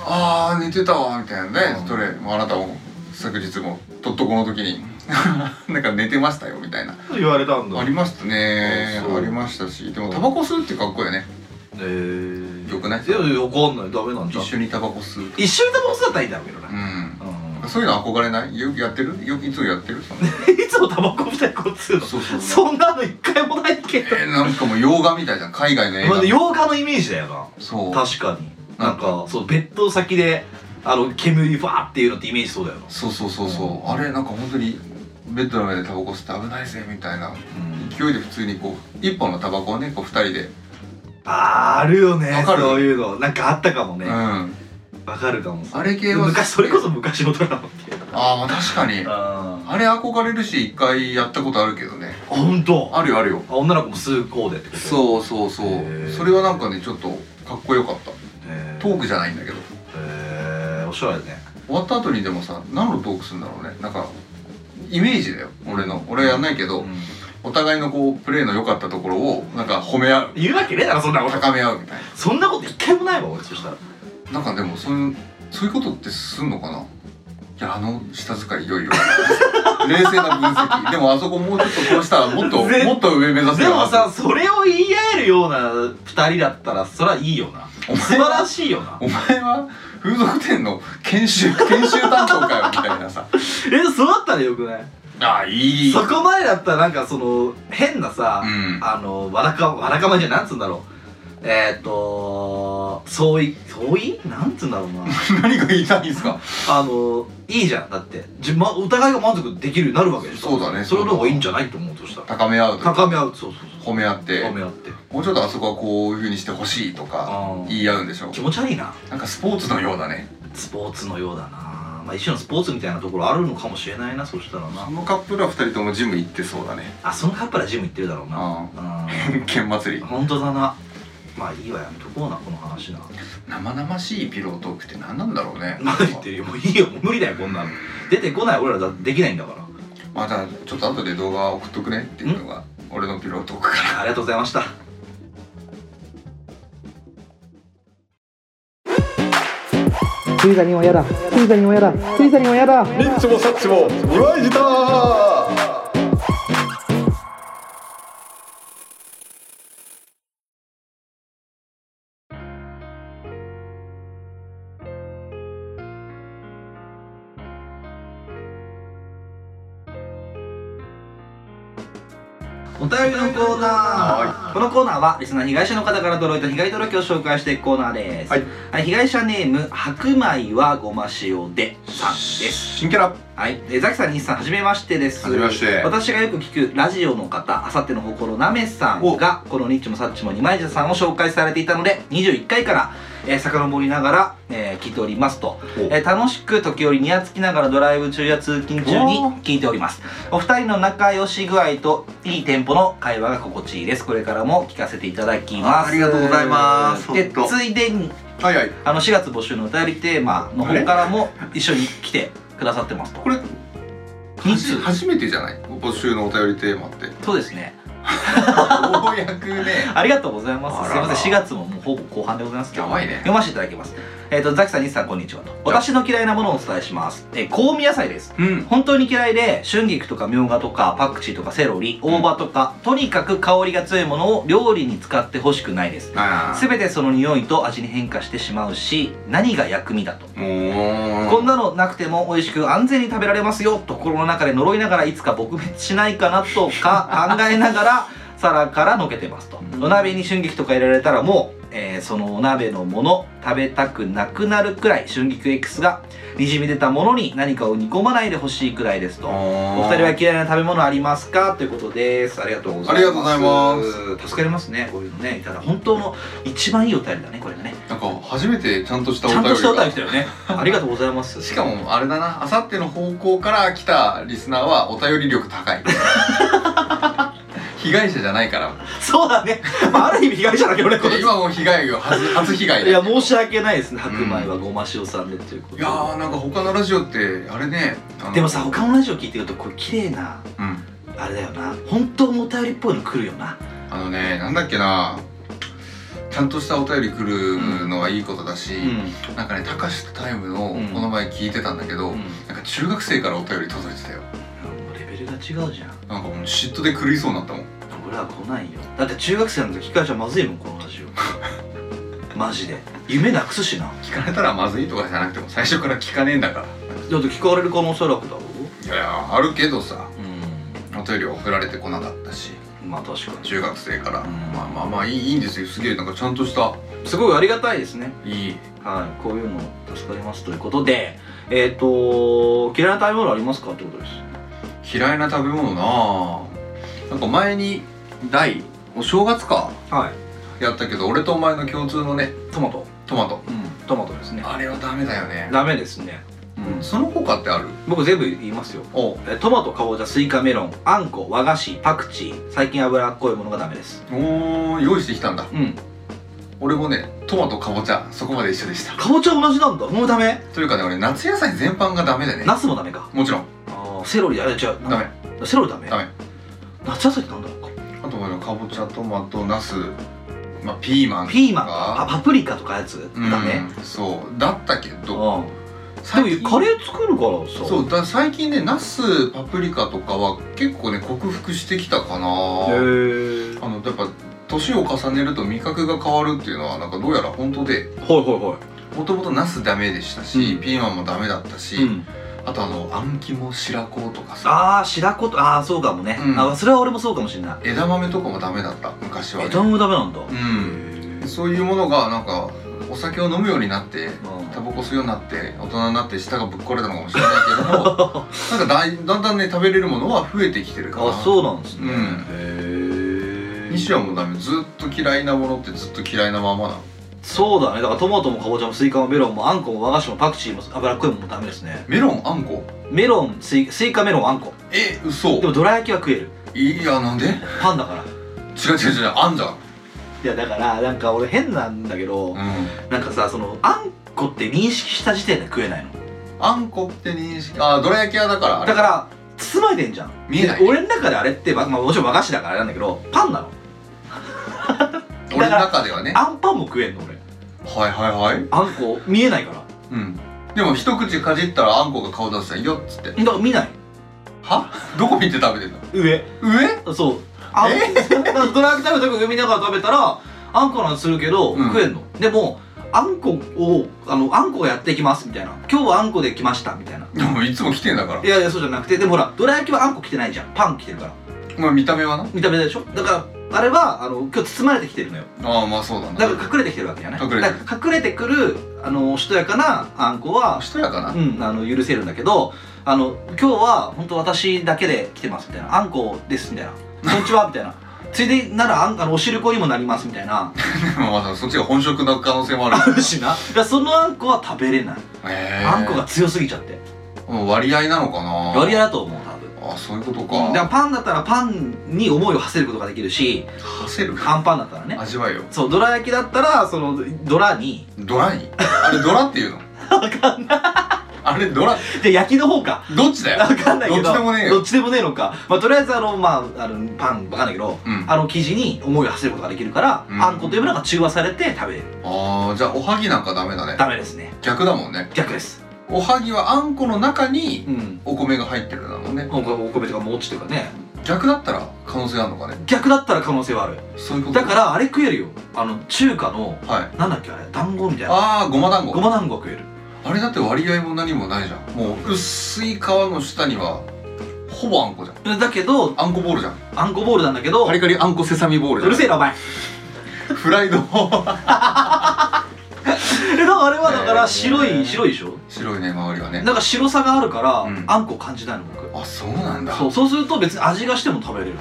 [SPEAKER 1] ああ寝てたわ」みたいな
[SPEAKER 2] う
[SPEAKER 1] ね
[SPEAKER 2] ん
[SPEAKER 1] それもうあなたも昨日もとっとこの時に なんか寝てましたよみたいな
[SPEAKER 2] 言われたんだ
[SPEAKER 1] ありましたね
[SPEAKER 2] あそう
[SPEAKER 1] ありましたしでもタバコ吸うってかっこいいよね
[SPEAKER 2] えー、
[SPEAKER 1] よくない
[SPEAKER 2] いやいやわかんないダメなんじ
[SPEAKER 1] 一
[SPEAKER 2] ゃん
[SPEAKER 1] 緒にタバコ吸う
[SPEAKER 2] 一緒にタバコ吸ったらいいんだろうけどな、
[SPEAKER 1] うん
[SPEAKER 2] うん
[SPEAKER 1] そういうの憧れないよくやってるよくいつもやってるその
[SPEAKER 2] いつもタバコみたいなこう吸うの
[SPEAKER 1] そうそう
[SPEAKER 2] そんなの一回もないけど
[SPEAKER 1] えーなんかもう洋画みたいじゃん海外の映
[SPEAKER 2] まあ
[SPEAKER 1] 画
[SPEAKER 2] ね洋画のイメージだよ
[SPEAKER 1] そう
[SPEAKER 2] な確かになんかそうベッド先であの煙ファーっていうのってイメージそうだよな
[SPEAKER 1] そうそうそうそう、
[SPEAKER 2] うん
[SPEAKER 1] あれなんか本当にベッドの上でタバコ吸って危ないぜみたいな勢いで普通にこう一本のタバコをねこう二人で、
[SPEAKER 2] あーあるよね
[SPEAKER 1] わかる
[SPEAKER 2] そういうのなんかあったかも
[SPEAKER 1] う
[SPEAKER 2] ね
[SPEAKER 1] ん
[SPEAKER 2] わ、かるかも
[SPEAKER 1] あれ系は
[SPEAKER 2] 昔それこそ昔のドラマっていう
[SPEAKER 1] ああまあ確かに
[SPEAKER 2] あ
[SPEAKER 1] あれ憧れるし一回やったことあるけどね
[SPEAKER 2] 本当あ
[SPEAKER 1] あるよあるよ
[SPEAKER 2] 女の子も吸うこうでってことう
[SPEAKER 1] そうそうそ
[SPEAKER 2] へ
[SPEAKER 1] う
[SPEAKER 2] ー
[SPEAKER 1] それはなんかねちょっとかっこよかった
[SPEAKER 2] え
[SPEAKER 1] トークじゃないんだけど
[SPEAKER 2] えー、おしゃれだね
[SPEAKER 1] 終わった後にでもさ何のトークするんだろうねなんかイメージだよ俺の俺はやんないけど、お互いのこうプレーの良かったところをなんか褒め合う
[SPEAKER 2] 言うわけねえだろそんなこと
[SPEAKER 1] 高め合うみたいな
[SPEAKER 2] そんなこと一回もないわ俺そしたら
[SPEAKER 1] なんかでもそういうそういうことってすんのかないやあの下遣いいよいよ 冷静な分析でもあそこもうちょっとこうしたらもっと
[SPEAKER 2] ぜ
[SPEAKER 1] もっと上目指せ
[SPEAKER 2] で
[SPEAKER 1] よ
[SPEAKER 2] もさそれを言い合えるような2人だったらそりゃいいよな
[SPEAKER 1] お前
[SPEAKER 2] 素晴らしいよな
[SPEAKER 1] お前は風俗店の研修研修担当かよみたいなさ
[SPEAKER 2] えそうだったらよくない
[SPEAKER 1] ああいい
[SPEAKER 2] そこまでだったらなんかその変なさ、
[SPEAKER 1] うん
[SPEAKER 2] あのわらかわらかまじゃなんつうんだろうえーっと相違相違なんつうんだろう な
[SPEAKER 1] 何が言いたいんですか
[SPEAKER 2] あのいいじゃんだってじ、ま、お互いが満足できるようになるわけでしょ
[SPEAKER 1] そうだね
[SPEAKER 2] それの方がいいんじゃないと思うとしたら
[SPEAKER 1] 高め合うと
[SPEAKER 2] 高め合うそうそうそう
[SPEAKER 1] 褒め合って
[SPEAKER 2] 高め合って
[SPEAKER 1] もうちょっとあそこはこういう風にしてほしいとか
[SPEAKER 2] うん
[SPEAKER 1] 言い合うんでしょ
[SPEAKER 2] 気持ち悪いな
[SPEAKER 1] なんかスポーツのようだね
[SPEAKER 2] スポーツのようだなまあ一種のスポーツみたいなところあるのかもしれないなそしたら
[SPEAKER 1] あ
[SPEAKER 2] な
[SPEAKER 1] のカップルは2人ともジム行ってそう だね
[SPEAKER 2] あそのカップルはジム行ってるだろうな
[SPEAKER 1] 剣祭
[SPEAKER 2] う
[SPEAKER 1] り
[SPEAKER 2] ん本当だなまあいいわやめとこうなこの話な
[SPEAKER 1] 生々しいピロートークって何なんだろうね
[SPEAKER 2] 何言ってるよもういいよもう無理だよこんなの出てこない俺らだってできないんだから
[SPEAKER 1] またちょっと後で動画送っとくねっていうのが俺のピロートークから
[SPEAKER 2] ありがとうございました
[SPEAKER 4] スイザにもやだスイザにもやだスイザにもやだ
[SPEAKER 3] ニッチもサッチも二枚舌
[SPEAKER 2] お便りのコーナー、このコーナーはリスナー被害者の方から届いた被害届を紹介していくコーナーです、
[SPEAKER 1] はい
[SPEAKER 2] い被害者ネーム白米はごま塩でさんです
[SPEAKER 1] 新キャラ
[SPEAKER 2] はい、えーザキさん、西さん、はじめましてです。
[SPEAKER 1] はじめまして
[SPEAKER 2] 私がよく聞くラジオの方、あさっての心なめさんが、このニッチもサッチも二枚舌さんを紹介されていたので、21回から、えー、遡りながら、えー聞いておりますと、えー楽しく時折にやつきながらドライブ中や通勤中に
[SPEAKER 1] お
[SPEAKER 2] 聞いております。お二人の仲良し具合といいテンポの会話が心地いいです。これからも聞かせていただきます。
[SPEAKER 1] ありがとうございます
[SPEAKER 2] で、
[SPEAKER 1] ほんと
[SPEAKER 2] ついでに、
[SPEAKER 1] はいはい
[SPEAKER 2] あの4月募集のお便りテーマの方からも一緒に来てくださってますと。
[SPEAKER 1] これ
[SPEAKER 2] 二通
[SPEAKER 1] 初めてじゃない募集のお便りテーマ ってよ
[SPEAKER 2] そうですね。
[SPEAKER 1] うやくね
[SPEAKER 2] ありがとうございま
[SPEAKER 1] あ
[SPEAKER 2] す。
[SPEAKER 1] ら
[SPEAKER 2] すいませ
[SPEAKER 1] ら
[SPEAKER 2] ん、4月ももうほぼ後半でございますけど、
[SPEAKER 1] やばいね
[SPEAKER 2] 読ませていただきます。えっ、と、ザキさん、ニッチさん、こんにちはと。私の嫌いなものをお伝えします。えー香味野菜です。
[SPEAKER 1] うん
[SPEAKER 2] 本当に嫌いで、春菊とかみょうがとか、パクチーとかセロリ、大葉とか、とにかく香りが強いものを料理に使ってほしくないです。
[SPEAKER 1] あ
[SPEAKER 2] すべてその匂いと味に変化してしまうし、何が薬味だと。
[SPEAKER 1] あもう
[SPEAKER 2] こんなのなくても美味しく安全に食べられますよと心の中で呪いながらいつか撲滅しないかなと か考えながら皿からのけてますと、
[SPEAKER 1] うん
[SPEAKER 2] お鍋に春菊とか入れられたらもう、えーそのお鍋のもの食べたくなくなるくらい春菊エキスがにじみ出たものに何かを煮込まないでほしいくらいですと、お
[SPEAKER 1] お
[SPEAKER 2] 二人は嫌いな食べ物ありますかということですありがとうございます
[SPEAKER 1] ありがとうございます
[SPEAKER 2] 助かりますねこういうのねいただ本当の一番いいお便りだねこれがね
[SPEAKER 1] なんか初めてちゃんとしたお
[SPEAKER 2] ちゃ
[SPEAKER 1] 便
[SPEAKER 2] ん
[SPEAKER 1] りが
[SPEAKER 2] としたお便り来たよねありがとうございます
[SPEAKER 1] しかもあれだなあさっての方向から来たリスナーはお便り力高 い被害者じゃないから
[SPEAKER 2] そうだね。まあ、ある意味被害者だけどね、これ。
[SPEAKER 1] 今もう被害を初初被害
[SPEAKER 2] い
[SPEAKER 1] だ
[SPEAKER 2] や、
[SPEAKER 1] よ
[SPEAKER 2] 申し訳ないですね。白米はごま塩さんでということ
[SPEAKER 1] い
[SPEAKER 2] で。
[SPEAKER 1] やーなんか他のラジオってあれねあの
[SPEAKER 2] でもさ、他のラジオ聞いてると、これ綺麗な、
[SPEAKER 1] うん
[SPEAKER 2] あれだよな。本当のお便りっぽいの来るよな。
[SPEAKER 1] あのねなんだっけなちゃんとしたお便り来るのはいいことだし、
[SPEAKER 2] うん。
[SPEAKER 1] なんかね「たかしとタイム」の
[SPEAKER 2] うん
[SPEAKER 1] この前聞いてたんだけど、なんか中学生からお便り届いてたよ
[SPEAKER 2] レベルが違うじゃん。
[SPEAKER 1] なんかもう嫉妬で狂いそうになったもん
[SPEAKER 2] 俺は来ないよ。だって中学生の時、聞かれちゃまずいもん、このラジ オ。マジで。夢なくすしな。
[SPEAKER 1] 聞かれたらまずいとかじゃなくても最初から聞かねえんだから
[SPEAKER 2] だって聞かれる可能性楽だろ
[SPEAKER 1] いやいやあるけどさ
[SPEAKER 2] う
[SPEAKER 1] お便りは送られてこなかったし
[SPEAKER 2] ん。まあ確か
[SPEAKER 1] 中学生から、
[SPEAKER 2] うん
[SPEAKER 1] まあまあまあいいいいんですよすげえなんかちゃんとした
[SPEAKER 2] に。すごいありがたいですね。
[SPEAKER 1] いい
[SPEAKER 2] はい、こういうの助かりますということで、えっ、と嫌いな食べ物ありますかってことです。
[SPEAKER 1] 嫌いな食べ物なあなんか前に大お正月か
[SPEAKER 2] はい。
[SPEAKER 1] やったけど俺とお前の共通のね
[SPEAKER 2] トマト。
[SPEAKER 1] トマト
[SPEAKER 2] うん。トマトですね。
[SPEAKER 1] あれはダメだよね、
[SPEAKER 2] ダメですね。
[SPEAKER 1] うん、その他ってある
[SPEAKER 2] 僕全部言いますよ。
[SPEAKER 1] おう
[SPEAKER 2] えトマト、かぼちゃ、スイカ、メロン、あんこ、和菓子、パクチー。最近脂っこいものがダメです。
[SPEAKER 1] おー用意してきたんだ
[SPEAKER 2] うん。
[SPEAKER 1] 俺もねトマトかぼちゃそこまで一緒でした
[SPEAKER 2] かぼちゃ同じなんだ。もうダメ。
[SPEAKER 1] というかね俺夏野菜全般がダメでね
[SPEAKER 2] ナスもダメか。
[SPEAKER 1] もちろん
[SPEAKER 2] ああ、セロリだ。え違う。
[SPEAKER 1] ダメ
[SPEAKER 2] メ。セロリダメ。
[SPEAKER 1] ダメ。
[SPEAKER 2] 夏野菜ってなんだろうか。
[SPEAKER 1] あとはかぼちゃトマトナスまあピーマンとか
[SPEAKER 2] ピーマンか。あ、パプリカとかやつ。
[SPEAKER 1] うん
[SPEAKER 2] ダメ。
[SPEAKER 1] そうだったけど
[SPEAKER 2] ああ。
[SPEAKER 1] 最
[SPEAKER 2] で
[SPEAKER 1] 近
[SPEAKER 2] もカレー作るからさ。
[SPEAKER 1] そうだ最近ねナスパプリカとかは結構ね克服してきたか
[SPEAKER 2] へ
[SPEAKER 1] な
[SPEAKER 2] え。
[SPEAKER 1] あのやっぱ年を重ねると味覚が変わるっていうのはなんかどうやら本当で
[SPEAKER 2] はいはいはい。
[SPEAKER 1] もともとナスダメでしたし、
[SPEAKER 2] うん
[SPEAKER 1] ピーマンもダメだったし、
[SPEAKER 2] うん、
[SPEAKER 1] あとあのあん肝白子とかさ
[SPEAKER 2] ああ白子とああそうかもね、
[SPEAKER 1] うん
[SPEAKER 2] あそれは俺もそうかもしれない
[SPEAKER 1] 枝豆とかもダメだった昔は
[SPEAKER 2] え
[SPEAKER 1] ね
[SPEAKER 2] ダメダメなんだ、
[SPEAKER 1] うん
[SPEAKER 2] へ
[SPEAKER 1] そういうものがなんかお酒を飲むようになって
[SPEAKER 2] うん
[SPEAKER 1] タバコ吸うようになって大人になって舌がぶっ壊れたのかもしれない けどもなんかだいだんだんね食べれるものは増えてきてるから
[SPEAKER 2] あそうなんですね、
[SPEAKER 1] うん
[SPEAKER 2] へえ
[SPEAKER 1] 西はもうダメずっと嫌いなものってずっと嫌いなままなの
[SPEAKER 2] そうだねだからトマトもかぼちゃもスイカもメロンもあんこも和菓子もパクチーも脂っこいもんもダメですね
[SPEAKER 1] メロンあんこ
[SPEAKER 2] メロンスイスイカメロンあんこ
[SPEAKER 1] え嘘
[SPEAKER 2] でもどら焼きは食える
[SPEAKER 1] いやなんで違
[SPEAKER 2] パンだから
[SPEAKER 1] う違う違うあんじゃん
[SPEAKER 2] いやだからなんか俺変なんだけど、
[SPEAKER 1] うん
[SPEAKER 2] なんかさそのあんこって認識した時点で食えないの
[SPEAKER 1] あんこって認識あどら焼き屋だからあれ
[SPEAKER 2] だから包まれてんじゃん
[SPEAKER 1] 見えない
[SPEAKER 2] で俺の中であれって、ままあ、もちろん和菓子だからあれなんだけどパンなの
[SPEAKER 1] 俺の中ではね
[SPEAKER 2] あんパンも食えんの俺
[SPEAKER 1] はいはいはい
[SPEAKER 2] あんこ見えないから
[SPEAKER 1] うんでも一口かじったらあんこが顔出したよっつって
[SPEAKER 2] だから見ない
[SPEAKER 1] はどこ見て食べてんの
[SPEAKER 2] 上
[SPEAKER 1] 上
[SPEAKER 2] そうあんこ、だからドラ焼き食べた時上見ながら食べたらあんこなんするけど、
[SPEAKER 1] うん
[SPEAKER 2] 食えんのでもあんこをあのあんこがやってきますみたいな今日はあんこで来ましたみたいな
[SPEAKER 1] でもいつも来てんだから
[SPEAKER 2] いやいやそうじゃなくてでもほらどら焼きはあんこ来てないじゃんパン来てるから
[SPEAKER 1] まあ見た目はな
[SPEAKER 2] 見た目でしょだからあれはあの今日包まれてきてるのよ
[SPEAKER 1] ああまあそうだな
[SPEAKER 2] だから隠れてきてるわけじゃない
[SPEAKER 1] 隠れてる
[SPEAKER 2] だから隠れてくるあのしとやかなあんこは
[SPEAKER 1] しとやかな
[SPEAKER 2] うん、あの許せるんだけどあの今日は本当私だけで来てますみたいなあんこですみたいなこんにちはみたいな ついでならあんあのお汁粉にもなりますみたいな
[SPEAKER 1] でもまあそっちが本職の可能性もある
[SPEAKER 2] あるしなだから そのあんこは食べれない、
[SPEAKER 1] へえ
[SPEAKER 2] あんこが強すぎちゃって
[SPEAKER 1] もう割合なのかな
[SPEAKER 2] 割合だと思う多分
[SPEAKER 1] あそういうこと
[SPEAKER 2] うんだから
[SPEAKER 1] か
[SPEAKER 2] パンだったらパンに思いを馳せることができるし
[SPEAKER 1] はせる
[SPEAKER 2] あんパンだったらね
[SPEAKER 1] 味わいよ
[SPEAKER 2] そうドラ焼きだったらそのドラに
[SPEAKER 1] ドラにあれドラっていうのあれドラ
[SPEAKER 2] で焼きの方か
[SPEAKER 1] どっちだよ
[SPEAKER 2] 分かんないけど
[SPEAKER 1] どっちでもねえよ
[SPEAKER 2] どっちでもねえのか、まあ、とりあえずあの、まあ、あのパンわかんないけど、
[SPEAKER 1] うん
[SPEAKER 2] あの生地に思いを馳せることができるから、
[SPEAKER 1] うん
[SPEAKER 2] あんこというものが中和されて食べれる
[SPEAKER 1] あーじゃあおはぎなんかダメだね
[SPEAKER 2] ダメですね
[SPEAKER 1] 逆だもんね
[SPEAKER 2] 逆です
[SPEAKER 1] おはぎはあんこの中に
[SPEAKER 2] うん
[SPEAKER 1] お米が入ってるんだもんね
[SPEAKER 2] 今回お米とかもちとかね
[SPEAKER 1] 逆だったら可能性あるのかね
[SPEAKER 2] 逆だったら可能性はある
[SPEAKER 1] そういうこと
[SPEAKER 2] だからあれ食えるよあの中華の
[SPEAKER 1] らはい
[SPEAKER 2] なんだっけあれ団子みたいな
[SPEAKER 1] ああごま団
[SPEAKER 2] ご
[SPEAKER 1] 子
[SPEAKER 2] ま団子が食える
[SPEAKER 1] あれだって割合も何もないじゃんもう薄い皮の下にはほぼあんこじゃん
[SPEAKER 2] だけど
[SPEAKER 1] あんこボールじゃん
[SPEAKER 2] あんこボールなんだけど
[SPEAKER 1] カリカリあんこセサミボール
[SPEAKER 2] うるせえなお前
[SPEAKER 1] えフライド
[SPEAKER 2] えだからあれはだから白い、
[SPEAKER 1] えー
[SPEAKER 2] 白いでしょ
[SPEAKER 1] 白いね周りはね
[SPEAKER 2] なんか白さがあるから、
[SPEAKER 1] うん
[SPEAKER 2] あんこ感じないの僕
[SPEAKER 1] あそうなんだ
[SPEAKER 2] そうそうすると別に味がしても食べれる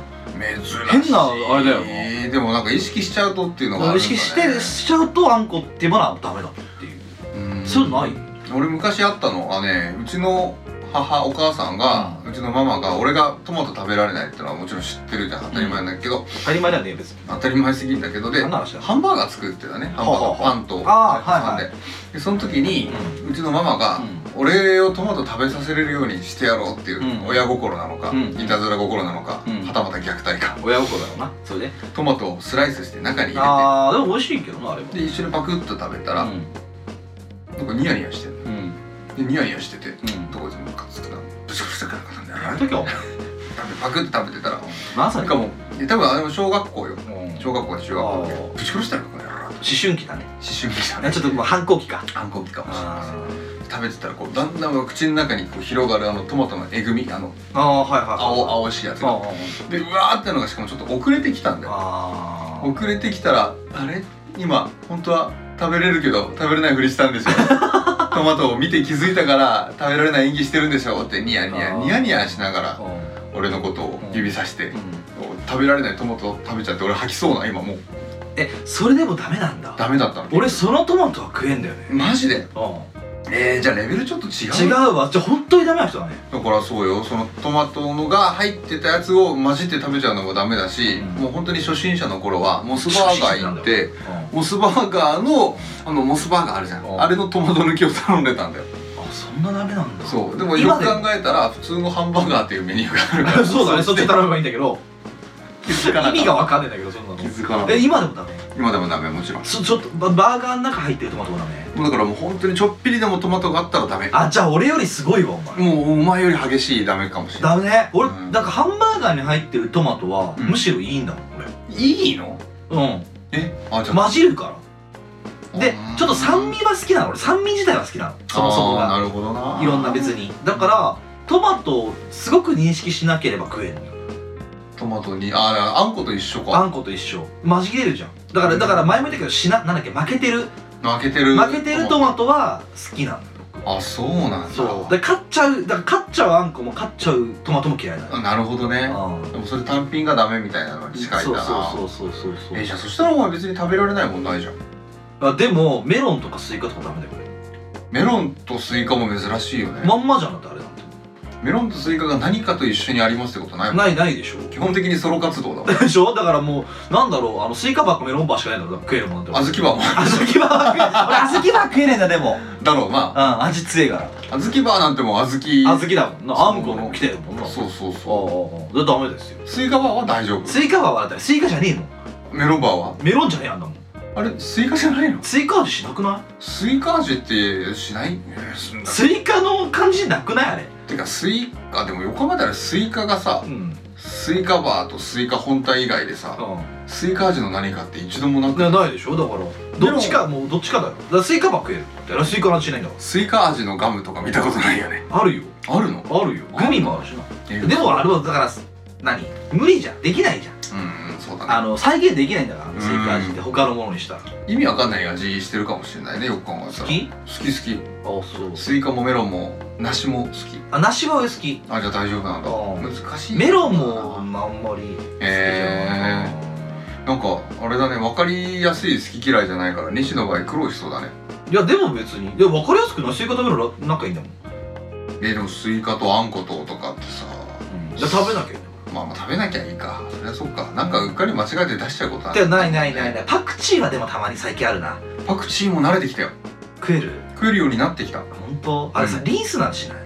[SPEAKER 1] 珍しい
[SPEAKER 2] 変なあれだよ
[SPEAKER 1] なでもなんか意識しちゃうとっていうのがあるん
[SPEAKER 2] 意
[SPEAKER 1] だ、ね、
[SPEAKER 2] 識してしちゃうとあんこってものはダメだっていう、
[SPEAKER 1] うん
[SPEAKER 2] そういうのない
[SPEAKER 1] 俺昔あったのはねうちの母お母さんが、うちのママが俺がトマト食べられないってのはもちろん知ってるじゃん当たり前なんだけど、
[SPEAKER 2] 当たり前だよね別に
[SPEAKER 1] 当たり前すぎるんだけどで
[SPEAKER 2] 何の話だ
[SPEAKER 1] ハンバーガー作ってたねハンバー
[SPEAKER 2] はあ
[SPEAKER 1] ガー
[SPEAKER 2] はあはあ
[SPEAKER 1] パンと
[SPEAKER 2] あー
[SPEAKER 1] 挟ん
[SPEAKER 2] は
[SPEAKER 1] で,、
[SPEAKER 2] いは
[SPEAKER 1] でその時に、うちのママが、俺をトマト食べさせれるようにしてやろうっていう、
[SPEAKER 2] うん
[SPEAKER 1] 親心なのか、
[SPEAKER 2] うん
[SPEAKER 1] いたずら心なのか、
[SPEAKER 2] うん
[SPEAKER 1] はたまた虐待か
[SPEAKER 2] 親心だろうなそれで
[SPEAKER 1] トマトをスライスして中に入
[SPEAKER 2] ああでも美味しいけどなあれも
[SPEAKER 1] れてで一緒にパクッと食べたら、
[SPEAKER 2] うん
[SPEAKER 1] なんかニヤニヤしてる
[SPEAKER 2] うん
[SPEAKER 1] でニヤニヤしてて
[SPEAKER 2] うん
[SPEAKER 1] どこでもかつくなブシャブシャくなかったんだよ
[SPEAKER 2] や
[SPEAKER 1] な
[SPEAKER 2] めとけよ
[SPEAKER 1] パクッと食べてたら
[SPEAKER 2] 何
[SPEAKER 1] なん
[SPEAKER 2] 歳だ
[SPEAKER 1] か
[SPEAKER 2] よ
[SPEAKER 1] もうで多分あれも小学校よ
[SPEAKER 2] うん
[SPEAKER 1] 小
[SPEAKER 2] 思
[SPEAKER 1] 学校で中学校で
[SPEAKER 2] あー
[SPEAKER 1] ぶち殺したのかこの野郎思
[SPEAKER 2] 春期だね
[SPEAKER 1] 春期だ
[SPEAKER 2] ね
[SPEAKER 1] ね
[SPEAKER 2] ちょっともう反抗期か
[SPEAKER 1] 反抗期かもしれない
[SPEAKER 2] あ
[SPEAKER 1] 食べてたらこうだんだん口の中にこう広がるあのトマトのえぐみあの
[SPEAKER 2] ーあーはいはいはい
[SPEAKER 1] 青々しいやつがでうわーってのがしかもちょっと遅れてきたんだよ
[SPEAKER 2] あー
[SPEAKER 1] 遅れてきたらあれ今本当は食べれるけど食べれないふりしたんでしょ トマトを見て気づいたから食べられない演技してるんでしょってニヤニヤ
[SPEAKER 2] あー
[SPEAKER 1] ニヤニヤしながら
[SPEAKER 2] う
[SPEAKER 1] 俺のことを指さして
[SPEAKER 2] んうん
[SPEAKER 1] 食べられないトマトを食べちゃって俺吐きそうな今もう
[SPEAKER 2] えそれでもダメなんだ
[SPEAKER 1] ダメだったの
[SPEAKER 2] 俺そのトマトは食えんだよね
[SPEAKER 1] マジで
[SPEAKER 2] うん
[SPEAKER 1] えー、じゃあレベルちょっと違う
[SPEAKER 2] 違うわじゃあ本当にダメな人だね
[SPEAKER 1] だからそうよそのトマトのが入ってたやつを混じって食べちゃうのもダメだし、
[SPEAKER 2] うん
[SPEAKER 1] もう本当に初心者の頃はモスバーガー行って
[SPEAKER 2] うんあ
[SPEAKER 1] モスバーガーのあのモスバーガーあるじゃ
[SPEAKER 2] うんん
[SPEAKER 1] あれのトマト抜きを頼んでたんだよ
[SPEAKER 2] そんなダメなんだ
[SPEAKER 1] そうでもよ
[SPEAKER 2] 今
[SPEAKER 1] く
[SPEAKER 2] で
[SPEAKER 1] 考えたら普通のハンバーガーっていうメニューがあるから
[SPEAKER 2] そうだね、そっち頼めばいいんだけど
[SPEAKER 1] 気づかなか
[SPEAKER 2] 意
[SPEAKER 1] った
[SPEAKER 2] 味がわかんないんだけど、そんな
[SPEAKER 1] 気
[SPEAKER 2] の
[SPEAKER 1] づかなかった
[SPEAKER 2] え、今でもダメ
[SPEAKER 1] 今でもダメもちろん
[SPEAKER 2] そちょっとババーガーの中入ってるトマトダメ
[SPEAKER 1] もうだからもう本当にちょっぴりでもトマトがあったらダメ
[SPEAKER 2] あ、じゃあ俺よりすごいわ、お前
[SPEAKER 1] もうお前より激しいダメかもしれない
[SPEAKER 2] ダメね俺、
[SPEAKER 1] うん
[SPEAKER 2] なんかハンバーガーに入ってるトマトは、
[SPEAKER 1] うん
[SPEAKER 2] むしろいいんだもん、
[SPEAKER 1] いいの
[SPEAKER 2] 俺
[SPEAKER 1] えあじゃ
[SPEAKER 2] うん
[SPEAKER 1] あ、
[SPEAKER 2] 混じるからで
[SPEAKER 1] あ、ー
[SPEAKER 2] ちょっと酸味は好きなの、俺酸味自体は好きなのそもそも
[SPEAKER 1] あーな
[SPEAKER 2] が
[SPEAKER 1] るほどない
[SPEAKER 2] ろんな別にだから、トマトをすごく認識しなければ食えんの
[SPEAKER 1] トトマトにあああんこと一緒
[SPEAKER 2] あ
[SPEAKER 1] か
[SPEAKER 2] んこと一緒まじれるじゃんだからだから前も言ったけどしななんだっけ負けてる
[SPEAKER 1] 負けてる
[SPEAKER 2] 負けてるトマトは好きなの
[SPEAKER 1] あそうなんだ
[SPEAKER 2] そうで買っちゃうだから買っちゃうあんこも買っちゃうトマトも嫌いなの
[SPEAKER 1] あなるほどね
[SPEAKER 2] うん
[SPEAKER 1] でもそれ単品がダメみたいなのに近いんだな
[SPEAKER 2] そうそうそうそうそう
[SPEAKER 1] えじゃあそしたらお前別に食べられないもんないじゃん
[SPEAKER 2] あでもメロンとかスイカとかダメだよこれ
[SPEAKER 1] メロンとスイカも珍しいよね、
[SPEAKER 2] まんまじゃんだってあれなんて
[SPEAKER 1] メロンとスイカが何かと一緒にありますってことないもん
[SPEAKER 2] ないないでしょ
[SPEAKER 1] 基本的にソロ活動だもん
[SPEAKER 2] でしょだからもうなんだろうあのスイカバーかメロンバーしかないんだろだから食えるもんなんて
[SPEAKER 1] 小 豆バーも
[SPEAKER 2] ずきバー食え俺あずきバー食えねえんだ でも
[SPEAKER 1] だろうな
[SPEAKER 2] うん味強いから
[SPEAKER 1] 小豆バーなんてもう小
[SPEAKER 2] あ
[SPEAKER 1] 豆
[SPEAKER 2] ずきだもんなあんこの来てるもんな
[SPEAKER 1] そうそうそ
[SPEAKER 2] ああああダメですよ
[SPEAKER 1] うスイカバーは大丈夫
[SPEAKER 2] スイカバーはだってスイカじゃねえもん
[SPEAKER 1] メロンバーは
[SPEAKER 2] メロンじゃねえあんなもん
[SPEAKER 1] あれスイカじゃないの
[SPEAKER 2] スイカ味しなくない
[SPEAKER 1] スイカ味ってしないすんだ
[SPEAKER 2] スイカの感じなくないあれ
[SPEAKER 1] てかスイカでも横浜であれスイカがさ
[SPEAKER 2] うん
[SPEAKER 1] スイカバーとスイカ本体以外でさスイカ味の何かって一度もなく
[SPEAKER 2] なないでしょだからどっちかもうどっちかだよだからスイカばっか食えるだからスイカの味しないんだか
[SPEAKER 1] スイカ味のガムとか見たことないよね
[SPEAKER 2] らあるよ
[SPEAKER 1] あるの
[SPEAKER 2] あるよグミもあるしなでもあれはだから何無理じゃんできないじゃん
[SPEAKER 1] うんうんそうだ
[SPEAKER 2] あ
[SPEAKER 1] ね
[SPEAKER 2] の再現できないんだか
[SPEAKER 1] うん
[SPEAKER 2] らスイカ味って他のものにしたら好
[SPEAKER 1] 意味わかんない味してるかもしれないねよく考えたら好
[SPEAKER 2] きあ
[SPEAKER 1] き好き
[SPEAKER 2] そう
[SPEAKER 1] スイカもメロンも梨も好き
[SPEAKER 2] あ梨は俺好き
[SPEAKER 1] あじゃあ大丈夫なんだ
[SPEAKER 2] あ
[SPEAKER 1] 難しい
[SPEAKER 2] メロンもあんまり好きじゃない
[SPEAKER 1] えー、なんかあれだね分かりやすい好き嫌いじゃないから西の場合苦労しそうだね
[SPEAKER 2] いやでも別にいや分かりやすくないスイカ食べるの仲いいんだもん、
[SPEAKER 1] えーでもスイカとあんこととかってさ
[SPEAKER 2] うん、食べなきゃいいんだもん
[SPEAKER 1] まあまあ食べなきゃいいかそりゃそうかなんかうっかり間違えて出しちゃうことあ
[SPEAKER 2] で
[SPEAKER 1] る
[SPEAKER 2] もないないないないパクチーはでもたまに最近あるな
[SPEAKER 1] パクチーも慣れてきたよ
[SPEAKER 2] 食える
[SPEAKER 1] 食えるようになってきた
[SPEAKER 2] 本当あれさ、
[SPEAKER 1] うん
[SPEAKER 2] リンスなんてしない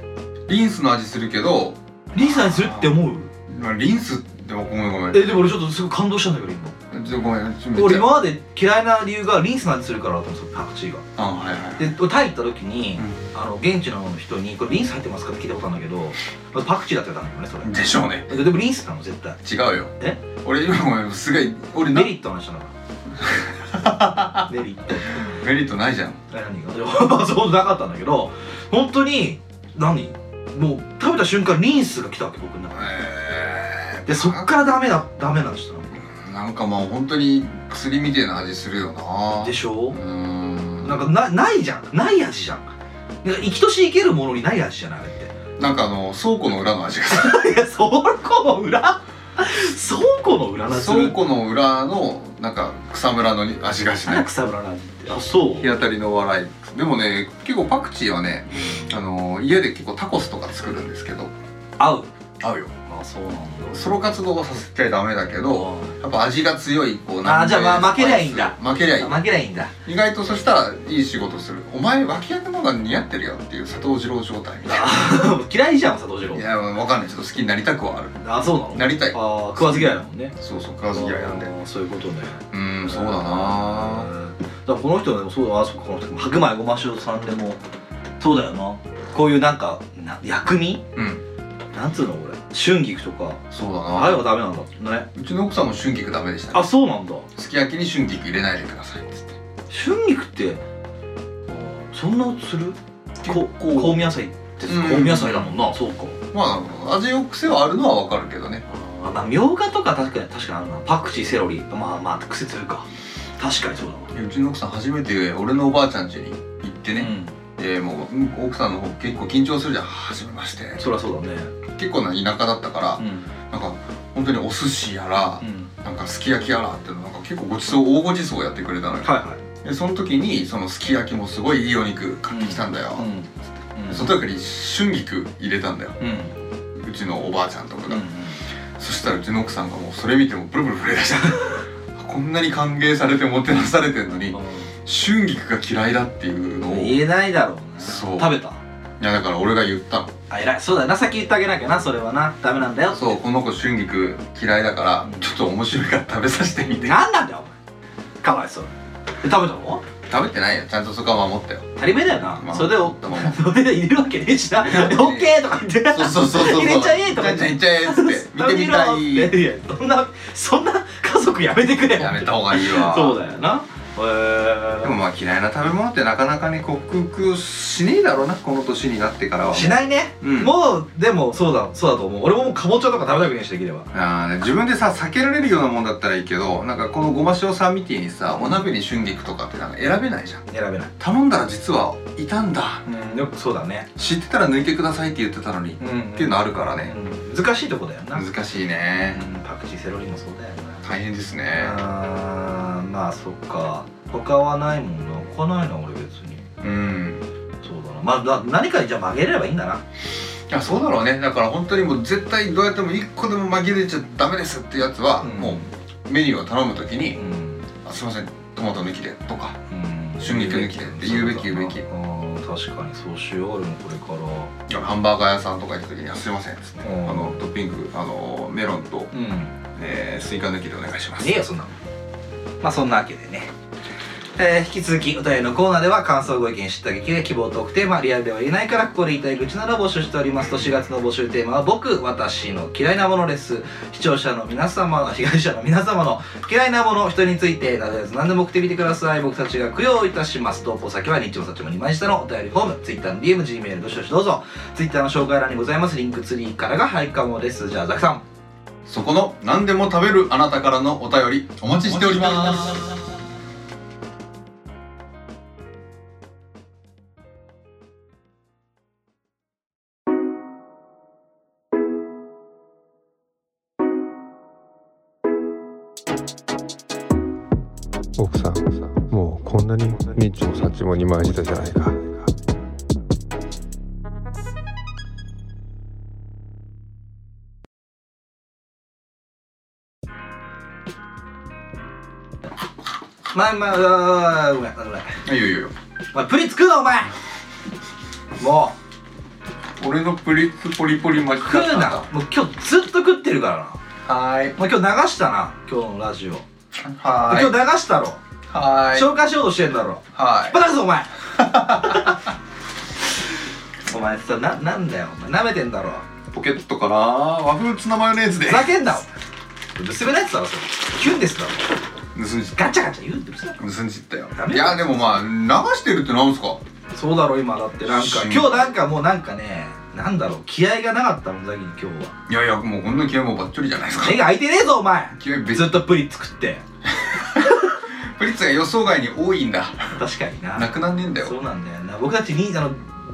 [SPEAKER 1] リンスの味するけど
[SPEAKER 2] リンスなんてするって思う
[SPEAKER 1] まあリンスでもごめんごめん
[SPEAKER 2] えでも俺ちょっとすごい感動したんだけど今
[SPEAKER 1] ちょごめんちょめっち
[SPEAKER 2] 俺
[SPEAKER 1] ゃ
[SPEAKER 2] 今まで嫌いな理由がリンスなんてするからだと思ってたパクチーが
[SPEAKER 1] あはいはい
[SPEAKER 2] で俺タイ行った時に、あの現地の人に「これリンス入ってますか?」って聞いたことあるんだけどまずパクチーだって言ったんだよねそれ
[SPEAKER 1] でしょうね
[SPEAKER 2] だけどでもリンスなの絶対
[SPEAKER 1] 違うよ
[SPEAKER 2] え
[SPEAKER 1] 俺今ごめんすごい俺な
[SPEAKER 2] メ
[SPEAKER 1] メ
[SPEAKER 2] リットの話だ からメリット
[SPEAKER 1] リットないじゃん
[SPEAKER 2] え何がでも そうなかったんだけど本当に何もう食べた瞬間リンスが来たわけ僕の中で
[SPEAKER 1] えー
[SPEAKER 2] でそっからダメだダメなんですよ
[SPEAKER 1] なんかまあ本当に薬みたいな味するよな
[SPEAKER 2] でしょ
[SPEAKER 1] うーん
[SPEAKER 2] なんかなないじゃんない味じゃんなんか生きとし生けるものにない味じゃないあれっ
[SPEAKER 1] なんかあの倉庫の裏の味が
[SPEAKER 2] ていや倉庫の裏倉庫の裏な
[SPEAKER 1] 倉庫の裏のなんか草むらの味がしない
[SPEAKER 2] 草むらなんてあそう
[SPEAKER 1] 日当たりの笑いでもね結構パクチーはねあの家で結構タコスとか作るんですけど
[SPEAKER 2] 合う
[SPEAKER 1] 合うよ
[SPEAKER 2] あそうなんだ
[SPEAKER 1] ソロ活動はさせちゃダメだけどやっぱ味が強いこう
[SPEAKER 2] あーじゃあまあ
[SPEAKER 1] なんで
[SPEAKER 2] 負けりゃいいんだ
[SPEAKER 1] 負けりゃいい
[SPEAKER 2] 負けないいんだ
[SPEAKER 1] 意外とそしたらいい仕事するお前脇役の方が似合ってるよっていう佐藤二郎状態みたい
[SPEAKER 2] 嫌いじゃん佐藤二
[SPEAKER 1] ない
[SPEAKER 2] 郎
[SPEAKER 1] やわかんないちょっと好きになりたくはある
[SPEAKER 2] あそうなの
[SPEAKER 1] なりたい
[SPEAKER 2] あー食わず嫌いだもんね
[SPEAKER 1] そうそう食わず嫌いなんで
[SPEAKER 2] あーそういうことね
[SPEAKER 1] うんそうだ
[SPEAKER 2] へ
[SPEAKER 1] な
[SPEAKER 2] ーだからこの人でもそうだあそうかこの人白米ごま塩さんでもそうだよなこういうなんかな薬味
[SPEAKER 1] うん
[SPEAKER 2] なんつうの俺春菊とか
[SPEAKER 1] そうだ
[SPEAKER 2] ああい
[SPEAKER 1] な
[SPEAKER 2] うのがダメなんだね
[SPEAKER 1] うちの奥さんも春菊ダメでしたね
[SPEAKER 2] あそうなんだ
[SPEAKER 1] すき焼きに春菊入れないでくださいっつって
[SPEAKER 2] 春菊ってあーそんなことするこ香味野菜って
[SPEAKER 1] うん
[SPEAKER 2] 香味野菜だもんなそうか
[SPEAKER 1] まあ味の癖はあるのはわかるけどね
[SPEAKER 2] あまあみょうがとか確かに確かにあるなパクチーセロリまあまあ癖強いか確かにそうだもんね
[SPEAKER 1] うちの奥さん初めて俺のおばあちゃん家に行ってね、でもううん奥さんの方結構緊張するじゃん初めまして
[SPEAKER 2] うんそりゃそうだね
[SPEAKER 1] 結構な田舎だったから、なんか本当にお寿司やら
[SPEAKER 2] う、ん
[SPEAKER 1] なんかすき焼きやらっていうのなんか結構ごちそう大ごちそうやってくれたのよ
[SPEAKER 2] はいは
[SPEAKER 1] でその時にそのすき焼きもすごいいいお肉買ってきたんだよ、
[SPEAKER 2] いうん
[SPEAKER 1] その時に春菊入れたんだよ
[SPEAKER 2] うん
[SPEAKER 1] うちのおばあちゃんとか
[SPEAKER 2] う
[SPEAKER 1] が、
[SPEAKER 2] ん
[SPEAKER 1] そしたらうちの奥さんがもうそれ見てもブルブル震え出した こんなに歓迎されてもてなされてんのに春菊が嫌いだっていうのをい
[SPEAKER 2] 言えないだろうな
[SPEAKER 1] そう
[SPEAKER 2] 食べた
[SPEAKER 1] やだから俺が言ったの
[SPEAKER 2] あ偉いそうだよな先言ってあげなきゃなそれはなダメなんだよって
[SPEAKER 1] そうこの子春菊嫌いだからちょっと面白いから食べさせてみて
[SPEAKER 2] 何なんだよお前かわいそうで食べたの
[SPEAKER 1] 食べてないよちゃんとそこは守ったよ
[SPEAKER 2] 当たり前だよな、
[SPEAKER 1] まあ
[SPEAKER 2] それでお
[SPEAKER 1] まあまあ
[SPEAKER 2] それで入れるわけねえしなオッケーとか言って
[SPEAKER 1] そうそうそうそう
[SPEAKER 2] 入れちゃえとか
[SPEAKER 1] 入れちゃえっつって見てみた
[SPEAKER 2] 食べろっ
[SPEAKER 1] い
[SPEAKER 2] ていやそんなそんな家族やめてくれ
[SPEAKER 1] やめた方がいいわ
[SPEAKER 2] そうだよな
[SPEAKER 1] で
[SPEAKER 2] へ
[SPEAKER 1] もまあ嫌いな食べ物ってなかなかね克服しねえだろうなこの年になってからは
[SPEAKER 2] えしないね、
[SPEAKER 1] うん
[SPEAKER 2] もうでもそうだそうだと思う俺ももうかぼちゃとか食べたくねえしできれば
[SPEAKER 1] あーね自分でさ避けられるようなもんだったらいいけどなんかこのごま塩さんみてえにさお鍋に春菊とかってなんか選べないじゃん
[SPEAKER 2] 選べない
[SPEAKER 1] 頼んだら実はいたんだ
[SPEAKER 2] うんよくそうだね
[SPEAKER 1] 知ってたら抜いてくださいって言ってたのに、
[SPEAKER 2] うん、
[SPEAKER 1] っていうのあるからね
[SPEAKER 2] うん難しいとこだよな、うん、
[SPEAKER 1] 難しいね、
[SPEAKER 2] パクチーセロリもそうだよな
[SPEAKER 1] 大変ですね
[SPEAKER 2] あーまあそっか他はないもんな他ないな俺別に
[SPEAKER 1] うん
[SPEAKER 2] そうだなまあな何かにじゃあ曲げれればいいんだない
[SPEAKER 1] やそうだろうねだから本当にもう絶対どうやっても1個でも紛れちゃダメですってやつは、
[SPEAKER 2] うん
[SPEAKER 1] もうメニューを頼む時
[SPEAKER 2] う
[SPEAKER 1] に
[SPEAKER 2] ん
[SPEAKER 1] 「あすいませんトマト抜きで」とか
[SPEAKER 2] うん
[SPEAKER 1] 春菊抜きでって言うべき言うべき
[SPEAKER 2] あー確かにそうしよう俺もこれから
[SPEAKER 1] いやハンバーガー屋さんとか行った時に「あすいません」っつって、
[SPEAKER 2] うん
[SPEAKER 1] あのトッピングあのメロンと、
[SPEAKER 2] うん
[SPEAKER 1] えースイカ抜きでお願いします
[SPEAKER 2] ねえよそんなのまあそんなわけでねえー引き続きお便りのコーナーでは感想ご意見知った劇で希望トークテーマリアルでは言えないからここで言いたい愚痴なら募集しておりますと4月の募集テーマは僕私の嫌いなものです視聴者の皆様被害者の皆様の嫌いなもの人についてなどやつ何でも送ってみてください僕たちが供養いたします投稿先は日もさちも2枚下のお便りフォーム Twitter の DM G メールどしどしどうぞ Twitter の紹介欄にございますリンクツリーからが配かもですじゃあザクさん
[SPEAKER 1] そこの何でも食べるあなたからのお便りお待ちしております
[SPEAKER 5] 奥さんもうこんなにみちもさちも二枚舌じゃないか
[SPEAKER 2] まあまあうわうわうわごめんごめん
[SPEAKER 1] いやいやいや
[SPEAKER 2] お前プリ作うなお前も
[SPEAKER 1] 俺のプリッツポリポリ巻
[SPEAKER 2] う
[SPEAKER 1] き
[SPEAKER 2] 食
[SPEAKER 1] 方
[SPEAKER 2] うなもう今日ずっと食ってるからな
[SPEAKER 1] はーい
[SPEAKER 2] もう今日流したな今日のラジオ、
[SPEAKER 1] はー
[SPEAKER 2] 今
[SPEAKER 1] い
[SPEAKER 2] 日流したろ、
[SPEAKER 1] はーい
[SPEAKER 2] 紹介しようとしてんだろ
[SPEAKER 1] は
[SPEAKER 2] バカだぞお 前お前さななんだよお前舐めてんだろ
[SPEAKER 1] いポケットから和風ツナマヨネーズで
[SPEAKER 2] ふざけんなお前娘のやつだろそれキュンですだろ
[SPEAKER 1] 盗んじ
[SPEAKER 2] ガチャガチャ言うってるさ
[SPEAKER 1] 盗んじったよ
[SPEAKER 2] ダメ
[SPEAKER 1] いやでもまあ流してるってなんすか
[SPEAKER 2] そうだろ今だってなんか
[SPEAKER 1] 信
[SPEAKER 2] 今日なんかもうなんかねなんだろう気合がなかったもんだけに今日はい
[SPEAKER 1] やいやもうこんな気合もうばっちょりじゃないですか
[SPEAKER 2] 目が開いてねえぞお前
[SPEAKER 1] 気合別
[SPEAKER 2] ずっとプリ作って
[SPEAKER 1] プリッツが予想外に多いんだ
[SPEAKER 2] 確かにな
[SPEAKER 1] なくなんねえんだ
[SPEAKER 2] そ
[SPEAKER 1] よ
[SPEAKER 2] うなんだよな僕たちにあの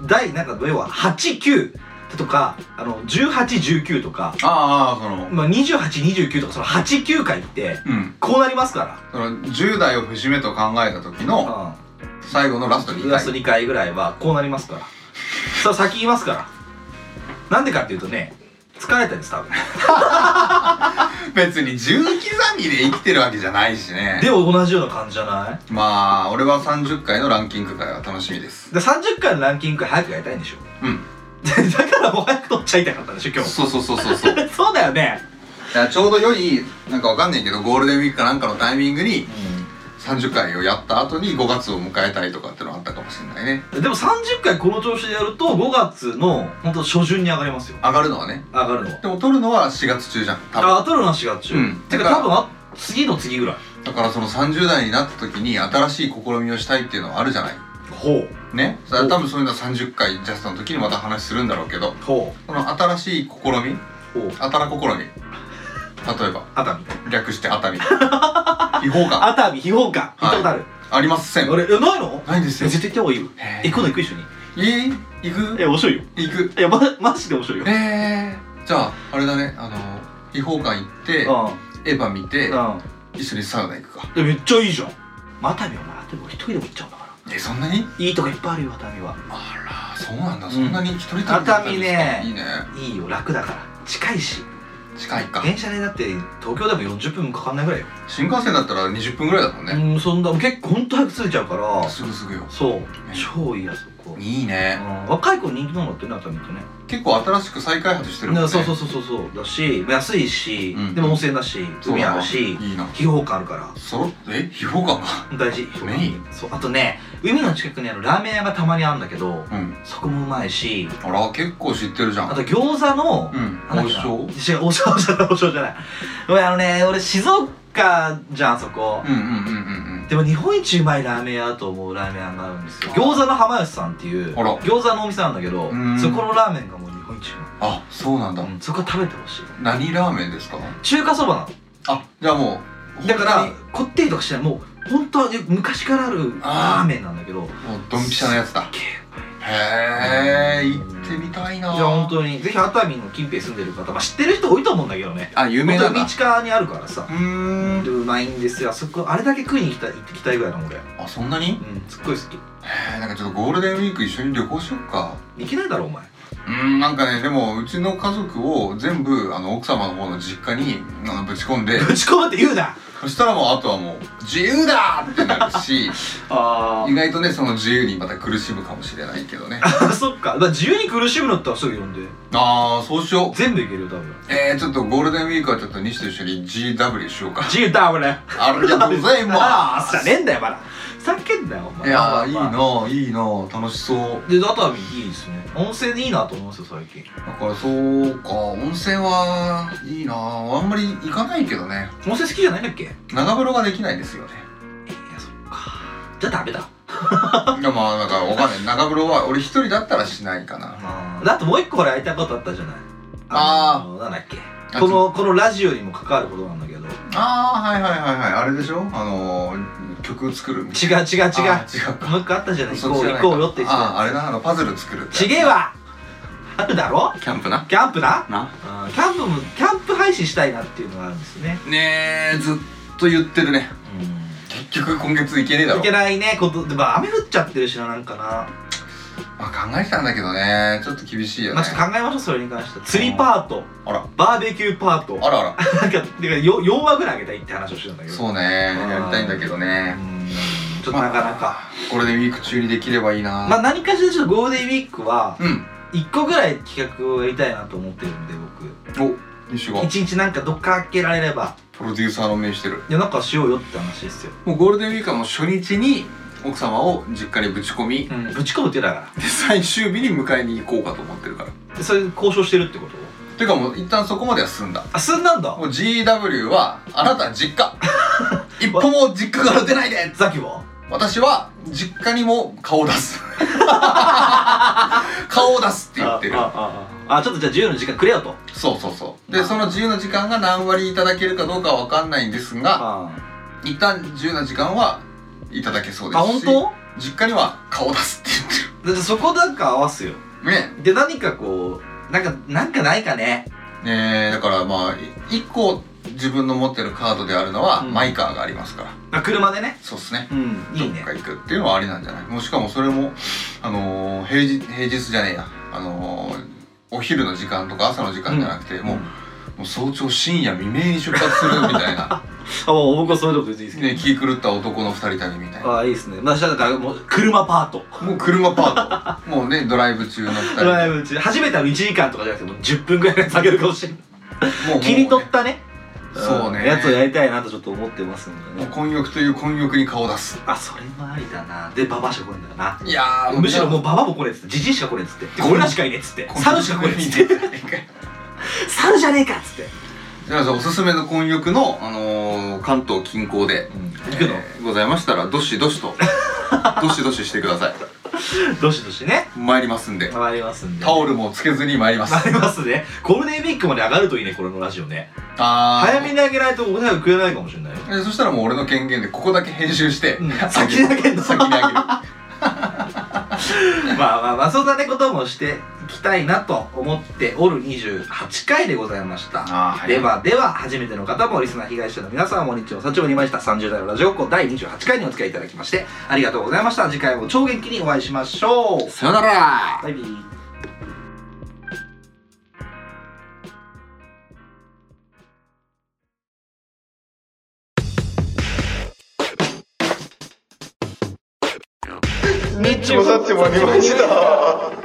[SPEAKER 2] 第なんか要は89とかあの1819とか、
[SPEAKER 1] ああその
[SPEAKER 2] まあ、2829とかその89回って
[SPEAKER 1] うん
[SPEAKER 2] こうなりますか
[SPEAKER 1] その10代を節目と考えた時
[SPEAKER 2] ら、
[SPEAKER 1] の最後のラスト
[SPEAKER 2] うん、
[SPEAKER 1] 2
[SPEAKER 2] ラスト
[SPEAKER 1] 回
[SPEAKER 2] 2回ぐらいはこうなりますからそれ先言いますからなんでかっていうとね疲れたんです多分
[SPEAKER 1] 別に10刻みで生きてるわけじゃないしね
[SPEAKER 2] でも同じような感じじゃない
[SPEAKER 1] まあ俺は30回のランキング会は楽しみです
[SPEAKER 2] で30回のランキング会早くやりたいんでしょ
[SPEAKER 1] うん
[SPEAKER 2] だからもう早く取っちゃいたかったんでしょ今日
[SPEAKER 1] そうそうそうそうそう
[SPEAKER 2] そうだよね、
[SPEAKER 1] いやちょうど良いなんかわかんないけどゴールデンウィークかなんかのタイミングに30回をやった後に5月を迎えたいとかってのあったかもしれないね
[SPEAKER 2] でも30回この調子でやると5月の本当初旬に上がりますよ
[SPEAKER 1] 上がるのはね
[SPEAKER 2] 上がるのは
[SPEAKER 1] でも撮るのは4月中じゃん多分
[SPEAKER 2] あ当たるのは4月中、
[SPEAKER 1] うん
[SPEAKER 2] てか
[SPEAKER 1] だから
[SPEAKER 2] 多分あ次の次ぐらい
[SPEAKER 1] だからその30代になった時に新しい試みをしたいっていうのはあるじゃない
[SPEAKER 2] ほ
[SPEAKER 1] ねそれは多分そういうのは30回ジャストの時にまた話するんだろうけど
[SPEAKER 2] うほ
[SPEAKER 1] その新しい試み
[SPEAKER 2] うほう
[SPEAKER 1] 新試み例えば
[SPEAKER 2] 熱海
[SPEAKER 1] 略して熱 海違法感
[SPEAKER 2] 熱海秘宝館行ったことある、
[SPEAKER 1] ありません
[SPEAKER 2] 俺えないの
[SPEAKER 1] ないんで
[SPEAKER 2] え
[SPEAKER 1] すよ
[SPEAKER 2] 絶対行った方がいいよ
[SPEAKER 1] へえ
[SPEAKER 2] え今度行く一緒に
[SPEAKER 1] え行く
[SPEAKER 2] え面白いよ
[SPEAKER 1] 行く
[SPEAKER 2] いやまマジで面白いよ
[SPEAKER 1] えー、じゃああれだねあの違法館行ってエヴァ見て
[SPEAKER 2] うんうん
[SPEAKER 1] 一緒にサウナ行くか
[SPEAKER 2] えめっちゃいいじゃん熱海はお前熱海は一人でも行っちゃうんだから
[SPEAKER 1] えそんなに
[SPEAKER 2] いいとこいっぱいあるよ熱海は
[SPEAKER 1] あらそうなんだ、
[SPEAKER 2] ん
[SPEAKER 1] そんなに一人旅だったんですか
[SPEAKER 2] 熱海ね
[SPEAKER 1] いいね
[SPEAKER 2] いいよ楽だから近いし
[SPEAKER 1] 近いか
[SPEAKER 2] 電車でだって東京でも40分かかんないぐらいよ、
[SPEAKER 1] 新幹線だったら20分ぐらいだもんね、
[SPEAKER 2] うんそんな結構ほんと早く着いちゃうから
[SPEAKER 1] すぐすぐよ
[SPEAKER 2] そう超いいやそこ
[SPEAKER 1] いいね
[SPEAKER 2] うん若い子に人気なんだってね熱海ってね
[SPEAKER 1] 結構新しく再開発してるもん
[SPEAKER 2] ね
[SPEAKER 1] ね
[SPEAKER 2] そうそうそうそうそうだし安いし、
[SPEAKER 1] うん
[SPEAKER 2] でも温泉だし
[SPEAKER 1] そう
[SPEAKER 2] 海
[SPEAKER 1] だ
[SPEAKER 2] あ
[SPEAKER 1] な
[SPEAKER 2] るし
[SPEAKER 1] いいな
[SPEAKER 2] 秘宝館あるか
[SPEAKER 1] そろえ秘宝感が
[SPEAKER 2] ら大事
[SPEAKER 1] メイン
[SPEAKER 2] そうあとね海の近くにあるラーメン屋がたまにあるんだけど
[SPEAKER 1] うん
[SPEAKER 2] そこもうまいし
[SPEAKER 1] あら結構知ってるじゃん
[SPEAKER 2] あと餃子の、
[SPEAKER 1] うん
[SPEAKER 2] な
[SPEAKER 1] 王
[SPEAKER 2] んだっけな
[SPEAKER 1] 将
[SPEAKER 2] 違う王将王将王将じゃないごめんあのね俺静岡じゃんそこ
[SPEAKER 1] うんうんうんうんうん
[SPEAKER 2] でも日本一うまいラーメン屋と思うラーメン屋があるんですよ餃子の浜吉さんっていう
[SPEAKER 1] あら
[SPEAKER 2] 餃子のお店なんだけど
[SPEAKER 1] うん
[SPEAKER 2] そこのラーメンがもう日本一うま
[SPEAKER 1] あそうなんだ、
[SPEAKER 2] い、うん、そこは食べてほしい
[SPEAKER 1] 何ラーメンですか
[SPEAKER 2] 中華そばな
[SPEAKER 1] あじゃあもう
[SPEAKER 2] のだから
[SPEAKER 1] 本
[SPEAKER 2] こってりとかしてないもう本当は昔からあるラーメンなんだけど
[SPEAKER 1] 当にもうドンピシャのやつだ
[SPEAKER 2] げ
[SPEAKER 1] へえ行ってみたいな
[SPEAKER 2] じゃあ本当にぜひ熱海の近辺住んでる方、まあ、知ってる人多いと思うんだけどね
[SPEAKER 1] あ有名な
[SPEAKER 2] 本当
[SPEAKER 1] ん
[SPEAKER 2] に
[SPEAKER 1] だ
[SPEAKER 2] 道川にあるからさ
[SPEAKER 1] うーん
[SPEAKER 2] でうまいんですよあそこあれだけ食いに行きたい行ってきたいぐらいなの俺
[SPEAKER 1] あそんなに
[SPEAKER 2] うんすっごい好き
[SPEAKER 1] へえなんかちょっとゴールデンウィーク一緒に旅行しよっか
[SPEAKER 2] 行けないだろお前
[SPEAKER 1] うーんなんかねでもうちの家族を全部あの奥様の方の実家にあのぶち込んで
[SPEAKER 2] ぶち込むって言うな
[SPEAKER 1] そしたらもうあとはもう自由だってなるし
[SPEAKER 2] あ
[SPEAKER 1] 意外とねその自由にまた苦しむかもしれないけどね
[SPEAKER 2] あそっかだから自由に苦しむのってすぐ呼んで
[SPEAKER 1] ああそうしよう
[SPEAKER 2] 全部いけるよ多分
[SPEAKER 1] えー、ちょっとゴールデンウィークはちょっと西と一緒に GW しようか
[SPEAKER 2] 自由だ俺
[SPEAKER 1] ありがとうございま
[SPEAKER 2] ああじゃ
[SPEAKER 1] す
[SPEAKER 2] ねえんだよまだ叫んだよお
[SPEAKER 1] い
[SPEAKER 2] 前
[SPEAKER 1] やーいい
[SPEAKER 2] な
[SPEAKER 1] なあいいなあ楽しそう
[SPEAKER 2] で熱海いいですね温泉いいなと思いますよ最近
[SPEAKER 1] だからそうか温泉はいいなああんまり行かないけどね
[SPEAKER 2] 温泉好きじゃないんだっけいや
[SPEAKER 1] 長風呂ができないですよね
[SPEAKER 2] そっかじゃあダメだ
[SPEAKER 1] いやまあなんかわかんない長風呂は俺一人だったらしないかな
[SPEAKER 2] あーだってもう一個俺やりたいことあったじゃない
[SPEAKER 1] あ
[SPEAKER 2] のなんだっけ
[SPEAKER 1] あ
[SPEAKER 2] このこのラジオにも関わることなんだけど違う
[SPEAKER 1] ああはいはいはいはいあれでしょあのー、曲作るみたい
[SPEAKER 2] 違う違う
[SPEAKER 1] なあー違うか
[SPEAKER 2] もう一個あったじゃない行
[SPEAKER 1] そっ
[SPEAKER 2] こ
[SPEAKER 1] ち
[SPEAKER 2] う
[SPEAKER 1] じゃな
[SPEAKER 2] 行
[SPEAKER 1] いか
[SPEAKER 2] こうよって言って
[SPEAKER 1] あああ
[SPEAKER 2] た
[SPEAKER 1] れななんかパズル作るって
[SPEAKER 2] ちげえわあるだろ
[SPEAKER 1] キャンプな
[SPEAKER 2] キャンプな
[SPEAKER 1] な
[SPEAKER 2] うんキャンプもキャンプ配信したいなっていうのがあるんですよね
[SPEAKER 1] ねえずっと言ってるね結局今月行けねえだろ
[SPEAKER 2] いけないねことでも雨降っちゃってるしななんかな
[SPEAKER 1] まあ、考えてたんだけどねちょっと厳しいよ
[SPEAKER 2] ま
[SPEAKER 1] ね
[SPEAKER 2] あ、ちょっと考えましょうそれに関しては釣りパート
[SPEAKER 1] あら
[SPEAKER 2] バーベキューパート
[SPEAKER 1] あらあら
[SPEAKER 2] なんかてかよ4話ぐらいあげたいって話をしてたんだけど
[SPEAKER 1] そううね
[SPEAKER 2] ん
[SPEAKER 1] やりたいんだけどね
[SPEAKER 2] んちょっとなかなか
[SPEAKER 1] ゴールデンウィーク中にできればいいな
[SPEAKER 2] まあ何かしらちょっとゴールデンウィークは
[SPEAKER 1] うん
[SPEAKER 2] 1個ぐらい企画をやりたいなと思ってるんで僕
[SPEAKER 1] お西が
[SPEAKER 2] 1日なんかどっか開けられれば
[SPEAKER 1] プロデューサーの目してる
[SPEAKER 2] いやなんかしようよって話ですよ、
[SPEAKER 1] もうゴールデンウィークはもう初日に奥様を実家にぶち込み
[SPEAKER 2] うん、ぶち込むってだか
[SPEAKER 1] で最終日に迎えに行こうかと思ってるから
[SPEAKER 2] らでそれで交渉してるってこと
[SPEAKER 1] てかもう一旦そこまでは済んだ
[SPEAKER 2] あすんなんだ
[SPEAKER 1] もう GW はあなた実 家一歩も実家から出ないで
[SPEAKER 2] ザキは
[SPEAKER 1] 私は実家にも顔を出 す顔を出すって言ってる
[SPEAKER 2] あああああちょっとじゃあ自由の時間くれよと
[SPEAKER 1] そうそうそう
[SPEAKER 2] ま
[SPEAKER 1] で
[SPEAKER 2] あ
[SPEAKER 1] その自由な時間が何割いただけるかどうかは分かんないんですが
[SPEAKER 2] あ
[SPEAKER 1] 一旦自由な時間はいただけそうです
[SPEAKER 2] あ本
[SPEAKER 1] し
[SPEAKER 2] 当
[SPEAKER 1] 実家には顔出すって言
[SPEAKER 2] だってそこなんか合わすよ
[SPEAKER 1] ってるね
[SPEAKER 2] で何かこうなんかなんかないかね
[SPEAKER 1] えー、だからまあ1個自分の持ってるカードであるのは、
[SPEAKER 2] うん
[SPEAKER 1] マイカーがありますから
[SPEAKER 2] あ車でね
[SPEAKER 1] そうっすね
[SPEAKER 2] うんいいね
[SPEAKER 1] どっか行くっていうのはありなんじゃないもうしかもそれもあのー平日平日じゃねえやあのーお昼の時間とか朝の時間じゃなくて、もうもう早朝深夜未明に出発するみたいな、
[SPEAKER 2] あもう僕はそういうこと別にいいですけど、
[SPEAKER 1] ね、気狂った男の二人旅みたいな
[SPEAKER 2] ああいいですね私はだからもう車パート
[SPEAKER 1] もう車パートもうねドライブ中の2人
[SPEAKER 2] ドライブ中初めての1時間とかじゃなくてもう10分ぐらい下げるかもしれない
[SPEAKER 1] もう
[SPEAKER 2] 切り取
[SPEAKER 1] も
[SPEAKER 2] ったね
[SPEAKER 1] そうね
[SPEAKER 2] んやつをやりたいなとちょっと思ってますの
[SPEAKER 1] うねも
[SPEAKER 2] で
[SPEAKER 1] う
[SPEAKER 2] ね
[SPEAKER 1] 混浴という混浴に顔を出す
[SPEAKER 2] あそれもありだなでババアしか来れんだよない
[SPEAKER 1] やー
[SPEAKER 2] むしろも
[SPEAKER 1] う
[SPEAKER 2] うババも来れっつってジジイしか来れっつってでゴリラしかいねっつって猿しか来れっつって
[SPEAKER 1] て
[SPEAKER 2] 猿じゃねえかっつって
[SPEAKER 1] じゃあおすすめの混浴の、あのー関東近郊で、
[SPEAKER 2] 行くの
[SPEAKER 1] えーございましたらどしどし とどしどししてください
[SPEAKER 2] どしどしね
[SPEAKER 1] 参りますんで
[SPEAKER 2] 回りますんで
[SPEAKER 1] タオルもつけずに参ります
[SPEAKER 2] 回りますねゴールデンウィークまで上がるといいねこれのラジオね
[SPEAKER 1] あー
[SPEAKER 2] 早めに上げないとお便りくれないかもしれないよ
[SPEAKER 1] えそしたらもう俺の権限でここだけ編集して、
[SPEAKER 2] うん先にあげんの
[SPEAKER 1] 先にあげる
[SPEAKER 2] まあまあまあそんなねこともしていきたいなと思っておる28回でございました、
[SPEAKER 1] あーはい
[SPEAKER 2] ではでは初めての方もリスナー被害者の皆さんも日曜社長にいました30代のラジオ校第28回にお付き合いいただきましてありがとうございました次回も超元気にお会いしましょ う
[SPEAKER 1] さよなら
[SPEAKER 2] バイビー
[SPEAKER 6] 日もさっちもありました。